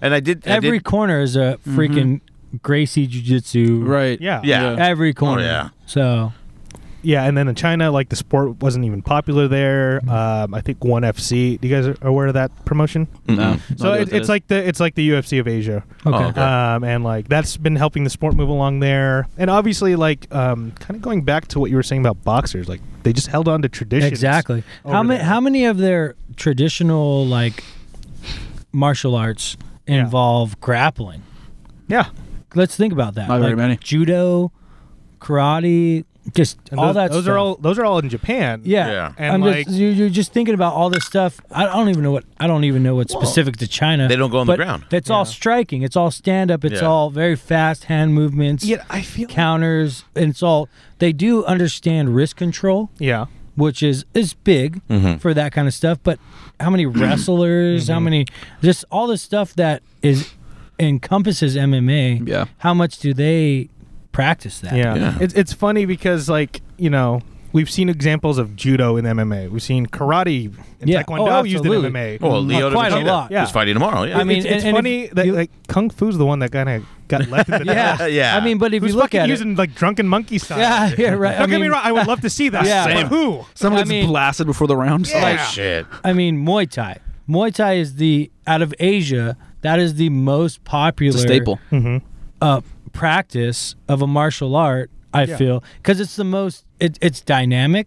C: And I did. I
B: Every
C: did- Mm-hmm.
B: corner is a freaking Gracie Jiu Jitsu.
D: right.
A: Yeah.
C: Oh, yeah.
B: Every corner.
C: yeah.
B: So
A: yeah, and then in China, like the sport wasn't even popular there.
B: Mm-hmm.
A: Um, I think One FC. Do you guys are aware of that promotion?
D: No.
A: So it,
D: idea what that
A: it's
D: is.
A: like the it's like the UFC of Asia.
B: Okay.
C: Oh, okay.
A: Um, and like that's been helping the sport move along there, and obviously like um, kind of going back to what you were saying about boxers, like they just held on to traditions.
B: Exactly. How
A: over
B: many?
A: there.
B: How many of their traditional like martial arts
A: Yeah.
B: involve grappling?
A: Yeah,
B: Let's think about that.
D: Not very
B: Like,
D: many.
B: Judo, karate, just
A: and
B: all
A: those,
B: that.
A: Those
B: stuff.
A: are all those are all in Japan.
B: Yeah.
C: Yeah.
A: And
B: I'm
A: like-
B: just, you- you're just thinking about all this stuff. I I don't even know what I don't even know what's specific to China.
C: They don't go on the
B: but
C: ground.
B: It's all striking. It's all stand up. It's
C: Yeah.
B: all very fast hand movements,
A: Yet I feel.
B: counters. And it's all they do understand risk control,
A: yeah.
B: which is is big
D: Mm-hmm.
B: for that kind of stuff. But how many wrestlers? How many? Just all the stuff that is encompasses MMA.
D: Yeah.
B: How much do they practice that?
A: Yeah.
C: Yeah.
A: It's, it's funny because, like, you know, we've seen examples of judo in MMA. We've seen karate and
B: Yeah. Oh,
A: taekwondo used in
B: absolutely.
A: MMA.
C: Well, Leo
B: quite a
C: Teixeira
B: lot.
A: Yeah.
C: is fighting tomorrow. Yeah.
B: I mean,
A: it's,
B: and-
A: it's
B: and if
A: funny that,
B: you-
A: like, Kung Fu's the one that kind of got left in the dust.
B: Yeah.
C: Yeah.
B: I mean, but if
A: Who's
B: you look
A: fucking
B: at it,
A: using, like, drunken monkey style?
B: Yeah, yeah, right.
A: Don't
B: I
A: get me
B: mean-
A: wrong. I would love to see that.
B: Yeah.
A: But who?
D: Someone
B: I
D: gets
B: mean-
D: blasted before the round
A: Yeah.
D: starts.
C: oh, shit.
B: I mean, Muay Thai. Muay Thai is the out of Asia that is the most popular
D: It's a staple.
B: uh, practice of a martial art. I
A: Yeah.
B: feel because it's the most. It, it's dynamic.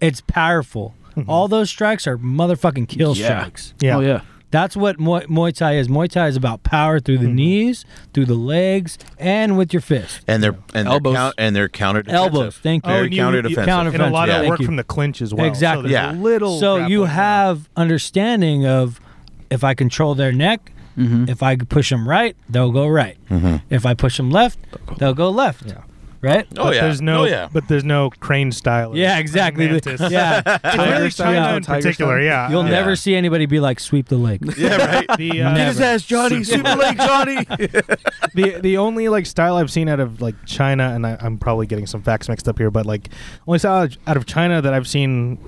B: It's powerful.
A: Mm-hmm.
B: All those strikes are motherfucking kill
D: Yeah.
B: strikes.
A: Yeah.
D: Oh yeah.
B: That's what Muay, Muay Thai is. Muay Thai is about power through
A: Mm-hmm.
B: the knees, through the legs, and with your fist.
C: And they're and
D: Elbows.
C: They're coun- and they're counter
B: Elbows, thank you.
A: Oh,
C: Very
A: and you-
C: counter
A: you-
C: defensive.
B: counter-
A: And a lot
C: Yeah.
A: of
B: Thank
A: work
B: you.
A: from the clinch as well.
B: Exactly.
A: So
C: Yeah.
A: there's a little.
B: So you
A: grappling.
B: have understanding of if I control their neck, if I push them right, they'll go right. If I push them left, they'll go left. Right?
C: Oh
A: But
C: yeah.
A: There's no.
C: Oh yeah.
A: But there's no crane style. or
B: Yeah, exactly.
A: mantis.
B: Yeah.
A: It's really
D: style,
A: China in
D: tiger
A: particular.
D: style.
A: Yeah.
B: You'll
A: Uh,
B: never see anybody be like sweep the leg.
C: yeah. Right.
A: The, uh,
B: Never.
C: ass, Johnny. Super late, Johnny.
A: the the only like style I've seen out of like China, and I, I'm probably getting some facts mixed up here, but like only style out- out of China that I've seen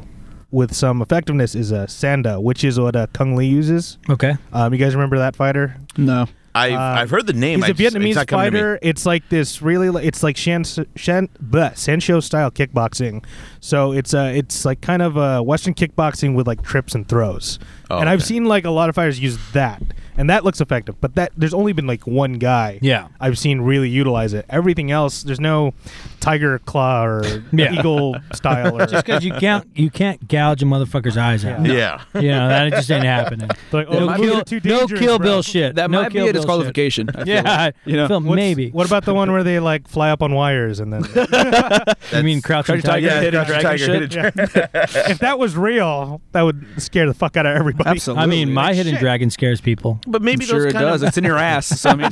A: with some effectiveness is a uh, sanda, which is what uh, Kung Lee uses.
B: Okay.
A: Um, you guys remember that fighter?
D: No.
C: I've
A: Uh,
C: I've heard the name.
A: He's
C: I
A: a
C: just- it's
A: Vietnamese
C: not coming to me.
A: fighter. It's like this really, li- it's like Shan Shan bleh, Sancho style kickboxing. So it's uh it's like kind of a Western kickboxing with like trips and throws.
C: Oh,
A: and I've
C: okay.
A: seen like a lot of fighters use that, and that looks effective. But that there's only been like one guy.
B: Yeah.
A: I've seen really utilize it. Everything else, there's no tiger claw or
B: Yeah.
A: eagle style. Or,
B: Because you can't you can't gouge a motherfucker's eyes out.
C: Yeah.
B: You know, that just ain't happening.
A: like, oh,
B: no
A: those
B: kill,
A: are too
B: no
A: dangerous,
B: kill
A: bro.
B: bill shit.
D: That
B: no kill
D: might be a
B: Bill shit.
D: disqualification. I feel
B: Yeah.
D: like. You know.
B: Phil,
A: What's-
B: maybe.
A: What about the one where they like fly up on wires and then?
B: you mean crouching
D: Crouching Tiger,
B: tiger?
C: Yeah,
D: Hidden
C: Crouching
D: Dragon
C: Tiger,
D: shit?
C: Hidden
A: Yeah. if that was real, that would scare the fuck out of everybody.
D: Absolutely.
B: I mean, my hidden dragon scares people.
C: But
D: I'm
C: maybe
D: sure
C: those
D: it
C: kind
D: does.
C: of
D: It's in your ass. So I mean,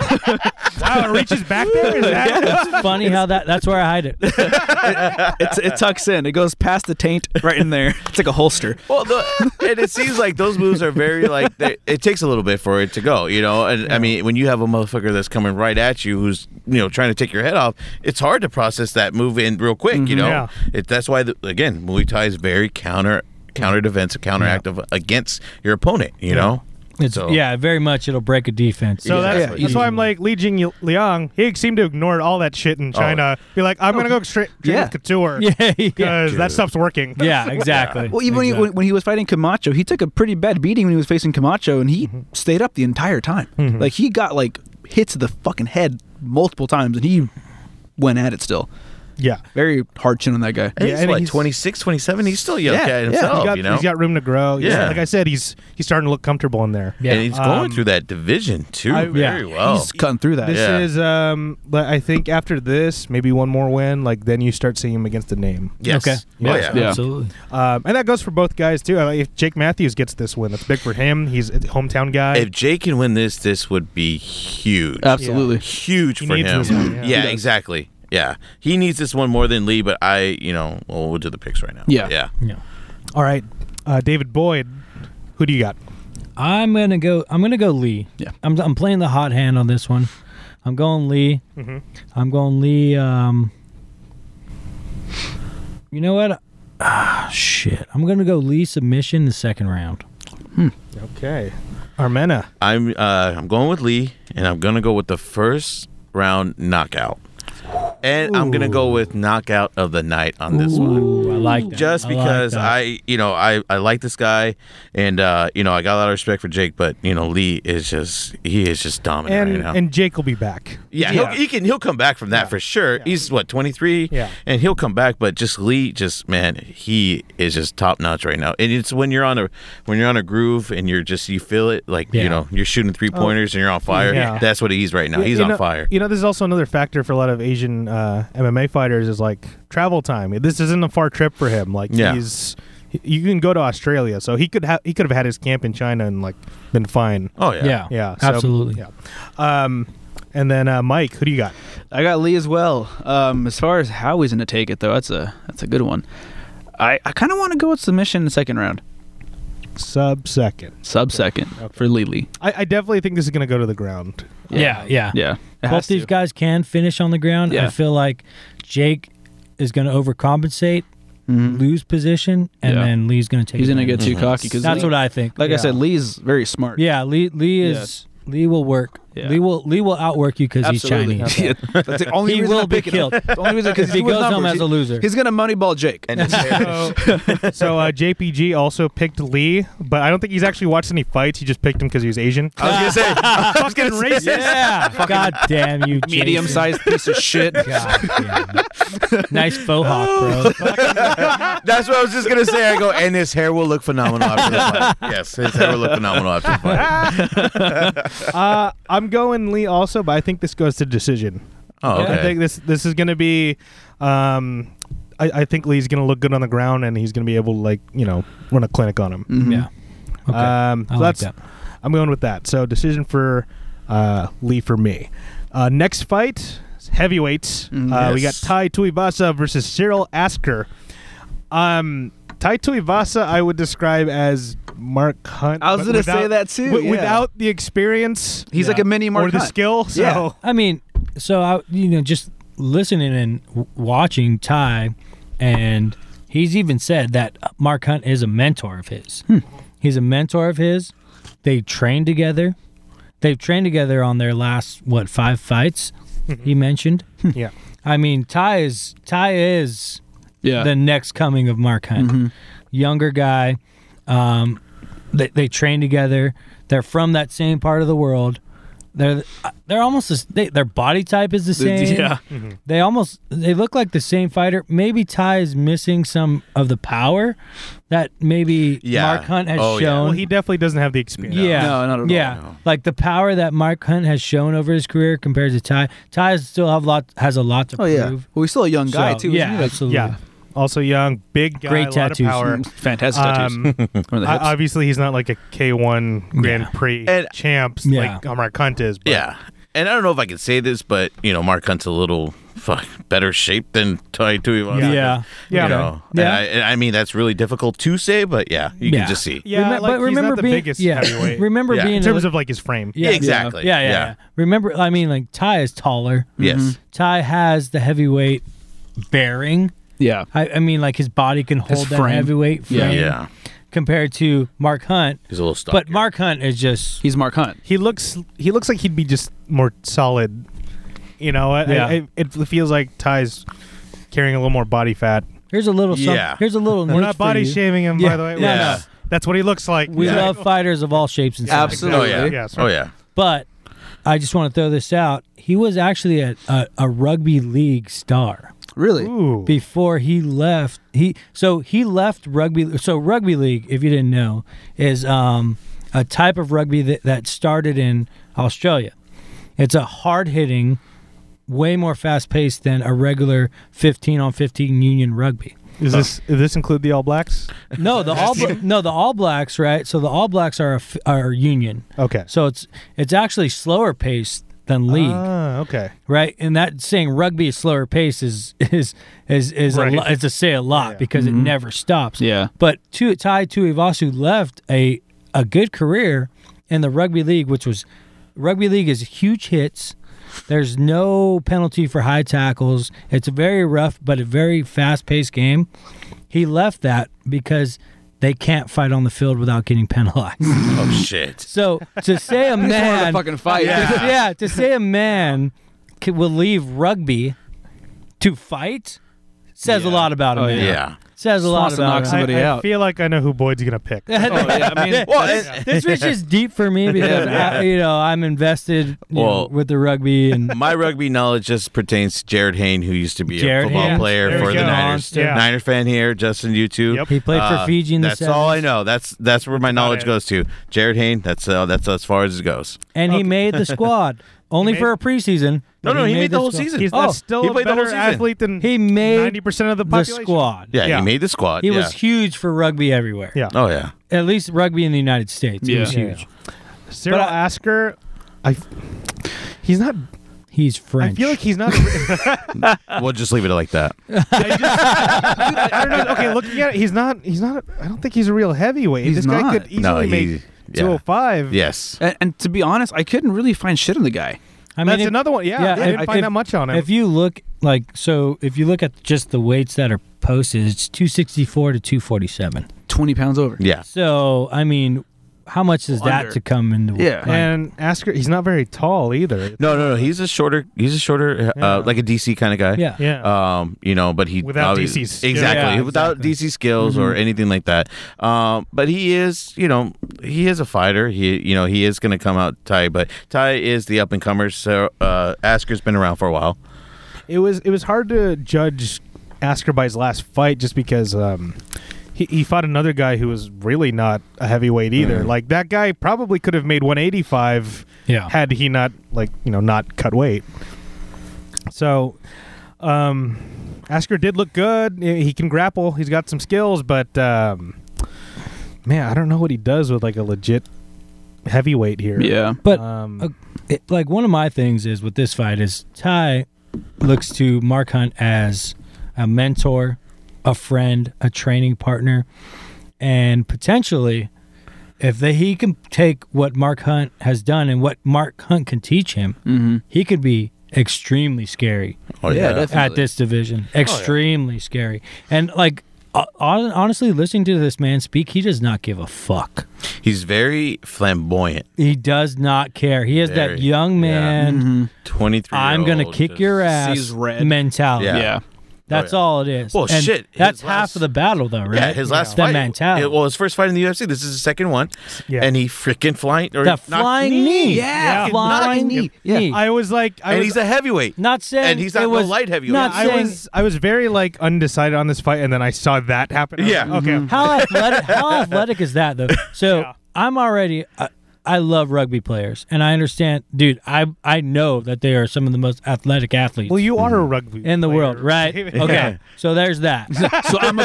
A: Wow, it reaches back there. Is that?
B: It's funny how that that's where I hide it.
D: it's, it tucks in. It goes past the taint right in there. It's like a holster.
C: well, the, and it seems like those moves are very like they, it takes a little bit for it to go, you know. And I mean, when you have a motherfucker that's coming right at you who's you know trying to take your head off, it's hard to process that move in real quick, you know.
A: Yeah.
C: It, that's why the, again, Muay Thai is very counter counter defensive, counteractive against your opponent, you know.
B: It's, Yeah, very much. It'll break a defense.
A: So that's,
D: Exactly.
A: that's why I'm like Li Jing Liang. He seemed to ignore all that shit in China. Be like, I'm gonna go straight, straight
D: Yeah.
A: with couture
B: yeah, yeah,
A: because that stuff's working.
B: yeah, exactly.
D: Well, even
B: exactly.
D: when, he, when he was fighting Camacho, he took a pretty bad beating when he was facing Camacho, and he stayed up the entire time. Like he got like hits to the fucking head multiple times, and he went at it still.
A: yeah.
D: Very hard chin on that guy.
C: And
A: Yeah,
C: he's
A: and
C: what,
A: he's-
C: 26, 27? He's still young guy
D: Yeah, yeah.
C: himself,
A: He got,
C: you know.
A: he's got room to grow. He's-
C: Yeah.
A: like I said, he's he's starting to look comfortable in there.
B: Yeah.
C: And he's going
A: Um,
C: through that division too
A: I-
C: very
B: yeah.
C: well.
D: He's cutting through that.
A: This
C: Yeah.
A: is um. like, I think after this, maybe one more win. Like then you start seeing him against the name.
C: yes.
B: Okay.
C: Oh, yeah.
D: Yeah.
B: Absolutely.
A: Um, and that goes for both guys too. Uh, If Jake Matthews gets this win, that's big for him. He's a hometown guy.
C: If Jay can win this, this would be huge.
D: Absolutely.
C: huge
A: He
C: for
A: needs
C: him.
A: this one, yeah.
C: yeah,
A: He does.
C: exactly. Yeah, he needs this one more than Lee. But I, you know, well, we'll do the picks right now.
D: Yeah.
C: yeah.
B: Yeah.
A: All right, uh, David Boyd, who do you got?
B: I'm gonna go. I'm gonna go Lee.
D: Yeah.
B: I'm, I'm playing the hot hand on this one. I'm going Lee. I'm going Lee. Um. You know what? Ah, shit. I'm gonna go Lee submission the second round.
A: Okay, Armena.
C: I'm, uh, I'm going with Lee, and I'm gonna go with the first round knockout. And I'm gonna go with knockout of the night on this one
B: Ooh, I like that.
C: just
B: I like
C: because
B: that.
C: I, you know, I, I like this guy, and uh, you know, I got a lot of respect for Jake, but you know, Lee is just he is just dominant
A: and
C: right now.
A: and Jake will be back.
C: yeah,
D: Yeah.
C: He'll, he can he'll come back from that for sure. He's what twenty three,
A: Yeah.
C: and he'll come back. But just Lee, just man, he is just top notch right now. And it's when you're on a when you're on a groove and you're just you feel it like
B: Yeah.
C: you know you're shooting three pointers and you're on fire.
A: Yeah.
C: That's what he's right now.
A: Yeah,
C: He's
A: you
C: on
A: know-
C: fire.
A: You know, this is also another factor for a lot of Asian uh, MMA fighters is like travel time. This isn't a far trip for him. Like
C: Yeah.
A: he's, he- you can go to Australia, so he could have he could have had his camp in China and like been fine.
C: Oh yeah,
B: yeah,
A: Yeah, so-
B: absolutely.
A: yeah. Um, and then uh, Mike, who do you got?
D: I got Lee as well. Um, as far as how he's gonna take it though, that's a that's a good one. I, I kind of want to go with submission in the second round,
A: Sub second.
D: sub second for Lee Lee.
A: I, I definitely think this is going to go to the ground.
B: Yeah, yeah.
D: Yeah, it
B: Both
D: has
B: these
D: to.
B: guys can finish on the ground. I
D: Yeah.
B: feel like Jake is going to overcompensate, lose position, and
D: Yeah.
B: then Lee's going to take.
D: Mm-hmm. He's gonna get
B: advantage.
D: too cocky because
B: That's what I think.
D: Like
B: yeah.
D: I said, Lee's very smart.
B: yeah, Lee Lee is
D: Yes.
B: Lee will work.
D: Yeah.
B: Lee will Lee will outwork you because he's Chinese.
D: Yeah, that's the only
B: He
D: reason
B: will
D: I'm
B: be
D: picking him.
B: killed.
D: The only reason because
B: If he goes home as a loser.
D: He's gonna moneyball Jake.
C: And it's
A: So, so uh, JPG also picked Lee, but I don't think he's actually watched any fights. He just picked him because he was Asian.
C: I was gonna say
A: Fucking racist.
B: yeah, god damn you, Jason.
D: medium sized piece of shit.
B: God damn. nice faux hawk, bro.
C: That's what I was just gonna say. I go, and his hair will look phenomenal after the fight. Yes, his hair will look phenomenal after the fight.
A: uh, I'm going Lee also, but I think this goes to decision.
C: Oh,
A: I think
C: okay.
A: this this is going to be. Um, I, I think Lee's going to look good on the ground, and he's going to be able to like you know run a clinic on him.
B: Yeah.
D: Uh,
B: Okay.
A: Um,
B: I
A: so
B: like
A: that's,
B: that.
A: I'm going with that. So decision for uh, Lee for me. Uh, next fight, is heavyweights.
D: Mm,
A: uh, We got
C: yes.
A: Tai Tuivasa versus Cyril Asker. Um, Tai Tuivasa, I would describe as Mark Hunt.
D: I was
A: but
D: gonna
A: without-
D: say that too,
A: wi-
D: yeah.
A: Without the experience,
D: He's like a mini Mark
A: or the
D: Hunt.
A: skill. So
D: Yeah.
B: I mean, so I, you know, just listening and w- watching Ty, and he's even said that Mark Hunt is a mentor of his. He's a mentor of his. They train together. They've trained together on their last what five fights? He mentioned.
A: yeah.
B: I mean, Ty is Ty is
D: Yeah.
B: the next coming of Mark Hunt,
D: Mm-hmm.
B: younger guy. Um, they they train together. They're from that same part of the world. They're they're almost the s- they, their body type is the same.
D: yeah.
A: Mm-hmm.
B: They almost they look like the same fighter. Maybe Ty is missing some of the power that maybe
C: Yeah.
B: Mark Hunt has
C: Oh, yeah.
B: shown.
A: Well, he definitely doesn't have the experience.
B: Yeah.
D: No, not at all,
B: Yeah.
C: no.
B: Like the power that Mark Hunt has shown over his career compared to Ty. Ty still have lot has a lot to
D: Oh
B: prove.
D: yeah. Well, he's still a young guy
B: So,
D: too.
B: Yeah,
D: Isn't he?
B: absolutely.
A: Yeah. Also young, big guy,
B: Great
A: a
B: tattoos. Mm.
A: lot of
D: Like, fantastic
A: power.
D: tattoos.
A: Um,
D: Remember the
A: I-
D: hips?
A: obviously, he's not like a K1 Grand Prix
C: And-
A: champs
B: Yeah.
A: like Amar Kant is. But
C: yeah. And I don't know if I can say this, but you know, Mark Hunt's a little fuck better shape than Tai Tuivasa.
B: Yeah.
A: Yeah.
C: You know,
B: Yeah.
C: And I, and I mean, that's really difficult to say, but yeah, you
B: Yeah.
C: can just see.
A: Yeah,
B: Remem-
A: like,
B: but
A: he's
B: remember
A: not the
B: being,
A: biggest
B: yeah,
A: heavyweight.
B: Remember
C: Yeah.
B: being
A: in terms of like his frame.
B: yeah,
C: Exactly.
B: Yeah, Mm-hmm. yeah, yeah,
C: Yeah.
B: Remember, I mean, like Ty is taller.
C: Yes.
B: Ty has the heavyweight bearing.
D: yeah.
B: I, I mean, like his body can hold that
D: frame.
B: heavyweight
D: Yeah.
B: frame
C: Yeah.
B: compared to Mark Hunt.
C: He's a little stuck.
B: But Mark Hunt is just
D: He's Mark Hunt.
A: He looks he looks like he'd be just more solid. You know, I,
B: Yeah.
A: I, I, it feels like Ty's carrying a little more body fat.
B: here's a little something.
C: Yeah.
B: Here's a little.
A: We're
B: niche
A: not
B: for
A: body
B: you.
A: shaming him,
B: Yeah.
A: by the way.
B: Yeah.
A: We're just- That's what he looks like.
B: We
A: Yeah.
B: love fighters of all shapes and sizes.
D: Absolutely.
C: Oh yeah.
A: Yeah,
C: oh
A: sorry.
C: yeah.
B: But I just want to throw this out. He was actually a, a, a rugby league star
D: Really?
A: Ooh.
B: before he left. He so he left rugby. So rugby league, if you didn't know, is um, a type of rugby that, that started in Australia. It's a hard hitting, way more fast paced than a regular fifteen on fifteen union rugby.
A: Is this does this include the All Blacks?
B: No, the all Bla- no the All Blacks, right? So the All Blacks are a f- are union.
A: Okay.
B: So it's it's actually slower paced than league,
A: Ah, okay.
B: right? And that saying rugby is slower pace is is is is
A: Right.
B: a lo- is to say a lot because it never stops.
D: Yeah.
B: But Tu Tai Tuivasu left a a good career in the rugby league, which was rugby league is huge hits. There's no penalty for high tackles. It's a very rough but a very fast paced game. He left that because they can't fight on the field without getting penalized.
C: Oh shit.
B: So to say a
D: Just wanted to
B: man,
D: fucking fight.
B: yeah. to say a man c- will leave rugby to fight says a lot about him.
D: Oh,
B: man.
D: Yeah.
C: yeah.
B: Says a
D: Just
B: lot
D: wants to knock
B: about him.
A: I,
D: somebody
A: I
D: out.
A: feel like I know who Boyd's gonna pick.
D: yeah, I mean,
C: Well,
D: that's-
C: and-
B: this was just deep for me because I, you know I'm invested you know,
C: Well-
B: with the rugby and
C: my rugby knowledge just pertains to Jared Hayne, who used to be
B: Jared
C: a football
B: Hayne.
C: player
A: There
C: for
A: we
C: the
A: go.
C: Niners.
A: Yeah.
C: Niner fan here, Justin. You too.
A: Yep.
B: he played for
C: Uh,
B: Fiji in the
C: That's all
B: 70s.
C: I know. That's that's where my knowledge
A: it.
C: goes to. Jared Hayne. That's uh, that's as far as it goes.
B: and he made the squad only for a preseason.
C: No,
B: but
C: no, he made the whole
B: squad.
C: season.
A: He's
B: Oh,
A: that's still
C: he
A: a
C: played the whole
A: better
C: season.
A: athlete than
B: He made
A: ninety percent of the
B: the
A: population.
B: squad.
C: Yeah,
A: Yeah.
C: he made the squad.
B: He
C: yeah.
B: was huge for rugby everywhere.
A: Yeah.
C: Oh yeah.
B: At least rugby in the United States. He
D: Yeah.
B: was
D: Yeah.
B: huge.
A: Cyril
B: But I-
A: Asker, I he's not.
B: He's French.
A: I feel like he's not.
C: We'll just leave it like that.
A: I, just, I don't know. Okay, looking at it, he's not. He's not. I don't think he's a real heavyweight.
D: He's
A: this guy
D: not.
A: could easily
C: No, he-
A: make
C: yeah.
A: two hundred five.
C: Yes.
D: and, and to be honest, I couldn't really find shit on the guy.
B: I mean,
A: that's
B: if-
A: another one. Yeah,
B: yeah,
A: I didn't
B: if-
A: find
B: if-
A: that much on him.
B: If you look like so, if you look at just the weights that are posted, it's two sixty four to two forty seven.
D: Twenty pounds over.
C: Yeah.
B: So I mean, how much does that
D: Under.
B: to come into?
D: Yeah.
B: like,
A: and Asker, he's not very tall either.
C: No, no, no. He's a shorter. He's a shorter, uh,
A: Yeah.
C: like a DC kind of guy.
B: yeah.
A: Yeah.
C: Um, you know, but he
A: Without
C: obvi-
A: DC skills.
C: exactly
B: Yeah,
C: without
B: exactly. Mm-hmm.
C: DC skills or anything like that. Um, but he is, you know, he is a fighter. He, you know, he is going to come out Ty, but Ty is the up and comer. So uh, Asker's been around for a while.
A: it was it was hard to judge Asker by his last fight just because um, he he fought another guy who was really not a heavyweight either.
C: Mm.
A: Like that guy probably could have made 185
B: Yeah.
A: had he not like you know not cut weight. So, um, Asker did look good. He he can grapple. He's got some skills, but um, man, I don't know what he does with like a legit heavyweight here.
D: Yeah.
B: But
A: Um,
B: uh, it, like one of my things is with this fight is Ty looks to Mark Hunt as a mentor, a friend, a training partner, and potentially if they, he can take what Mark Hunt has done and what Mark Hunt can teach him,
C: Mm-hmm.
B: he could be extremely scary
C: Oh
D: Yeah, definitely.
B: at this division. Extremely scary. And like uh, hon- honestly listening to this man speak, he does not give a fuck.
C: he's very flamboyant.
B: He does not care. He is that
C: Very,
B: young
C: yeah. Mm-hmm.
B: man.
C: Twenty three.
B: I'm gonna kick your ass
D: sees red.
B: mentality.
C: Yeah.
D: Yeah.
B: That's
C: Oh, yeah.
B: all it is.
C: Well,
B: And
C: shit, his
B: That's half
C: last-
B: of the battle, though, right?
C: Yeah, his last
B: that
C: fight.
B: mentality.
C: Well, his first fight in the UFC. This is the second one.
A: Yeah.
C: And he freaking flying or
B: the
C: knocked-
B: flying knee.
D: Yeah.
B: flying
D: Knocking
B: knee.
D: knee. Yeah.
A: I was like, I
C: And
A: was,
C: he's a heavyweight.
B: not saying
C: And he's not
B: it
C: no
B: was
C: light heavyweight.
B: Not
A: I
B: saying
A: was I was very like undecided on this fight, and then I saw that happen. I was
C: Yeah.
A: like, Okay.
B: how athletic. How athletic is that, though? So
A: Yeah.
B: I'm already. I, I love rugby players, and I understand, dude. I I know that they are some of the most athletic athletes
A: Well, you are
C: Mm-hmm.
A: a rugby
B: in the
A: player,
B: world, right?
A: David.
B: Okay, so there's that.
D: So I'm a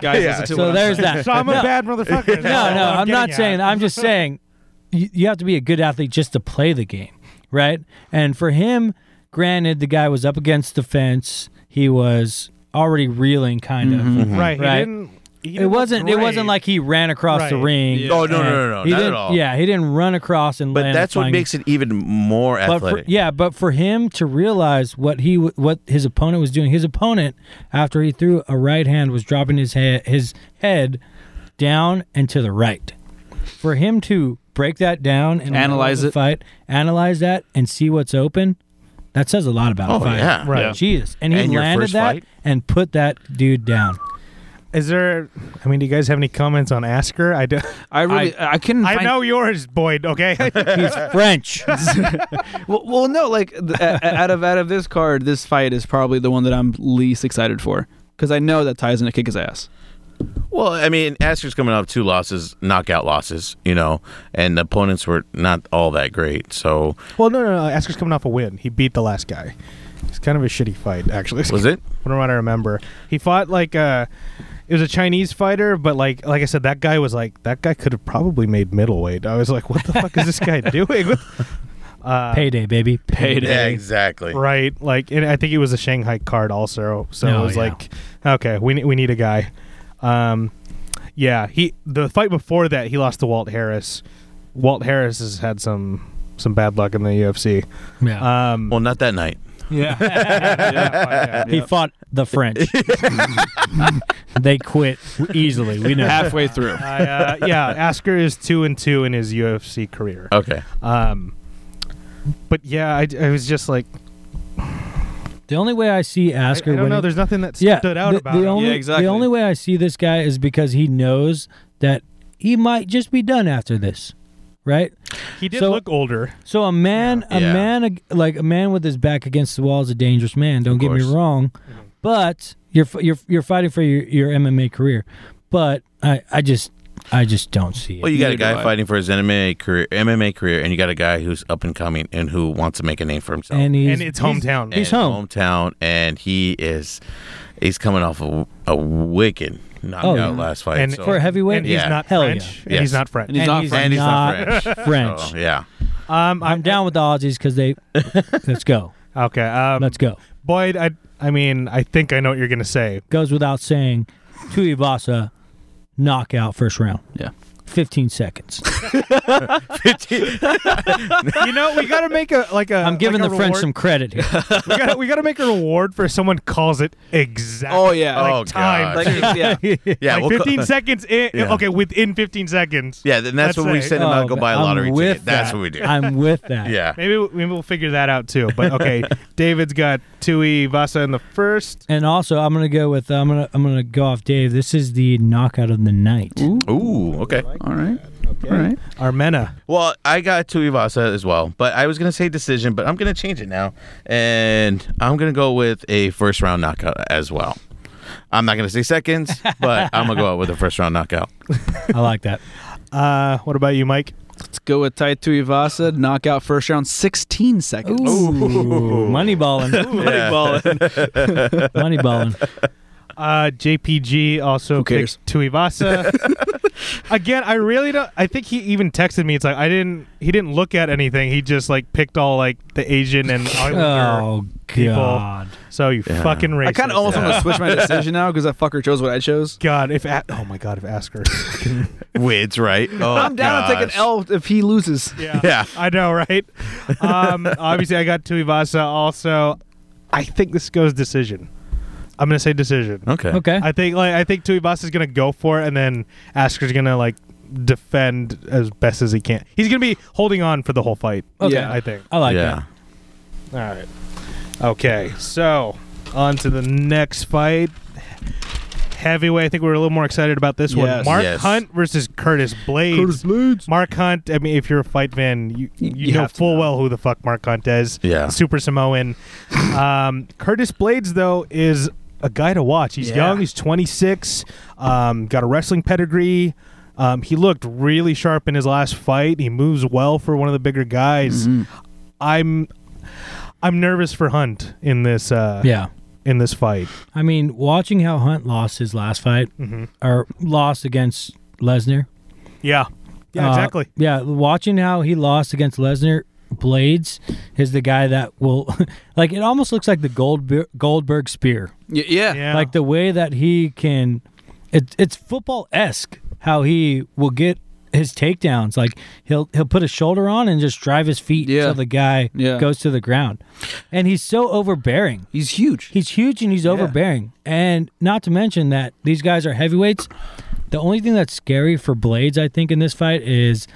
D: guys. Listen to what
B: so
D: I'm
B: there's
D: saying.
B: that.
A: So I'm a
B: No.
A: bad motherfucker.
B: no, no, I'm, not saying. that. I'm just saying, you, you have to be a good athlete just to play the game, right? And for him, granted, the guy was up against the fence. He was already reeling, kind of.
A: right. He
B: Right.
A: didn't, Mm-hmm. he
B: It
A: didn't
B: wasn't.
A: look
B: It wasn't
A: great.
B: like he ran across the
A: Right.
B: ring.
D: Yeah.
C: Oh, no, no,
B: and
C: no, no,
B: he
C: not at
B: didn't-
C: all.
B: Yeah, he didn't run across and.
C: But
B: land
C: that's
B: a
C: what
B: flying-
C: makes it even more
B: But for,
C: athletic.
B: yeah, but for him to realize what he w- what his opponent was doing, his opponent after he threw a right hand was dropping his head his head down and to the right. For him to break that down and
D: Analyze
B: the
D: it.
B: fight, analyze that, and see what's open, that says a lot about
C: Oh,
B: a fight.
C: yeah.
A: Right.
D: Yeah.
B: Jesus, and he
C: And your
B: landed
C: first
B: that
C: fight?
B: and put that dude down.
A: Is there? I mean, do you guys have any comments on Asker? I do.
D: I really, I, couldn't.
A: I
D: find-
A: know yours, Boyd. Okay.
B: He's French.
D: Well, well no, like the, a- a- out of out of this card, this fight is probably the one that I'm least excited for because I know that Ty's gonna kick his ass.
C: Well, I mean, Asker's coming off two losses, knockout losses, you know, and the opponents were not all that great. So
A: well, no, no, no. Asker's coming off a win. He beat the last guy. It's kind of a shitty fight, actually.
C: was it?
A: From what I remember, he fought like uh It was a Chinese fighter, but like like I said, that guy was like that guy could have probably made middleweight. I was like, what the fuck is this guy doing? What- Uh,
B: Payday, baby.
C: Yeah, exactly.
A: right? Like, and I think it was a Shanghai card also. So
B: Oh,
A: it was
B: yeah.
A: like, okay, we need we need a guy. Um, yeah, he the fight before that he lost to Walt Harris. Walt Harris has had some some bad luck in the UFC.
B: Yeah.
A: Um,
C: Well, not that night.
B: yeah.
A: yeah,
B: He fought the French. they quit easily. We know.
D: Halfway through,
A: I, uh, yeah, Asker is two and two in his UFC career.
C: Okay.
A: Um, but yeah, I, I was just like,
B: The only way I see Asker
A: I don't
B: winning,
A: know. There's nothing that
B: yeah,
A: stood out
B: the,
A: about
B: the
A: him.
B: only
D: Yeah, exactly.
B: the only way I see this guy is because he knows that he might just be done after this, right?
A: He did
B: so-
A: look older.
B: So a man, a
C: Yeah.
B: man, ag- like a man with his back against the wall is a dangerous man. Don't get me
C: course.
B: wrong,
A: Mm-hmm.
B: but you're f- you're you're fighting for your, your MMA career. But I I just I just don't see it.
C: Well, you got a
D: Neither do
C: guy
D: I.
C: fighting for his MMA career, MMA career, and you got a guy who's up and coming and who wants to make a name for himself.
B: and he's
A: And it's hometown.
B: he's
C: and
B: home.
C: hometown, and he is he's coming off a, a wicked knockout
B: Oh, yeah.
C: last fight.
A: and
C: so-
B: For a heavyweight?
A: and he's
C: Yeah.
A: not
B: Hell
A: French.
B: yeah.
A: And he's
C: Yes.
A: not French.
D: And he's not French.
C: and he's not
B: not
C: French. Oh.
B: French.
C: So, yeah,
A: Um,
B: I'm down with the Aussies because they. let's go.
A: Okay. Um,
B: Let's go.
A: Boyd, I, I mean, I think I know what you're gonna say.
B: Goes without saying. Tuivasa, knockout first round.
D: Yeah.
B: 15 seconds.
A: You know, we gotta make a like a.
B: I'm giving
A: like
B: the
A: a
B: French some
A: reward.
B: credit here.
A: We gotta, we gotta make a reward for someone calls it exactly.
D: Oh, yeah.
A: like
C: Oh,
A: time.
C: God.
D: Like,
A: too.
D: yeah.
C: yeah.
A: Like
C: we'll co-
A: 15 seconds in.
C: Yeah.
A: Okay, within 15 seconds.
C: Yeah, then that's
A: Let's
C: when we
A: say-
C: send him out to go
B: Oh,
C: buy a
B: I'm
C: lottery
B: with
C: ticket. That's
B: that.
C: what we do.
B: I'm with that.
C: yeah.
A: Maybe we- maybe we'll figure that out too. But okay, David's got Tui Vasa in the first.
B: And also, I'm gonna go with I'm gonna I'm gonna go off Dave. This is the knockout of the night.
C: Ooh, okay.
D: All right. All right.
A: Armena.
C: Well, I got Tuivasa as well, but I was gonna say decision, but I'm gonna change it now, and I'm gonna go with a first round knockout as well. I'm not gonna say seconds, but I'm gonna go out with a first round knockout.
B: I like that.
A: Uh, what about you, Mike?
D: Let's go with Tai Tuivasa. Knockout first round, 16 seconds.
B: Ooh, money balling, money balling.
A: Uh, JPG also
D: Who cares?
A: picked Tuivasa. Again, I really don't. I think he even texted me. It's like I didn't. He didn't look at anything. He just like picked all like the Asian and Islander.
B: Oh
A: people.
B: God!
A: So you fucking racist.
D: I kind of almost want to switch my decision now because that fucker chose what I chose.
A: God, if a- oh my God, if Asker.
C: Wids, right? Oh,
D: I'm down to take
C: gosh.
D: an L if he loses.
A: yeah.
C: Yeah.
A: I know, right? Um, obviously, I got Tuivasa. Also, I think this goes decision. I'm gonna say decision.
C: Okay.
B: Okay,
A: I think like I think Tuivasa is gonna go for it, and then Asker's gonna like defend as best as he can. He's gonna be holding on for the whole fight.
B: Okay.
A: Yeah, I think.
B: I like
C: yeah.
A: All right. Okay, so on to the next fight. Heavyweight. I think we were a little more excited about this one.
D: Yes.
A: Mark
C: Yes.
A: Hunt versus Curtis Blades. Mark Hunt. I mean, if you're a fight fan, you you,
D: you
A: know
D: have to
A: full
D: know.
A: well who the fuck Mark Hunt is.
C: Yeah.
A: Super Samoan. um, Curtis Blades though is a guy to watch. He's
D: Yeah.
A: young. He's 26. Um, got a wrestling pedigree. Um, he looked really sharp in his last fight. He moves well for one of the bigger guys.
D: Mm-hmm.
A: I'm I'm nervous for Hunt in this uh,
B: that. Yeah,
A: in this fight.
B: I mean, watching how Hunt lost his last fight
A: Mm-hmm.
B: or lost against Lesnar.
A: Yeah. Yeah,
B: uh,
A: exactly.
B: Yeah, watching how he lost against Lesnar. Blades is the guy that will, like, it almost looks like the Goldberg, Goldberg spear.
D: Y- yeah.
A: Yeah.
B: like the way that he can it, it's football esque how he will get his takedowns like he'll he'll put his shoulder on and just drive his feet
D: Yeah.
B: until the guy
D: Yeah.
B: goes to the ground and he's so overbearing
D: He's huge.
B: he's huge and he's overbearing and not to mention that these guys are heavyweights the only thing that's scary for blades i think in this fight is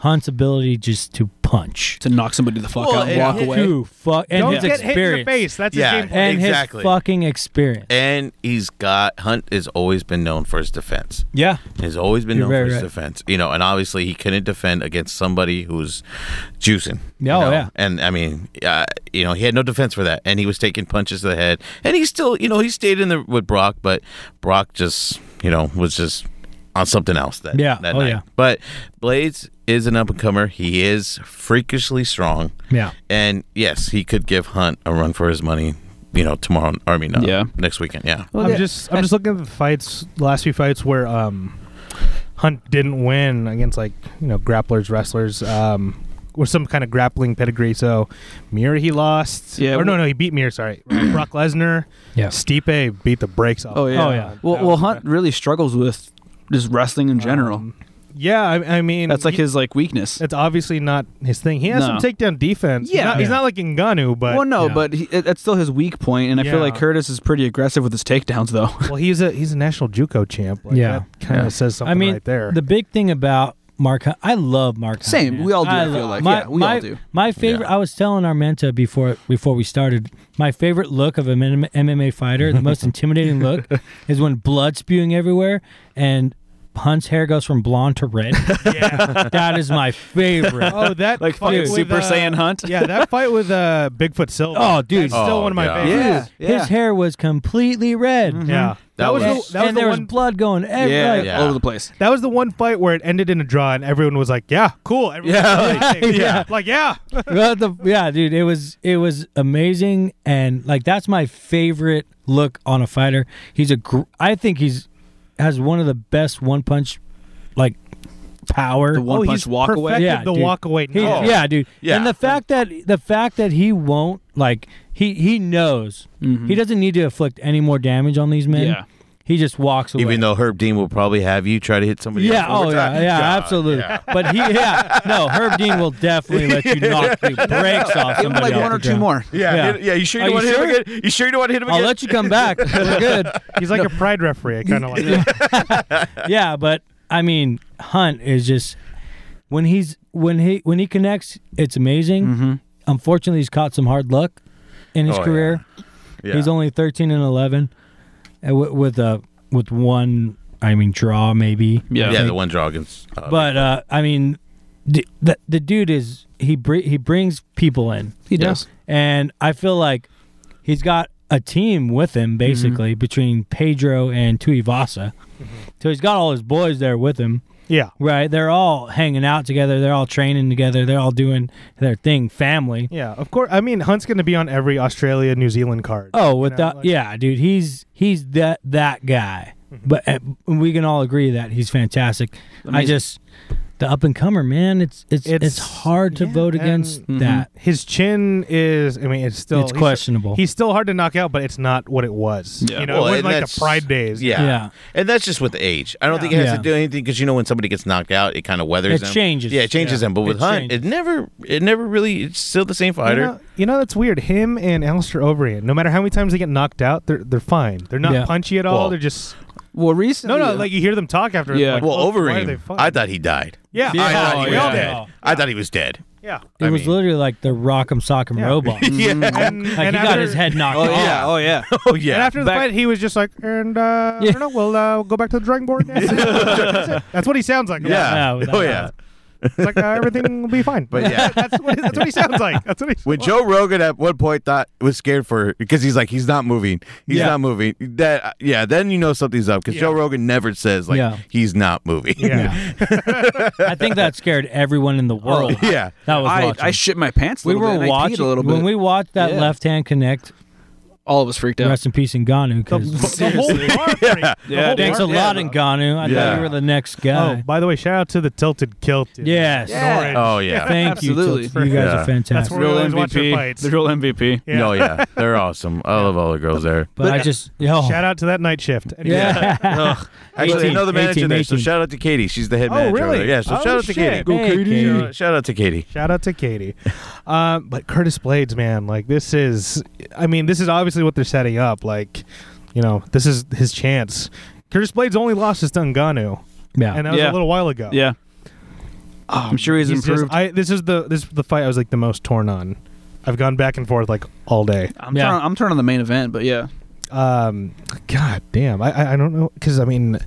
B: hunt's ability just to punch
D: to knock somebody the fuck
C: Well,
D: out
C: and
D: and walk
C: hit
D: away.
B: to fuck and
A: Don't
B: his
A: get hit in the
B: experience
A: face. That's
C: Yeah.
A: his game plan.
B: and
C: Exactly.
B: his fucking experience
C: And he's got Hunt has always been known for his defense.
B: yeah
C: Has always been
B: You're
C: known for
B: very
C: his
B: right.
C: defense, you know, and obviously he couldn't defend against somebody who's juicing. you
B: Oh,
C: know?
B: yeah.
C: and I mean, uh, you know, he had no defense for that, and he was taking punches to the head, and he still, you know, he stayed in the with Brock, but Brock just, you know, was just on something else that
B: Yeah.
C: that
B: Oh,
C: night.
B: yeah.
C: But Blades is an up and comer. He is freakishly strong.
B: Yeah.
C: and yes, he could give Hunt a run for his money. You know, tomorrow, I mean, uh,
D: Yeah.
C: next weekend, yeah.
A: I'm just I'm just looking at the fights last few fights where um Hunt didn't win against like you know grapplers wrestlers um or some kind of grappling pedigree. So Mir he lost.
D: Yeah,
A: Or no
D: well-
A: no he beat Mir. Sorry. Brock Lesnar.
B: Yeah.
A: Stipe beat the brakes off.
D: Oh yeah.
B: Oh, yeah.
A: That
D: Well, well,
A: was
D: Hunt really struggles with just wrestling in general.
A: Um, yeah. I, I mean
D: That's like
A: he-
D: his like weakness.
A: That's obviously not his thing. He has
D: No.
A: some takedown defense. He's
D: Yeah.
A: not, he's
B: Yeah.
A: not like Ngannou, but
D: well, no,
B: yeah.
D: but he, it, that's still his weak point, and I feel like
A: Yeah.
D: Curtis is pretty aggressive with his takedowns, though.
A: well, he's a he's a national JUCO champ. Like,
B: Yeah.
A: that kind of
D: Yeah.
A: says something
B: I mean,
A: right there.
B: The big thing about Mark. Hunt- I love Mark. Hunt,
D: Same.
B: man.
D: We all do, I
B: lo-
D: feel like. Yeah, we
B: my,
D: all do.
B: My favorite.
C: Yeah.
B: I was telling Armenta before before we started. My favorite look of an M- MMA fighter, the most intimidating look, is when blood spewing everywhere and Hunt's hair goes from blonde to red.
A: Yeah.
B: that is my favorite.
A: Oh, that
D: Like
A: fight
D: fucking
A: with,
D: Super
A: uh,
D: Saiyan Hunt?
A: Yeah, that fight with uh, Bigfoot Silva.
B: Oh, dude.
A: That's still
C: Oh,
A: one of my
C: yeah.
A: favorites.
D: Yeah, yeah. Mm-hmm.
B: His hair was completely red.
A: Yeah, that,
C: That
A: was
B: And,
A: the, that was
B: and
A: the
B: there
A: one.
B: was blood going everywhere.
D: yeah,
B: like,
C: Yeah.
D: all over the place.
A: that was the one fight where it ended in a draw, and everyone was like, "Yeah, cool." Everyone
C: Yeah.
A: was like,
B: Yeah.
A: like yeah.
B: Well, the, yeah, dude, it was it was amazing, and like that's my favorite look on a fighter. He's a, gr- I think he's has one of the best one punch, like power.
D: The one
A: oh,
D: punch
A: he's
D: walk
A: perfected
D: away.
B: Yeah,
A: the
B: dude.
A: walk away.
B: He-
A: now.
B: Yeah, dude.
C: Yeah.
B: And the fact that the fact that he won't like he he knows he doesn't need to inflict any more damage on these men.
D: Yeah.
B: He just walks away.
C: Even though Herb Dean will probably have you try to hit somebody.
B: Yeah.
C: else
B: Oh,
C: over
B: yeah.
C: time.
B: Yeah.
C: God,
B: absolutely.
C: yeah.
B: But he, yeah, no. Herb Dean will definitely let you knock the brakes off.
D: Give him
B: Somebody
D: like
B: off
D: one
B: the
D: or two
B: ground.
D: more.
C: Yeah,
B: Yeah.
C: hit- yeah. You sure
B: Are
C: you
B: you
C: want to hit
B: sure?
C: him again? You sure you don't want to hit him again?
B: I'll let you come back. We're good.
A: He's like a pride referee. I kind of like. that.
B: Yeah, but I mean, Hunt is just when he's when he when he connects, it's amazing. Unfortunately, he's caught some hard luck in his
C: Mm-hmm. Oh, yeah.
B: career.
C: Yeah.
B: He's only thirteen and eleven, and with, with a with one, I mean, draw maybe.
D: Yeah.
C: yeah, the one draw against. uh,
B: But uh, I mean, the, the the dude is he br- he brings people in.
D: He does.
B: and I feel like he's got a team with
A: Mhm.
B: him basically between Pedro and Tuivasa.
A: Mm-hmm.
B: So he's got all his boys there with him,
A: yeah,
B: right? They're all hanging out together. They're all training together. They're all doing their thing, family.
A: yeah. Of course. I mean, Hunt's going to be on every Australia New Zealand card.
B: Oh, without
A: like-
B: yeah, dude, he's he's that that guy.
A: Mm-hmm.
B: But uh, we can all agree that he's fantastic. I
D: Amazing.
B: just the up and comer man. It's it's it's,
A: It's-
B: hard to
A: yeah,
B: vote
A: and-
B: against
C: Mm-hmm.
B: that.
A: His chin is. I mean, it's still.
B: It's
A: he's-
B: questionable.
A: He's still hard to knock out, but it's not what it was.
D: Yeah.
A: You know,
C: Well,
A: it wasn't
C: and
A: like
C: that's-
A: the pride days.
C: Yeah.
B: Yeah.
C: and that's just with age. I don't think it has
B: Yeah.
C: to do anything because you know when somebody gets knocked out, it kind of weathers.
B: It
C: them.
B: changes.
C: Yeah, it changes
B: Yeah.
C: them. But with
B: It
C: Hunt,
B: changes.
C: it never, it never really. It's still the same fighter.
A: You know, you know that's weird. Him and Alistair Overeem. No matter how many times they get knocked out, they're they're fine. They're not
B: Yeah.
A: punchy at all.
C: Well-
A: they're just
D: Well, recently,
A: no, no. Like you hear them talk after.
D: Yeah.
A: Like,
C: well,
A: oh, why are they
C: Overeem,
A: fine?
C: I thought he died.
A: Yeah.
C: I
B: Yeah.
C: thought
B: Oh,
C: he was
B: yeah.
C: dead.
B: Yeah.
C: I thought he was dead.
A: Yeah.
B: It
C: I
B: was Mm-hmm.
C: mean-
B: literally like the Rock'em Sock'em
A: Yeah.
B: Robot. like
C: Yeah.
A: And,
B: he
A: and
B: got
A: after,
B: his head knocked
D: oh
B: off.
D: yeah, oh yeah.
C: oh
A: And
C: yeah.
A: after the
D: Back-
A: fight, he was just like, and uh, I
B: Yeah.
A: don't know. We'll uh, go back to the drawing board. That's, it. That's it. That's what he sounds like.
B: Yeah,
C: yeah.
B: without
C: oh
B: a
C: yeah.
B: doubt.
A: It's like uh, everything will be fine.
C: But yeah.
A: that's, what, that's what he sounds like. That's what he.
C: When Joe Rogan at one point thought was scared for because he's like he's not moving, he's
B: Yeah.
C: not moving. That yeah, then you know something's up because Joe Rogan never says like
B: Yeah.
C: he's not moving.
A: yeah.
B: I think that scared everyone in the world.
C: yeah.
B: That was
D: I,
B: watching.
D: I shit my pants. A
B: we
D: little
B: were
D: bit, and I peed
B: watching
D: a little bit.
B: when we watched that
D: Yeah.
B: left hand connect.
D: all of us freaked out.
B: Rest in peace, Ngannou.
A: The,
B: Because
A: the whole bar freaked- the
D: Yeah,
A: whole
B: thanks
A: bar-
B: a lot,
A: yeah.
B: Ngannou. I thought
C: Yeah.
B: you were the next
A: Oh,
B: guy.
A: by the way, shout out to the Tilted Kilt. in
B: Yes.
D: Yeah.
A: Orange.
C: Oh yeah.
B: Thank
D: Absolutely.
B: you. Tilts. You guys
C: Yeah.
B: are fantastic.
A: That's where we always watch your fights.
D: The real MVP.
A: Yeah.
C: No, Oh, yeah. They're awesome. I love all the girls there.
B: but I just yo,
D: Oh.
A: Shout out to that night shift. Anyway.
B: yeah.
C: Actually,
B: 18,
C: I know the manager
B: 18,
C: there, so
B: 18.
C: shout out to Katie. She's the head
A: Oh,
C: manager. over
A: really?
C: there. Yeah, so
A: Oh,
C: shout out to
A: shit.
C: Katie.
B: Go, Hey, Katie. Katie.
C: Shout- Shout out to Katie.
A: Shout out to Katie. Um, but Curtis Blades, man, like this is, I mean, this is obviously what they're setting up. Like, you know, this is his chance. Curtis Blades only lost his to Ngannou,
B: Yeah.
A: and that was a
D: Yeah.
A: little while ago.
D: Yeah. Oh, I'm sure he's,
A: He's just-
D: improved.
A: I, this is the this is the fight I was like the most torn on. I've gone back and forth like all day.
D: I'm,
B: Yeah.
D: turning, I'm turning on the main event, but yeah.
A: um god damn i i, I don't know because i mean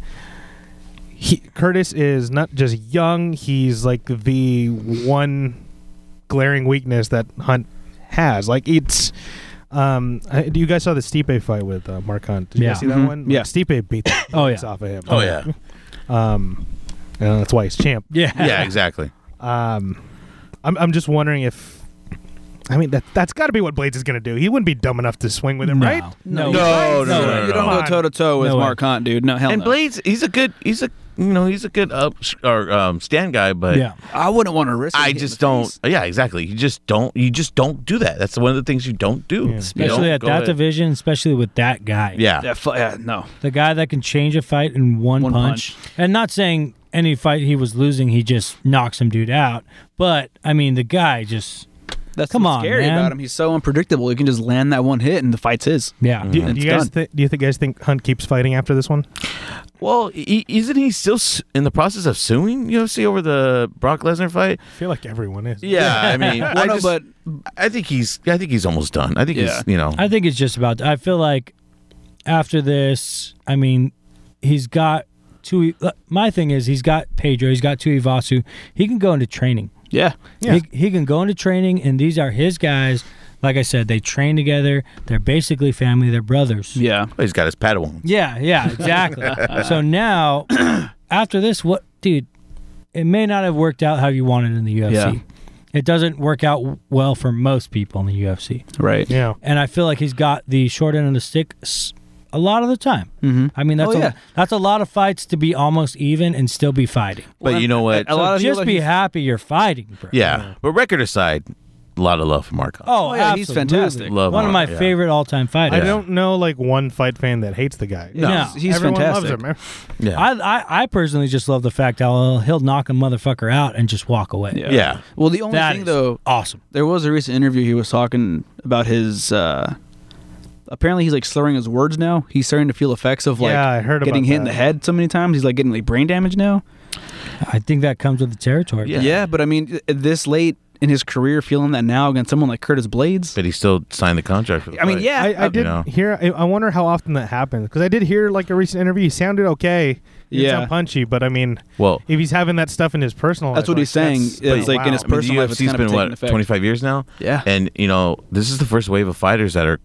A: he curtis is not just young he's like the one glaring weakness that hunt has like it's um I, you guys saw the stipe fight with uh, mark hunt did you
B: Yeah.
A: guys see that
D: Mhm.
A: one
D: Yeah.
A: like, stipe beat the
B: Oh, yeah.
A: piss off of him
C: Oh yeah.
A: um and that's why he's champ
B: yeah.
C: Yeah, exactly.
A: um i'm, I'm just wondering if I mean that that's got to be what Blades is going to do. He wouldn't be dumb enough to swing with him,
B: No.
A: right?
B: No.
C: Oh, No, no,
D: you
C: no, no,
D: don't
A: no.
D: go toe to toe with
B: No way.
D: Mark Hunt, dude. No, hell
C: And
D: no.
C: Blades, he's a good he's a you know, he's a good up or um stand guy, but
B: Yeah.
D: I wouldn't want to risk. it
C: I
D: in his
C: just don't.
D: face.
C: Yeah, exactly. You just don't. You just don't do that. That's one of the things you don't do. You
B: Especially
C: don't
B: at
C: go
B: that
C: in-
B: division, especially with that guy.
C: Yeah.
D: Yeah, fu- yeah, no.
B: The guy that can change a fight in one,
D: One
B: punch.
D: punch.
B: And not saying any fight he was losing, he just knocks some dude out. But I mean, the guy just
D: That's
B: Come
D: what's
B: on,
D: scary
B: man.
D: about him. He's so unpredictable. He can just land that one hit and the fight's his.
B: Yeah.
A: Do,
D: Mhm.
A: do you
D: It's
A: guys
D: done.
A: thi- do you think guys think Hunt keeps fighting after this one?
C: Well, i- isn't he still s- in the process of suing UFC over the Brock Lesnar fight?
A: I feel like everyone is.
C: Yeah, I mean,
D: I
C: I,
D: know,
C: just-
D: but
C: I think he's, I think he's almost done. I think
D: Yeah.
C: he's, you know,
B: I think it's just about. I feel like after this, I mean, he's got two. My thing is, he's got Pedro. He's got two Ivasu. He can go into training.
D: yeah,
A: Yeah.
B: He, he can go into training, and these are his guys. Like I said, they train together. They're basically family. They're brothers.
D: yeah.
C: well, he's got his Padawan.
B: Yeah, yeah, exactly. so now, after this, what, dude? It may not have worked out how you wanted in the UFC.
D: Yeah.
B: It doesn't work out well for most people in the UFC,
D: Right.
A: Yeah.
B: and I feel like he's got the short end of the stick s- a lot of the time. Mm-hmm. I mean, that's
D: Oh,
B: a,
D: yeah.
B: that's a lot of fights to be almost even and still be fighting.
C: But you know what?
D: A lot of people
B: just
D: that
B: be
D: he's-
B: happy you're fighting, bro.
C: yeah, but record aside, a lot of love for Markov.
B: Oh,
D: Oh, yeah, he's
B: absolutely.
D: fantastic.
C: Love
B: One of
C: him,
B: my
C: yeah.
B: favorite all-time fighters.
A: I don't know like one fight fan that hates the guy.
B: No.
D: He's- he's
A: Everyone
D: fantastic.
A: loves him.
C: yeah,
B: I, I I personally just love the fact how he'll knock a motherfucker out and just walk away.
C: Yeah.
D: Well, the only
B: That
D: thing
B: is
D: though,
B: awesome.
D: there was a recent interview he was talking about his. uh Apparently, he's like slurring his words now. He's starting to feel effects of like
A: Yeah, I heard
D: getting
A: about
D: hit in
A: that.
D: the head so many times. He's like getting like brain damage now.
B: I think that comes with the territory.
C: Yeah.
D: Yeah, but I mean, this late in his career, feeling that now against someone like Curtis Blades.
C: but he still signed the contract. For the
D: I mean,
C: fight.
D: yeah,
A: I, I
D: uh,
A: did
C: know.
A: hear. I, I wonder how often that happens because I did hear like a recent interview. He sounded okay. He didn't
D: Yeah.
A: sound punchy, but I mean,
C: Well,
A: if he's having that stuff in his personal,
D: That's
A: life,
D: what he's
A: like,
D: saying,
A: that's-
D: is,
A: oh,
D: like, in his
A: wow.
C: I mean,
D: personal
C: the
D: life, it's
C: UFC's
D: kind of
C: been
D: taking
C: what
D: effect.
C: 25 years now.
D: Yeah.
C: and you know this is the first wave of fighters that are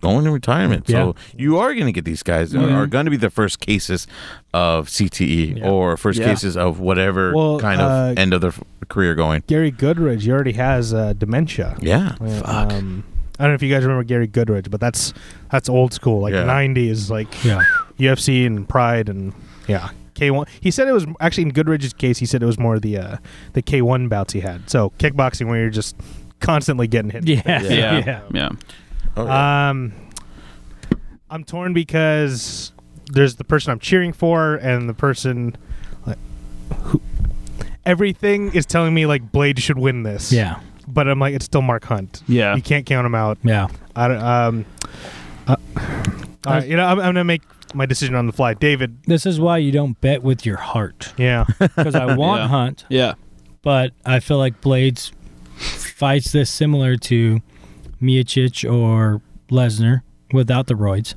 C: going in retirement. So you are going to get these guys are- are, going to be the first cases of CTE or first
D: Yeah.
C: cases of whatever
A: Well,
C: kind of
A: uh,
C: end of their f- career going.
A: Gary Goodridge. He already has uh, dementia.
C: Yeah,
D: Uh,
A: Fuck. Um, I don't know if you guys remember Gary Goodridge, but that's that's old school, like
C: Yeah.
A: '90s, like
B: Yeah.
A: UFC and Pride and yeah. K1. He said it was actually in Goodridge's case. He said it was more the uh, the K1 bouts he had. So kickboxing, where you're just constantly getting hit.
B: Yeah. Yeah.
D: Yeah. yeah.
C: Oh, yeah.
A: Um, I'm torn because there's the person I'm cheering for and the person like, who everything is telling me like Blade should win this.
B: Yeah.
A: but I'm like it's still Mark Hunt.
D: Yeah.
A: you can't count him out.
B: Yeah.
A: I don't. Um, uh, all right, you know I'm, I'm gonna make my decision on the fly, David.
B: This is why you don't bet with your heart.
A: Yeah,
B: Because I want
D: Yeah.
B: Hunt,
D: Yeah.
B: but I feel like Blades fights this similar to Miocic or Lesnar without the roids.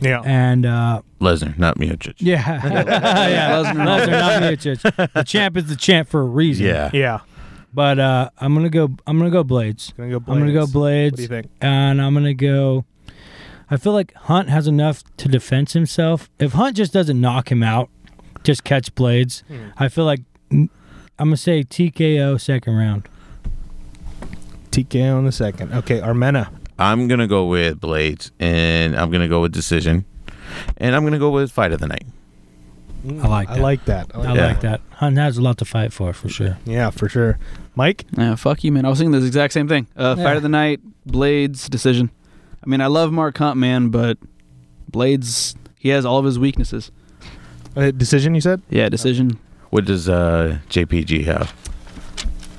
A: yeah.
B: And uh,
C: Lesnar, not Miocic.
B: yeah, yeah. Lesnar, not Miocic. The champ is the champ for a reason.
C: Yeah.
A: Yeah,
B: But uh, I'm gonna go. I'm gonna go Blades.
A: Gonna go
B: I'm gonna go
A: Blades.
B: Blades.
A: What do you think?
B: And I'm gonna go. I feel like Hunt has enough to defend himself. If Hunt just doesn't knock him out, just catch Blades. I feel like I'm gonna say TKO second round.
A: TK on the second. Okay, Armena.
C: I'm gonna go with Blades, and I'm gonna go with decision, and I'm gonna go with fight of the night.
B: I like.
A: I
B: That.
A: like that.
B: I
C: Yeah.
B: like that. Hunt has a lot to fight for, for sure.
A: Yeah, for sure. Mike.
D: Yeah, fuck you, man. I was thinking this exact same thing. Uh,
B: Yeah.
D: Fight of the night, Blades decision. I mean, I love Mark Hunt, man, but Blades, he has all of his weaknesses.
A: Uh, decision, you said?
D: Yeah, decision.
C: What does uh, JPG have?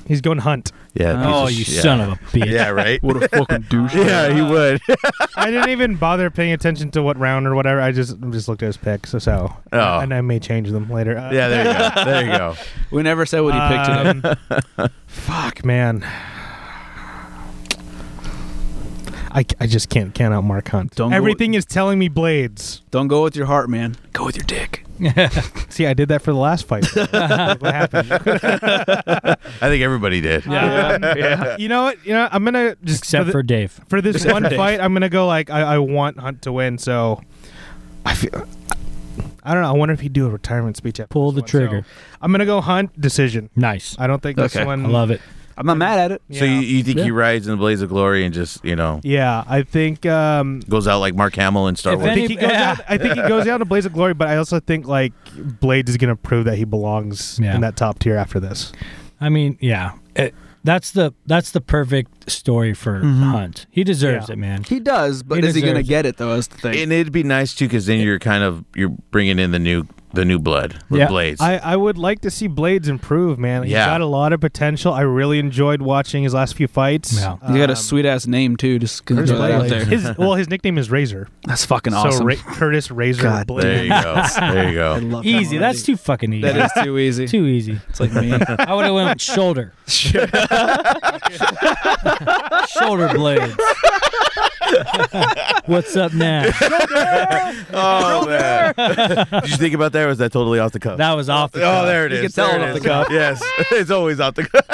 A: He's going hunt.
C: Yeah. piece
B: Oh,
C: of
B: you
C: sh- yeah.
B: son of a bitch!
C: Yeah. Right.
D: What a fucking douche.
C: yeah, he would.
A: I didn't even bother paying attention to what round or whatever. I just just looked at his picks, so, so
C: Oh.
A: and I may change them later. Uh,
C: yeah. There you go. There you go.
D: We never said what he picked today.
A: um, fuck, man. I, I just can't count out Mark Hunt.
D: Don't go-
A: Everything is telling me blades.
D: Don't go with your heart, man. Go with your dick.
A: See, I did that for the last fight. Look what happened?
C: I think everybody did.
A: Um, You know what? You know I'm gonna just
B: Except
A: the-
B: for Dave.
A: for this one fight, I'm gonna go like I, I want Hunt to win. So I feel I don't know. I wonder if he'd do a retirement speech. After
B: Pull
A: this
B: the
A: one. So,
B: trigger.
A: I'm gonna go Hunt decision.
B: Nice.
A: I don't think
D: Okay.
A: this one.
B: I love it.
D: I'm not mad at it.
A: Yeah.
C: So you, you think
B: Yeah.
C: he rides in the blaze of glory and just you know
A: yeah, I think um,
C: goes out like Mark Hamill in Star
B: If
C: Wars?
A: I
B: any-
A: think he goes
B: Yeah.
A: out. I think he goes out in a blaze of glory. But I also think like Blades is gonna prove that he belongs
B: Yeah.
A: in that top tier after this.
B: I mean, yeah. It, that's the that's the perfect story for Hunt. He deserves
A: Yeah.
B: it, man.
D: He does, but
B: He
D: is he going to
B: deserves it.
D: get it, though? That's the thing.
C: and it'd be nice too, because then you're kind of you're bringing in the new the new blood with
B: Yeah.
C: Blades.
A: I, I would like to see Blades improve, man. He's
C: Yeah.
A: got a lot of potential. I really enjoyed watching his last few fights.
B: Yeah.
D: He's got
A: Um,
D: a sweet ass name too. Just gonna
A: Curtis
D: throw that out
A: Blades.
D: there.
A: His, well, his nickname is Razor.
D: That's fucking
A: So
D: awesome.
A: Ra- Curtis Razor
D: God
C: there
A: Blade.
C: you go. There you go.
D: love
B: Easy. That's too fucking easy.
D: that is too easy.
B: too easy.
D: It's like me.
B: I would have went with shoulder. shoulder blades. What's up now?
C: Oh man! Did you think about that? Or was that totally off the cuff?
B: That was off the
C: oh, there it
D: You
C: is.
D: can tell
C: There
D: it
C: it
D: off
C: is.
D: the cuff.
C: Yes, it's always off the cuff.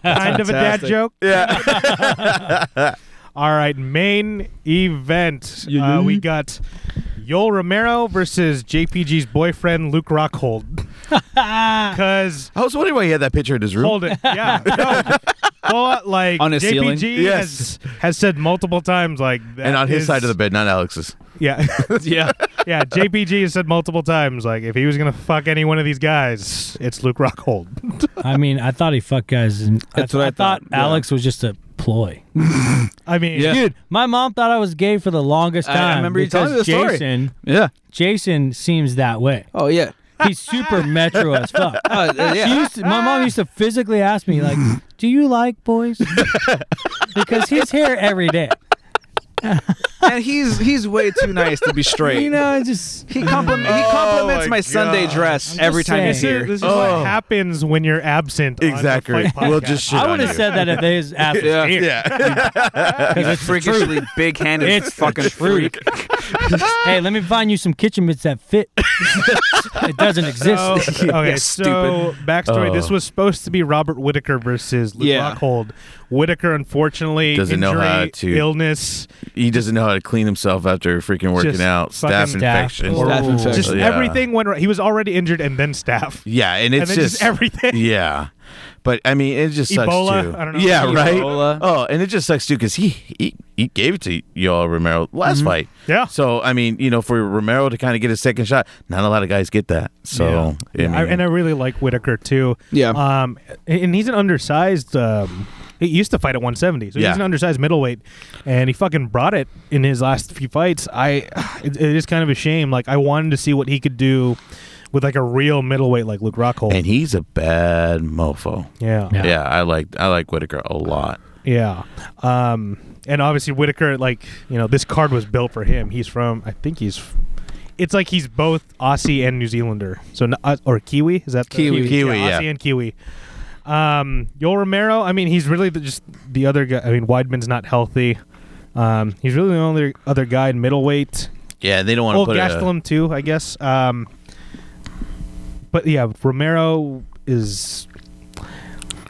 A: kind of a dad
D: Fantastic.
A: joke.
C: Yeah.
A: All right, main event. Uh, we got Yoel Romero versus JPG's boyfriend Luke Rockhold. Because
C: I was wondering why he had that picture in his room.
A: hold it, yeah, no, but like
D: On his
A: JPG
D: ceiling?
A: has, has said multiple times like that
C: and on his
A: is-
C: side of the bed, not Alex's.
A: yeah
D: yeah.
A: yeah JPG has said multiple times like if he was gonna fuck any one of these guys, it's Luke Rockhold.
B: I mean, I thought he fucked guys. And
D: That's what I
B: thought.
D: thought, yeah.
B: Alex was just a ploy.
A: I mean,
D: Yeah.
B: Dude, my mom thought I was gay for the longest
D: I- I
B: time.
D: remember you telling me
B: because
D: the story.
B: Jason,
D: Yeah.
B: Jason seems that way.
D: Oh yeah.
B: He's super metro as fuck.
D: Uh, uh,
B: She
D: yeah.
B: used to- my mom used to physically ask me, like, "Do you like boys?" because he's here every day.
D: and he's he's way too nice to be straight.
B: You know, I just
D: he, compliment, he
C: Oh
D: compliments
C: my
D: my, Sunday
C: God.
D: dress
B: I'm
D: every
B: just
D: time he's
B: saying.
A: This
D: here.
A: is, this is
C: Oh.
A: what happens when you're absent. on the
C: Exactly.
A: Fight
C: We'll
A: Podcast.
C: just shit
B: I
C: on
B: would have
C: you.
B: said that if his ass was
D: Yeah.
B: here.
C: Yeah.
D: He's freakishly big-handed.
B: It's
D: fucking
B: Fruit.
D: freak.
B: hey, let me find you some kitchen mitts that fit. it doesn't exist.
A: So, Oh. okay,
D: Yeah,
A: so backstory:
C: Oh.
A: This was supposed to be Robert Whitaker versus Luke
D: Yeah.
A: Rockhold. Whitaker, unfortunately,
C: Doesn't know
A: injury,
C: how to-
A: illness,
C: he doesn't know how to clean himself after freaking working
A: Just
C: out. Staph
A: fucking-
C: infection.
B: Staff.
D: Staff infection.
A: just
C: Oh, yeah.
A: everything went. wrong. He was already injured, and then staff,
C: Yeah, and it's
A: and then just, everything.
C: Yeah. But I mean, it just sucks
A: Ebola?
C: too.
A: I don't know.
C: Yeah, right.
D: Ebola.
C: Oh, and it just sucks too because he, he he gave it to y'all Romero last fight.
A: Mm-hmm. Yeah.
C: So I mean, you know, for Romero to kind of get a second shot, not a lot of guys get that. So I mean,
A: I, and I really like Whitaker too.
D: Yeah.
A: Um, and he's an undersized. Um, he used to fight at 170, so
C: Yeah.
A: he's an undersized middleweight, and he fucking brought it in his last few fights. I, it, it is kind of a shame. Like I wanted to see what he could do with like a real middleweight like Luke Rockhold.
C: and he's a bad mofo.
A: yeah.
B: Yeah.
C: Yeah, I like I like Whitaker a lot.
A: Yeah. Um, and obviously Whitaker, like you know, this card was built for him. He's from, I think he's. It's like he's both Aussie and New Zealander, so n- uh, or Kiwi is that the-
D: Kiwi.
C: Kiwi, yeah.
A: Aussie and Kiwi. Um, Yoel Romero, I mean, he's really the, just the other guy. I mean, Weidman's not healthy. Um, he's really the only other guy in middleweight.
C: Yeah, they don't want to
A: Well,
C: put
A: Gastelum too, I guess. Um, but yeah, Romero is.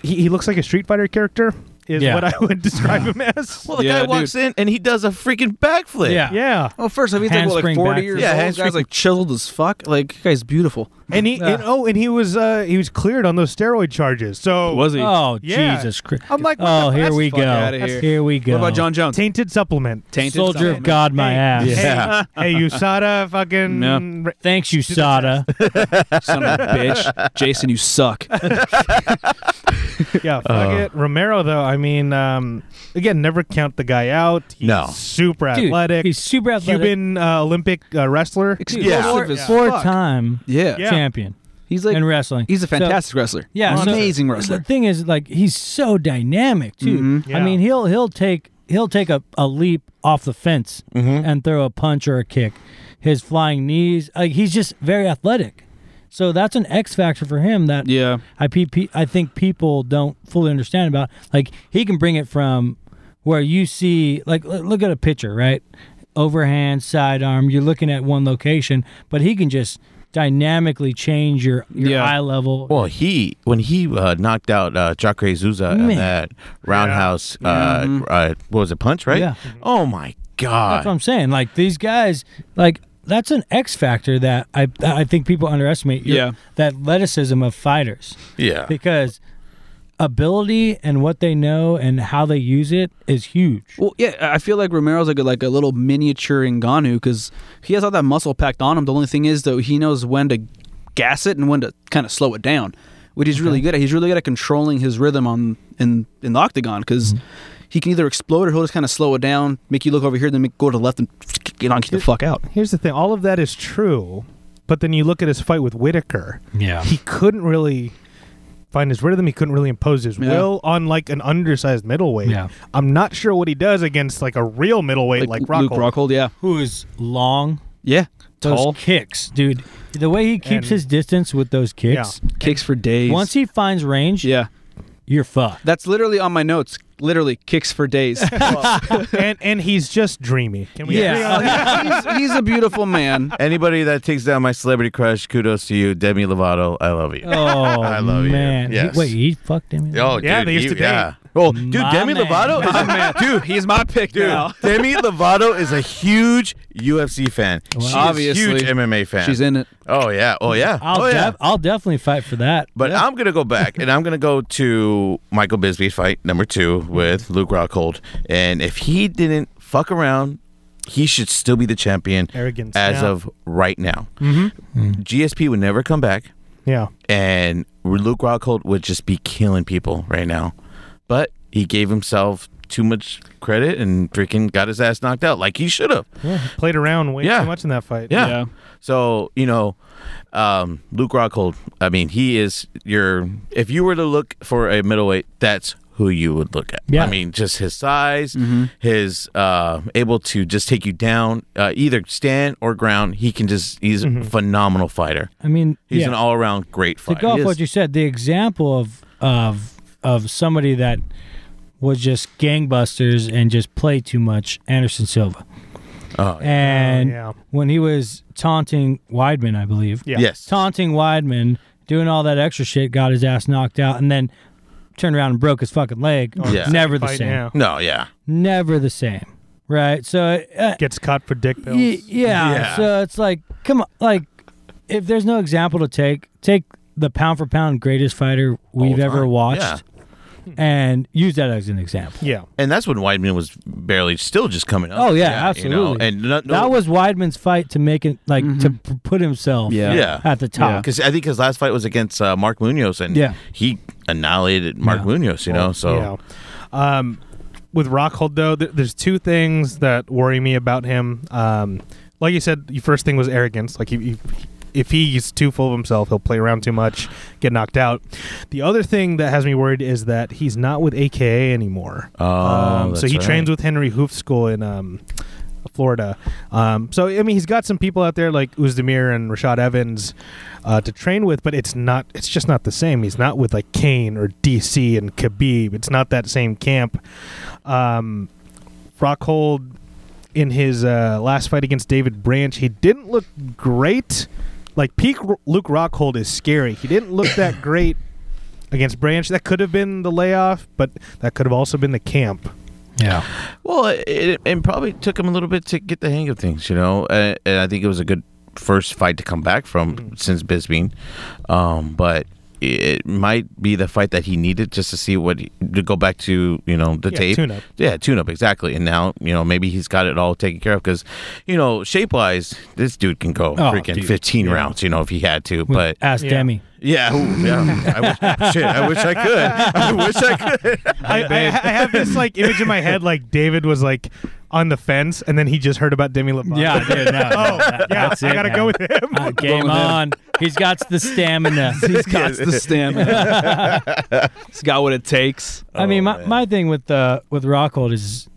A: He, he looks like a Street Fighter character. Is
B: Yeah.
A: what I would describe him as.
C: a. Well, the
D: Yeah,
C: guy walks
D: dude.
C: in and he does a freaking backflip.
B: Yeah.
A: yeah,
D: Well, first off, he's like, what,
B: Handspring
D: like 40
B: back.
D: years
C: Yeah,
D: old.
C: handspring.
D: guy's like chiseled as fuck. Like, guy's beautiful.
A: and he and, oh, and he was uh, he was cleared on those steroid charges. So
D: Was he?
B: Oh
A: Yeah.
B: Jesus Christ!
A: I'm like, what
B: oh,
A: the-
B: here
A: that's
B: we
D: fuck
B: go.
D: outta here.
B: Here we go.
D: What about John Jones?
A: tainted supplement.
D: Tainted
B: Soldier
D: something.
B: of God, my
A: Hey,
B: ass.
A: hey, uh,
C: Yeah.
A: Hey, USADA, fucking.
D: Yeah.
B: Thanks, you Sada.
D: Son of a bitch. Jason, you suck.
A: Yeah, fuck
C: Oh.
A: it. Romero, though, I mean, um, again, never count the guy out. He's
C: No.
A: super
B: Dude,
A: athletic.
B: he's super athletic.
A: Cuban uh, Olympic uh, wrestler.
B: Dude,
C: Yeah.
B: four,
D: Yeah.
B: four-time
D: Yeah.
A: Yeah.
B: champion
D: He's like,
B: in wrestling.
D: he's a
B: So-
D: fantastic wrestler.
B: Yeah, so-
D: Amazing
B: The
D: wrestler.
B: thing is, like, he's so dynamic too.
D: Mhm.
A: Yeah.
B: I mean, he'll he'll take he'll take a, a leap off the fence
D: Mm-hmm.
B: and throw a punch or a kick. His flying knees, like, he's just very athletic. So that's an X factor for him that
D: Yeah.
B: I pe- pe- I think people don't fully understand about. Like he can bring it from where you see, like l- look at a picture, right? Overhand, sidearm. You're looking at one location, but he can just dynamically change your, your
D: Yeah.
B: eye level.
C: Well, he when he uh, knocked out uh, Jacare Zuza in
B: Man.
C: that roundhouse, uh, uh, what was it, punch, right?
B: Yeah.
C: Oh
B: That's
C: my
B: what
C: god!
B: I'm saying. Like these guys, like that's an X factor that I that I think people underestimate. Your-
D: Yeah.
B: that athleticism of fighters
C: Yeah,
B: because ability and what they know and how they use it is huge.
D: Well, yeah, I feel like Romero's like a, like a little miniature Ngannou because he has all that muscle packed on him. The only thing is, though, he knows when to gas it and when to kind of slow it down, which he's really good at. He's really good at controlling his rhythm on in in the octagon because
A: Mm-hmm.
D: he can either explode or he'll just kind of slow it down, make you look over here, then make, go to the left and knock you the fuck out.
A: Here's the thing all of that is true. But then you look at his fight with Whitaker.
B: Yeah.
A: He couldn't really find his rhythm. He couldn't really impose his
D: Yeah.
A: will on like an undersized middleweight.
B: Yeah.
A: I'm not sure what he does against like a real middleweight like,
D: Luke
A: Rockhold.
D: Rockhold. Yeah,
B: Who is long?
D: yeah,
B: Those
D: tall
B: kicks, dude. The way he keeps
A: And-
B: his distance with those kicks.
D: kicks for days.
B: Once he finds range,
D: yeah,
B: you're fucked.
D: that's literally on my notes. Literally kicks for days.
A: and and he's just dreamy. Can we
B: Yeah.
A: agree on that?
D: he's, he's a beautiful man.
C: Anybody that takes down my celebrity crush, kudos to you, Demi Lovato. I love you.
B: Oh
C: I love you.
B: man. He-
C: Yes.
B: wait, he fucked him.
C: Oh,
A: Yeah,
C: dude,
A: they used
C: you-
A: to date.
C: Yeah. Well, dude,
B: My
C: Demi
B: man.
C: Lovato is a man. Dude,
D: He's my pick
C: Dude,
D: now.
C: Demi Lovato is a huge UFC fan. She's
D: Obviously.
C: a huge MMA fan.
D: She's in it.
C: Oh yeah. Oh yeah.
B: I'll,
C: oh yeah.
B: def- I'll definitely fight for that.
C: but
B: Yeah.
C: I'm gonna go back, and I'm gonna go to Michael Bisbee fight number two with Luke Rockhold, and if he didn't fuck around, he should still be the champion
A: Arrogance.
C: as
A: yeah.
C: of right now. GSP would never come back,
A: yeah.
C: and Luke Rockhold would just be killing people right now. But he gave himself too much credit and freaking got his ass knocked out like he should have.
A: Yeah, he played around way
C: Yeah.
A: too much in that fight.
C: Yeah.
D: Yeah.
C: So you know, um, Luke Rockhold. I mean, he is your. If you were to look for a middleweight, that's who you would look at.
B: Yeah. Mm-hmm.
C: I mean, just his size, his uh, able to just take you down, uh, either stand or ground. He can just. He's a phenomenal fighter.
B: I mean,
C: He's
B: Mm-hmm. yeah.
C: an all-around great
B: to
C: fighter.
B: go off
C: He is.
B: what you said, the example of of of somebody that was just gangbusters and just played too much, Anderson Silva.
C: Oh, yeah.
B: And
A: yeah.
B: when he was taunting Weidman, I believe.
A: Yeah.
C: Yes.
B: Taunting Weidman, doing all that extra shit, got his ass knocked out, and then turned around and broke his fucking leg.
C: Oh, Yeah.
B: Never the
A: Fight,
B: same.
A: yeah.
C: No. Yeah.
B: Never the same. Right? So uh,
A: Gets caught for dick pills.
B: Y- yeah,
C: Yeah.
B: So it's like, come on, like, if there's no example to take, take the pound for pound greatest fighter we've
C: All
B: ever
C: time.
B: watched,
C: Yeah.
B: and use that as an example.
A: Yeah.
C: And that's when Weidman was barely still just coming up.
B: Oh yeah,
C: you
B: absolutely.
C: know, and no, no,
B: that was Weidman's fight to make it like to p- put himself
D: Yeah.
C: Yeah.
B: at the top.
C: because Um, I think his last fight was against uh, Mark Munoz, and
B: Yeah.
C: he annihilated Mark
B: Yeah.
C: Munoz. You know, so
A: Yeah. Um, with Rockhold though, th- there's two things that worry me about him. Um, like you said, the first thing was arrogance. Like he, he, if he's too full of himself, he'll play around too much, get knocked out. The other thing that has me worried is that he's not with AKA anymore.
C: Oh,
A: um, so
C: that's
A: he
C: right.
A: trains with Henry Hoof School in um, Florida. Um, so I mean, he's got some people out there like Uzdemir and Rashad Evans uh, to train with, but it's not. It's just not the same. He's not with like Kane or DC and Khabib. It's not that same camp. Um, Rockhold in his uh, last fight against David Branch, he didn't look great. Like peak R- Luke Rockhold is scary. He didn't look that great against Branch. That could have been the layoff, but that could have also been the camp.
B: Yeah,
C: Well, it, it, it probably took him a little bit to get the hang of things, you know, and, and I think it was a good first fight to come back from since Bisbee, um, but it might be the fight that he needed just to see what he, to go back to, you know, the
A: Yeah,
C: tape.
A: tune-up.
C: Yeah, tune up exactly. And now you know maybe he's got it all taken care of because, you know, shape wise, this dude can go
B: Oh,
C: freaking
B: dude.
C: fifteen rounds, you know, if he had to, but.
B: ask
A: Yeah.
B: Demi.
C: Yeah, ooh, yeah. I wish, shit, I wish I could. I wish I could.
A: I, I, I have this like image in my head, like David was like on the fence, and then he just heard about Demi Lovato.
B: Yeah, dude, no,
A: oh, yeah.
B: that's
A: I
B: it,
A: gotta
B: man.
A: go with him.
B: Uh, game on. He's got the stamina. He's got
D: That's the stamina. He's got what it takes.
A: Oh,
B: I mean, my, my thing with uh, with Rockhold is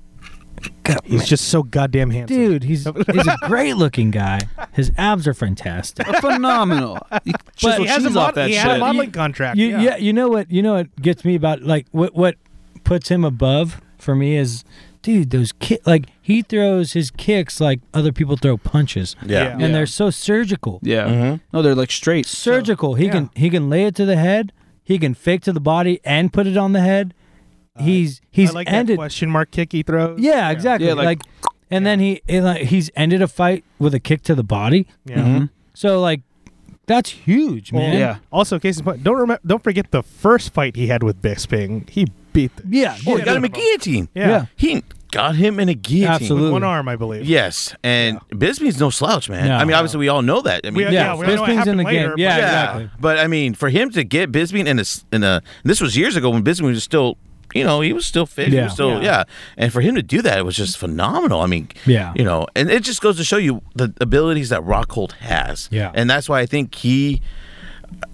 A: He's just so goddamn handsome.
B: dude, he's he's a great looking guy. His abs are fantastic.
D: Phenomenal. He
B: But
D: chiseled
B: he has
D: cheese
A: a
D: off
A: mod-
D: that
A: he
D: shit.
A: had a mod- modeling
B: You-
A: contract,
B: You,
A: yeah.
B: you know what? You know what gets me about like what what puts him above for me is, dude, those kick like he throws his kicks like other people throw punches,
A: Yeah.
B: and they're so surgical.
D: yeah. No, they're like straight.
B: Surgical. He can he can lay it to the head. He can fake to the body and put it on the head. He's he's
A: Uh, I like that
B: ended.
A: question mark kick he throws.
B: Yeah, exactly.
D: Yeah, like-
B: like, and then he and, like, he's ended a fight with a kick to the body.
A: Yeah.
B: So like, that's huge, man.
D: yeah.
A: Also, case in point, don't remember, don't forget the first fight he had with Bisping. He beat the
B: yeah,
C: Oh,
B: yeah.
C: he got him a guillotine.
A: yeah,
B: Yeah.
C: He got him in a guillotine.
B: Absolutely.
A: with one arm, I believe.
C: Yes, and Bisbee's no slouch, man.
B: No.
C: I mean, obviously we all know that. I mean,
A: We- Yeah,
B: Yeah,
A: we don't know what
B: Bisping's in
A: happened
B: the
A: later,
B: game.
A: but-
B: Yeah,
C: yeah.
B: exactly.
C: But I mean, for him to get Bisbee in a s- in a this was years ago when Bisbee was still you know, he was still fit. He
B: Yeah.
C: was still, yeah. And for him to do that, it was just phenomenal. I mean,
B: Yeah.
C: you know, and it just goes to show you the abilities that Rockhold has.
B: Yeah.
C: And that's why I think he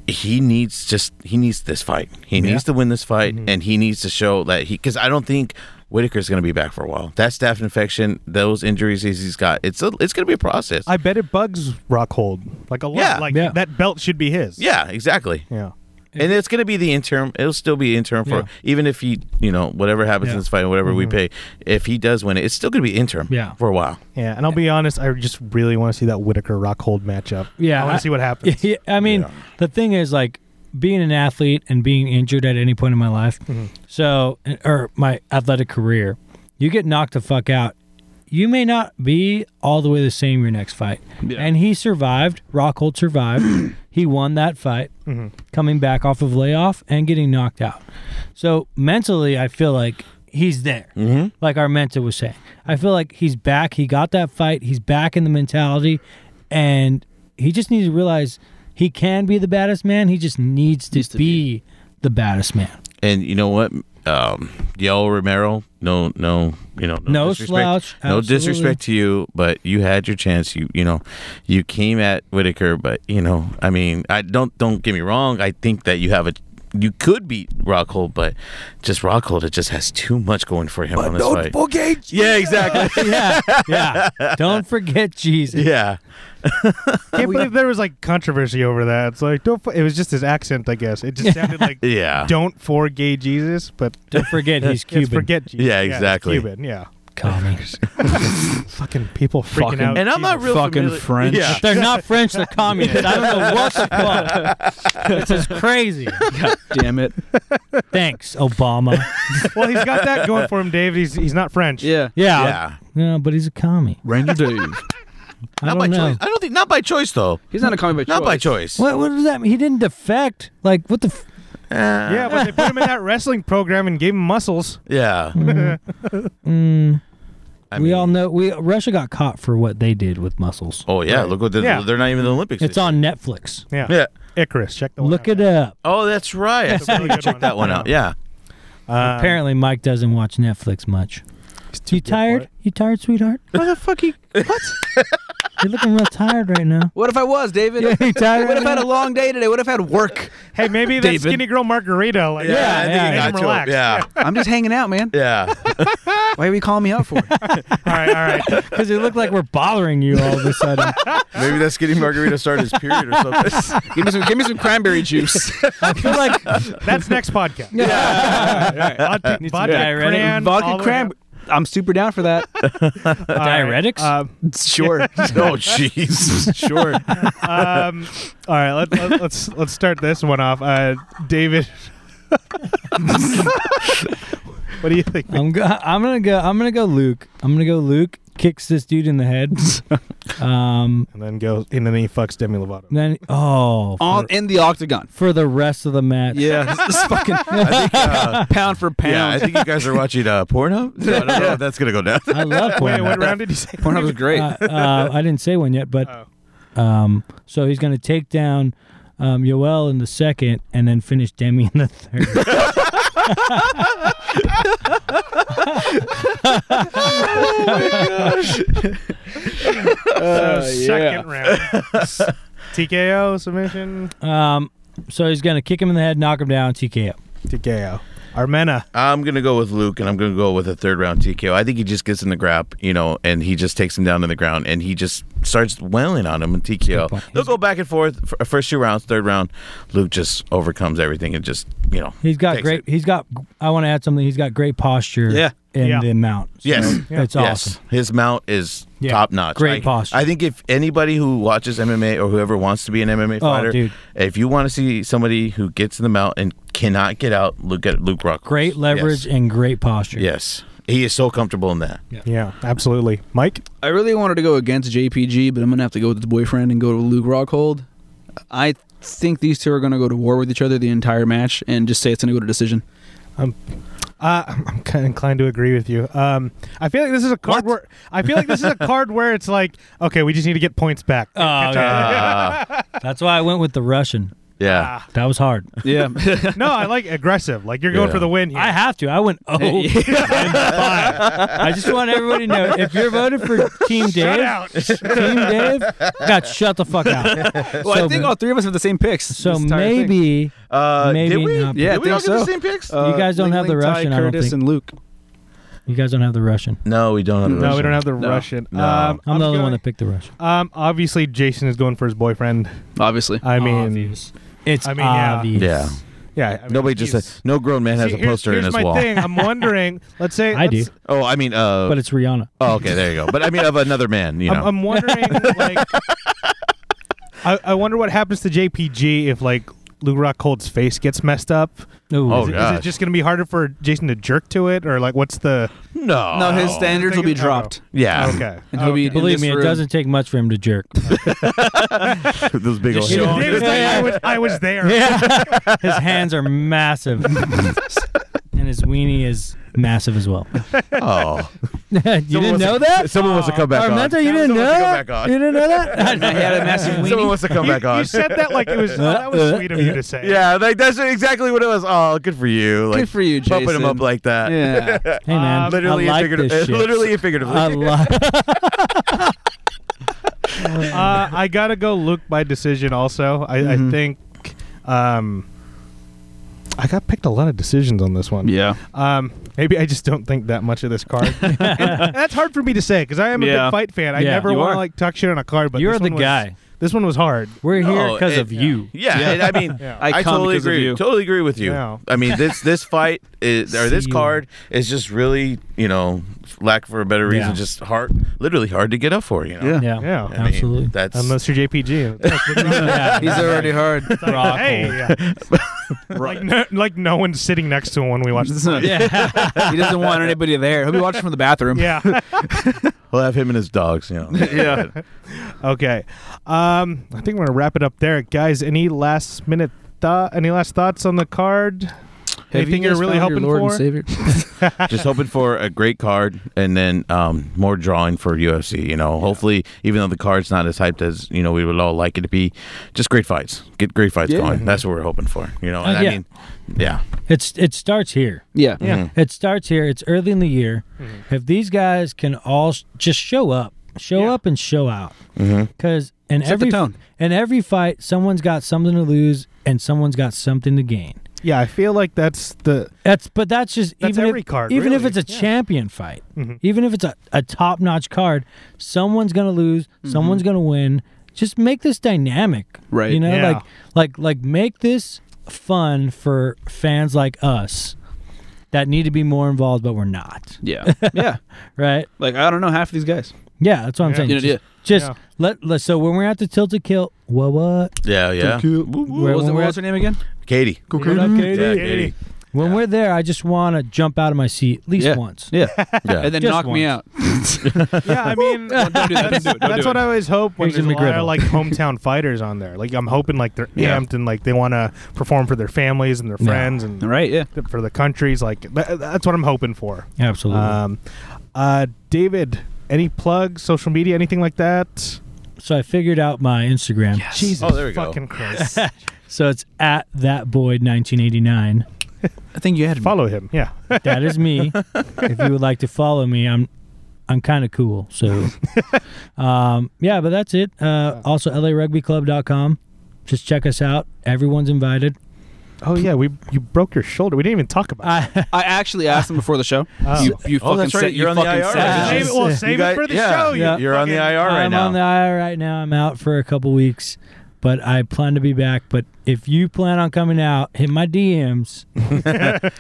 C: he needs just he needs this fight. He needs to win this fight, and he needs to show that he because I don't think Whitaker's going to be back for a while. That staph infection, those injuries he's he's got, it's a, it's going to be a process.
A: I bet it bugs Rockhold like a lot.
C: Yeah.
A: Like
B: Yeah.
A: that belt should be his.
C: yeah, exactly.
A: Yeah.
C: And it's going to be the interim. It'll still be interim for
B: Yeah.
C: even if he, you know, whatever happens
B: Yeah. Mm-hmm.
C: in this fight, whatever we pay, if he does win it, it's still going to be interim
B: Yeah.
C: for a while.
A: Yeah, and I'll be honest, I just really want to see that Whitaker Rockhold matchup.
B: Yeah,
A: I want
B: I-
A: to see what happens.
B: Yeah, I mean, the thing is, like, being an athlete and being injured at any point in my life,
A: Mm-hmm.
B: so or my athletic career, you get knocked the fuck out. You may not be all the way the same your next fight. And he survived. Rockhold survived. he won that fight,
A: Mm-hmm.
B: coming back off of layoff and getting knocked out. So mentally, I feel like he's there. Like our mentor was saying, I feel like he's back. He got that fight. He's back in the mentality, and he just needs to realize he can be the baddest man. He just needs to,
D: Needs to
B: be, the baddest man.
C: And you know what? Um, Yael Romero, no, no, you know, no,
B: No
C: disrespect,
B: slouch,
C: no
B: absolutely.
C: disrespect to you, but you had your chance. You, you know, you came at Whitaker, but you know, I mean, I don't, don't get me wrong. I think that you have a, you could beat Rockhold, but just Rockhold, it just has too much going for him on this fight. yeah, exactly.
B: yeah, yeah. Don't forget Jesus.
C: yeah.
A: Can't believe there was like controversy over that. It's like don't. fu- It was just his accent, I guess. It just sounded like
C: Yeah.
A: don't for gay Jesus, but
B: Don't forget he's
A: it's
B: Cuban.
A: forget Jesus.
C: Yeah,
A: it's
C: exactly.
A: Cuban, yeah.
B: commies.
A: Fucking people freaking
D: Fucking-
A: out.
C: And I'm not real
D: Fucking
C: familiar-
D: French.
C: Yeah.
B: They're not French. They're communists. I don't know what the fuck. This is crazy.
D: God damn it.
B: Thanks, Obama.
A: well, he's got that going for him, Dave. He's he's not French.
D: Yeah.
B: Yeah.
C: Yeah.
B: No, but he's a commie.
D: Ranger Dave.
B: I
C: Not
B: don't
C: by
B: know.
C: choice. I don't think not by choice though.
D: He's not a comic by
C: Not
D: choice.
C: by choice.
B: What, what does that mean? He didn't defect. Like, what the? F-
A: Yeah, but they put him in that wrestling program and gave him muscles.
C: Yeah.
B: Mm,
C: I
B: we
C: mean-
B: all know. We Russia got caught for what they did with muscles.
C: Oh yeah. Look what the,
A: Yeah.
C: they're not even in the Olympics.
B: It's on Netflix.
A: Yeah.
C: Yeah.
A: Icarus, check the one
B: Look
A: out.
B: it up.
C: Oh, that's right. I
A: That's a
C: forgot
A: really good
C: Check that one out. Yeah.
A: Um,
B: Apparently, Mike doesn't watch Netflix much.
A: he's too
B: You
A: good for
B: tired?
A: it.
B: You tired, sweetheart?
D: What the fuck he What?
B: You're looking real tired right now.
D: What if I was, David?
B: Yeah, you tired
D: What
B: right
D: if I had
B: now?
D: a long day today? What if I had work?
A: Hey, maybe that
D: David.
A: skinny girl margarita. Like,
B: Yeah, I think
A: yeah.
B: I
A: Make
C: I
A: him
C: got you.
A: relax.
C: Yeah.
D: I'm just hanging out, man.
C: Yeah.
D: Why are you calling me out for?
A: All right, all right.
B: Because it looked like we're bothering you all of a sudden.
C: Maybe that skinny margarita started his period or something.
D: give me some give me some cranberry juice.
B: I feel like
A: That's next podcast. Vodka, vodka
B: diuretic.
A: cran, all
D: Vodka
A: the way
D: cranberry. I'm super down for that.
A: up. All right,
B: Diuretics?
A: um,
D: sure.
C: oh jeez.
D: Sure.
A: um, all right, let, let, let's let's start this one off. Uh, David, what do you think?
B: I'm go- I'm gonna go. I'm gonna go. Luke. I'm gonna go. Luke kicks this dude in the head. um.
A: And then goes and then he fucks Demi Lovato.
B: Then oh,
D: On
B: for,
D: in the octagon.
B: for the rest of the match.
D: Yeah. This is fucking pound for pound.
C: uh, Yeah. I think you guys are watching uh, Pornhub. So I don't know if that's gonna go down.
B: I love
A: Wait,
B: Pornhub.
A: what round did you say?
D: Pornhub was great.
B: Uh, uh, I didn't say one yet, but
A: Oh.
B: um, so he's gonna take down um, Yoel in the second, and then finish Demi in the third.
A: So, second round. TKO submission.
B: um, so he's gonna kick him in the head, knock him down, TKO.
A: TKO. Armena.
C: I'm gonna go with Luke, and I'm gonna go with a third round TKO. I think he just gets in the grab, you know, and he just takes him down to the ground, and he just starts wailing on him in TKO.
B: point.
C: They'll go back and forth f- first two rounds, third round. Luke just overcomes everything and just, you know,
B: He's got
C: Takes
B: great.
C: it.
B: He's got. I want to add something. He's got great posture.
D: Yeah.
B: In
A: Yeah.
B: the mount. So
C: Yes.
B: That's
C: yes,
B: Mm-hmm. awesome.
C: his mount is
B: Yeah.
C: top notch.
B: Great
C: I,
B: posture.
C: I think if anybody who watches MMA or whoever wants to be an MMA
B: Oh,
C: fighter,
B: dude.
C: if you want to see somebody who gets in the mount and cannot get out, look at Luke Rock.
B: Great leverage and great posture.
C: Yes. he is so comfortable in that.
A: Yeah, absolutely. Mike?
D: I really wanted to go against JPG, but I'm gonna have to go with his boyfriend and go to Luke Rockhold. I think these two are gonna go to war with each other the entire match and just say it's gonna go to decision.
A: Uh, I'm- I'm kind of inclined to agree with you. Um, I feel like this is a card where I feel like this is a card where it's like, okay, we just need to get points back.
B: Oh, yeah.
C: Uh,
B: That's why I went with the Russian.
C: Yeah.
B: That was hard.
D: Yeah.
A: No, I like aggressive. Like you're going
C: Yeah.
A: for the win here.
B: I have to. I went oh and five. I just want everybody to know if you're voted for Team Dave,
A: Shut out.
B: Team Dave got shut the fuck out.
D: well,
B: So-
D: I think all three of us have the same picks.
B: So
D: this entire thing.
B: maybe
C: Uh,
B: Maybe
C: did we?
B: not.
D: Yeah, I
C: did we all
D: think
C: get the
D: so.
C: same picks?
D: Uh,
B: You guys don't have the
D: Ling, Ty,
B: Russian, I don't
D: Curtis
B: think.
D: and Luke.
B: you guys don't have the Russian.
C: no, we don't have. the
A: no, we
C: Russian.
A: don't have the
D: No.
A: Russian.
C: No.
A: Um,
B: I'm, the only
A: going-
B: one that picked the Russian.
A: Um, obviously, Jason is going for his boyfriend.
D: Obviously.
B: Oh,
A: I mean,
B: it's
A: I mean, yeah.
B: obvious.
C: Yeah.
A: yeah. I mean,
C: Nobody just
A: he's-
C: said no grown man has
A: See,
C: a poster
A: here's,
C: in his
A: here's my
C: wall.
A: Thing. I'm wondering. Let's say
B: I do,
A: let's-
C: Oh, I mean, uh,
B: but it's Rihanna.
C: oh, okay, there you go. But I mean, of another man, you know.
A: I'm, I'm wondering. like, I, I wonder what happens to JPG if like Lou Rockhold's face gets messed up.
B: Ooh,
C: Oh,
B: is it-
A: Is
C: Gosh.
A: it just gonna be harder for Jason to jerk to it, or like what's the?
C: no,
D: No, his standards will be
A: Oh.
D: dropped.
C: Yeah,
A: Okay.
D: And he'll be-
A: Okay.
B: Believe
D: this
B: me, it
D: room.
B: doesn't take much for him to jerk.
C: those big old.
B: show
C: hands.
B: him.
A: David's like, I was, I was there.
B: Yeah. his hands are massive. and his weenie is massive as well.
C: Oh,
B: you didn't know that?
C: Someone wants to come back on.
B: Armenta, you didn't
C: Someone
B: know
C: wants
B: that?
C: to go back on.
B: You didn't know that?
D: he had a massive weenie.
C: Someone wants to come
A: You,
C: back on.
A: you said that like it
D: Uh,
A: was. Oh, that was sweet of you to say.
C: Yeah, like that's exactly what it was. Oh, good for you. Like,
D: Good for you, Jason.
C: Pumping him up like that.
D: Yeah.
B: hey, man.
C: Literally,
B: I like
C: and figurative-
B: this shit.
C: literally and figuratively.
B: I love
A: Uh, I gotta go Luke by decision. Also, I,
D: Mm-hmm.
A: I think. Um, I got picked a lot of decisions on this one.
D: Yeah.
A: Um, maybe I just don't think that much of this card. and, and that's hard for me to say because I am a
D: Yeah.
A: big fight fan. I
B: Yeah.
A: never
D: You
A: want
D: are.
A: to like talk shit on a card, but
B: You're
A: this
B: the
A: one was-
B: guy.
A: This one was hard.
B: We're here
C: No,
B: because
C: Oh, it-
B: of you.
C: Yeah, and I mean,
A: Yeah.
D: I
C: I
D: come
C: totally
D: because of
C: agree.
D: you.
C: Totally agree with you.
A: Yeah.
C: I mean, this this fight is, or this
B: See you.
C: card is just really, you know, f- lack for a better reason,
B: Yeah.
C: just hard, literally hard to get up for. You know.
D: Yeah.
B: Yeah,
A: Yeah. I
C: I mean,
B: absolutely.
C: that's
A: Unless you're JPG.
B: yeah,
D: Uh, He's already hard.
A: Like, hey, like no, like no one's sitting next to him when we watch this.
B: yeah.
D: he doesn't want anybody there. He'll be watching from the bathroom.
A: Yeah.
C: we'll have him and his dogs. You know.
D: Yeah.
A: Okay. Um, I think we're gonna wrap it up there, guys. Any last minute thought? Any last thoughts on the card? Anything
D: you
A: are really
D: found your
A: hoping
D: Lord
A: for?
D: And Savior?
C: just hoping for a great card and then um, more drawing for UFC. You know, hopefully, even though the card's not as hyped as you know we would all like it to be, just great fights. Get great fights
D: Yeah.
C: going. That's what we're hoping for. You know, and
B: Uh, yeah.
C: I mean, yeah,
B: It's it starts here.
D: Yeah.
A: Yeah.
B: It starts here. It's early in the year. If these guys can all s- just show up, show
A: Mm-hmm. Yeah.
B: up and show out, because in
D: Set the
B: every
D: tone.
B: in every fight, someone's got something to lose and someone's got something to gain.
A: Yeah, I feel like that's the
B: That's but that's just
A: That's
B: even
A: every
B: if,
A: card,
B: even if
A: really.
B: it's a
A: Yeah. Mm-hmm.
B: champion fight, even if it's a, a top notch card, someone's gonna lose, someone's gonna win. Just make this dynamic,
D: Right.
B: You know,
A: Yeah.
B: like like like make this fun for fans like us that need to be more involved, but we're not,
D: Yeah. Yeah.
B: right?
D: Like I don't know half of these guys.
B: Yeah, that's what I'm
A: Yeah.
B: saying.
D: You know,
B: just
D: yeah.
B: just
A: Yeah.
B: let let so when we're at the tilted kill, what what?
C: yeah, yeah.
B: Where-
D: What was,
B: when
D: the,
B: we're
D: what
B: at-
D: was her name again?
C: Katie.
B: What up, Katie?
C: Yeah,
A: Katie.
C: Katie.
B: When we're there, I just want to jump out of my seat at least
D: Yeah.
B: once.
D: Yeah.
C: Yeah.
D: And then
B: Just
D: knock me out.
B: once.
A: yeah. I mean,
D: Don't do that. Don't do it. Don't
A: that's
D: do
A: what
D: it.
A: I always hope when
B: Here's
A: there's
B: in
A: a lot
B: the griddle.
A: of like hometown fighters on there. Like I'm hoping like they're
D: Yeah.
A: amped and like they want to perform for their families and their friends and
D: Right. Yeah.
A: th- for the countries. Like tha- that's what I'm hoping for.
B: Absolutely.
C: Mm-hmm.
A: Um, uh, David, any plugs, social media, anything like that?
B: so I figured out my Instagram.
A: Jesus,
C: Oh, there we go.
A: fucking Christ!
B: So it's at that boy 1989.
D: I think you had me.
A: Follow him. Yeah.
B: That is me. if you would like to follow me, I'm I'm kind of cool. So um, yeah, but that's it. Uh, also larugbyclub.com. Just check us out. Everyone's invited.
A: oh yeah, we you broke your shoulder. We didn't even talk about. it.
B: I,
D: I actually asked him before the show. You, you
C: Oh,
D: fucking
C: that's right.
D: sa-
C: You're
D: you
C: on the
D: fucking
C: IR.
D: savages.
A: Save it, well, save
C: You
A: it
C: guys-
A: for the
C: yeah.
A: show. you
B: Yeah.
C: You're on the
A: fucking-
C: IR right
B: I'm
C: now.
B: on the IR right now. I'm out for a couple weeks, but I plan to be back. But if you plan on coming out, hit my DMs,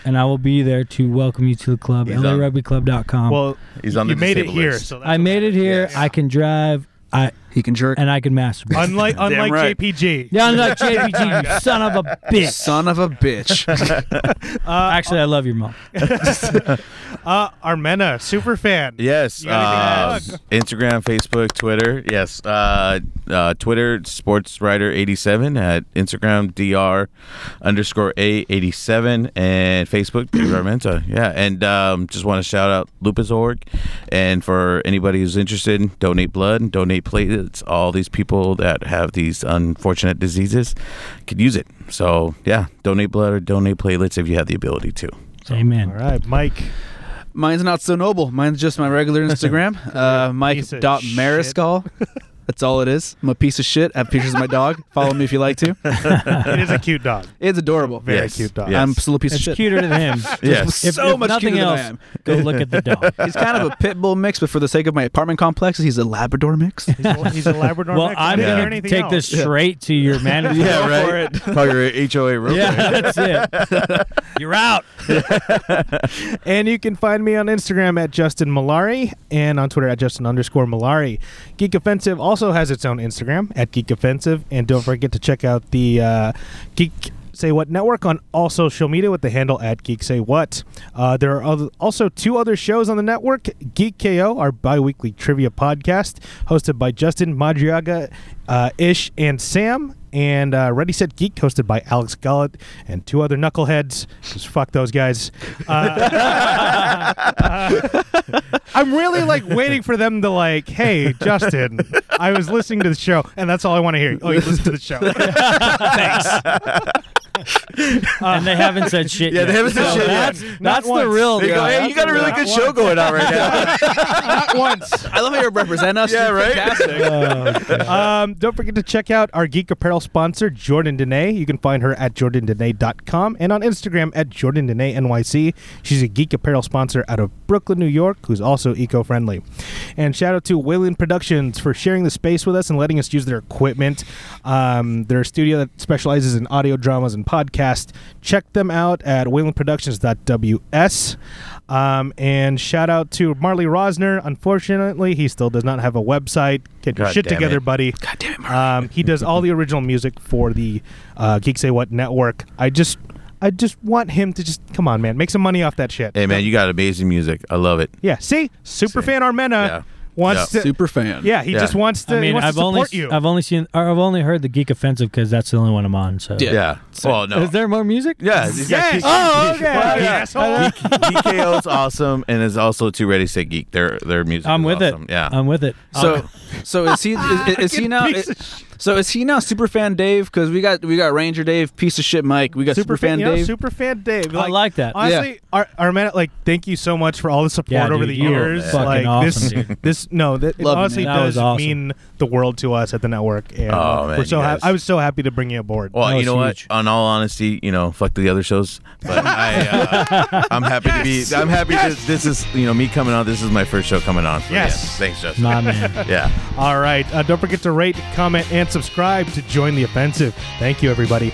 B: and I will be there to welcome you to the club.
C: He's on-
B: larugbyclub.com.
A: Well,
C: He's on the
A: you made it
C: disabled
A: here.
C: list.
A: So that's
B: I made it here. I can drive. I
D: He can jerk.
B: and I can masturbate.
A: unlike unlike
D: right.
A: JPG.
B: yeah, I'm like JPG, you son of a bitch.
D: Son of a bitch.
B: Actually, I love your mom.
A: Uh, Armena, super fan.
C: Yes.
A: You got
C: Uh,
A: anything
C: Instagram, Facebook, Twitter. Yes. Uh, uh, Twitter, sportswriter87 at Instagram, dr underscore a87 and Facebook, Dave Armenta. Yeah. And um, just want to shout out Lupus Org. And for anybody who's interested, donate blood and donate platelets it's all these people that have these unfortunate diseases could use it. So yeah, donate blood or donate platelets if you have the ability to.
B: Amen.
A: All right, Mike.
D: Mine's not so noble. Mine's just my regular Instagram, uh, Mike
A: Piece of
D: dot Mariscal. That's all it is. I'm a piece of shit. I have pictures of my dog. Follow me if you like to.
A: it is a cute dog.
D: It's adorable.
A: Very
C: Yes.
A: cute dog.
C: Yes.
D: I'm still a piece
B: It's
D: of shit.
B: cuter than him.
C: Yes.
B: If,
D: So
B: if
D: much
B: nothing
D: cuter than
B: else,
D: I am.
B: go look at the dog.
D: He's kind of a pit bull mix, but for the sake of my apartment complex, he's a Labrador mix.
A: He's a, he's a Labrador.
B: well,
A: mix. I
B: I'm
A: didn't hear
B: gonna
A: anything
B: take this
A: else.
B: straight to your manager.
C: yeah, right. Probably your HOA real quick.
B: yeah, that's it. You're out.
A: And you can find me on Instagram at Justin Malari and on Twitter at Justin underscore Malari. Geek Offensive also has its own Instagram at Geek Offensive. And don't forget to check out the uh, Geek Say What Network on all social media with the handle at Geek Say What. Uh, there are other, also two other shows on the network Geek KO, our bi weekly trivia podcast, hosted by Justin Madriaga, uh, Ish, and Sam. And uh, Ready Set Geek, hosted by Alex Gullett and two other knuckleheads. 'cause fuck those guys. Uh, I'm really like waiting for them to like, hey, Justin, I was listening to the show, and that's all I want to hear. Oh, you listened to the show.
B: and they haven't said shit.
C: Yeah,
B: yet.
C: they haven't said
B: So
C: shit yet.
B: That's,
A: Not
B: that's the
A: once.
B: real.
C: They go,
B: deal.
C: hey, you got a really good show going on right now.
A: Not once.
D: I love how you represent us.
C: Yeah, right?
D: Fantastic.
A: Um, don't forget to check out our geek apparel sponsor, Jordan Dene. You can find her at jordandenay.com and on Instagram at jordandenaynyc. She's a geek apparel sponsor out of Brooklyn, New York, who's also eco-friendly. And shout out to Wayland Productions for sharing the space with us and letting us use their equipment. Um, they're a studio that specializes in audio dramas and podcasts. Check them out at waylandproductions.ws. Um, and shout out to Marley Rosner. Unfortunately, he still does not have a website. Get your
C: God
A: shit
C: damn
A: together,
C: it.
A: buddy.
D: God damn it, Mark.
A: Um, he does all the original music for the uh, Geek Say What network. I just, I just want him to just come on, man, make some money off that shit.
C: hey man, you got amazing music. I love it.
A: Yeah, see, super fan Armena
C: Yeah.
A: wants
C: Yeah.
A: to.
D: Super fan.
A: yeah, he
C: Yeah.
A: just wants to.
B: I
A: he
B: mean,
A: wants to
B: I've only
A: support you.
B: I've only seen or I've only heard the Geek Offensive because that's the only one I'm on. So
D: Yeah.
C: Yeah. Well, no.
B: Is there more music?
C: yeah. he's
A: yes.
C: got Kick-
A: Oh, okay.
C: Well,
A: you
C: yeah.
A: asshole.
C: Geek- DKO is awesome, and is also too ready to say geek. Their their music.
B: I'm
C: is
B: with
C: awesome.
B: it.
C: Yeah.
B: I'm with it.
D: So, so is he? Is, is- is he now?
A: piece of
D: so is he now Superfan Dave? Because we got we got Ranger Dave, piece of shit Mike. We got
A: Super fan,
D: Superfan
A: you know,
D: Dave.
A: super fan Dave.
B: I like that.
A: Honestly, Ar- Armena, like, thank you so much for all the support
B: Yeah,
A: over
B: dude,
A: the
B: you were
A: years.
B: fucking
A: like
B: awesome,
A: this,
B: dude.
A: this, no, that it
D: Love you,
A: honestly
B: man. That was
A: does
B: awesome.
A: mean the world to us at the network. And
C: Oh, man,
A: we're so
C: you
A: hap-
C: guys-
A: I was so happy to bring you aboard.
B: No,
C: Well, you
B: Oh, it's
C: know
B: huge.
C: what? On all honesty, you know, fuck the other shows, but I, uh, I'm happy to be. I'm happy. This, this is you know me coming on. This is my first show coming on. So,
A: Yes.
C: yeah. Thanks, Justin.
B: my man.
C: yeah.
A: All right. Uh, don't forget to rate, comment, and subscribe to join the offensive. Thank you, everybody.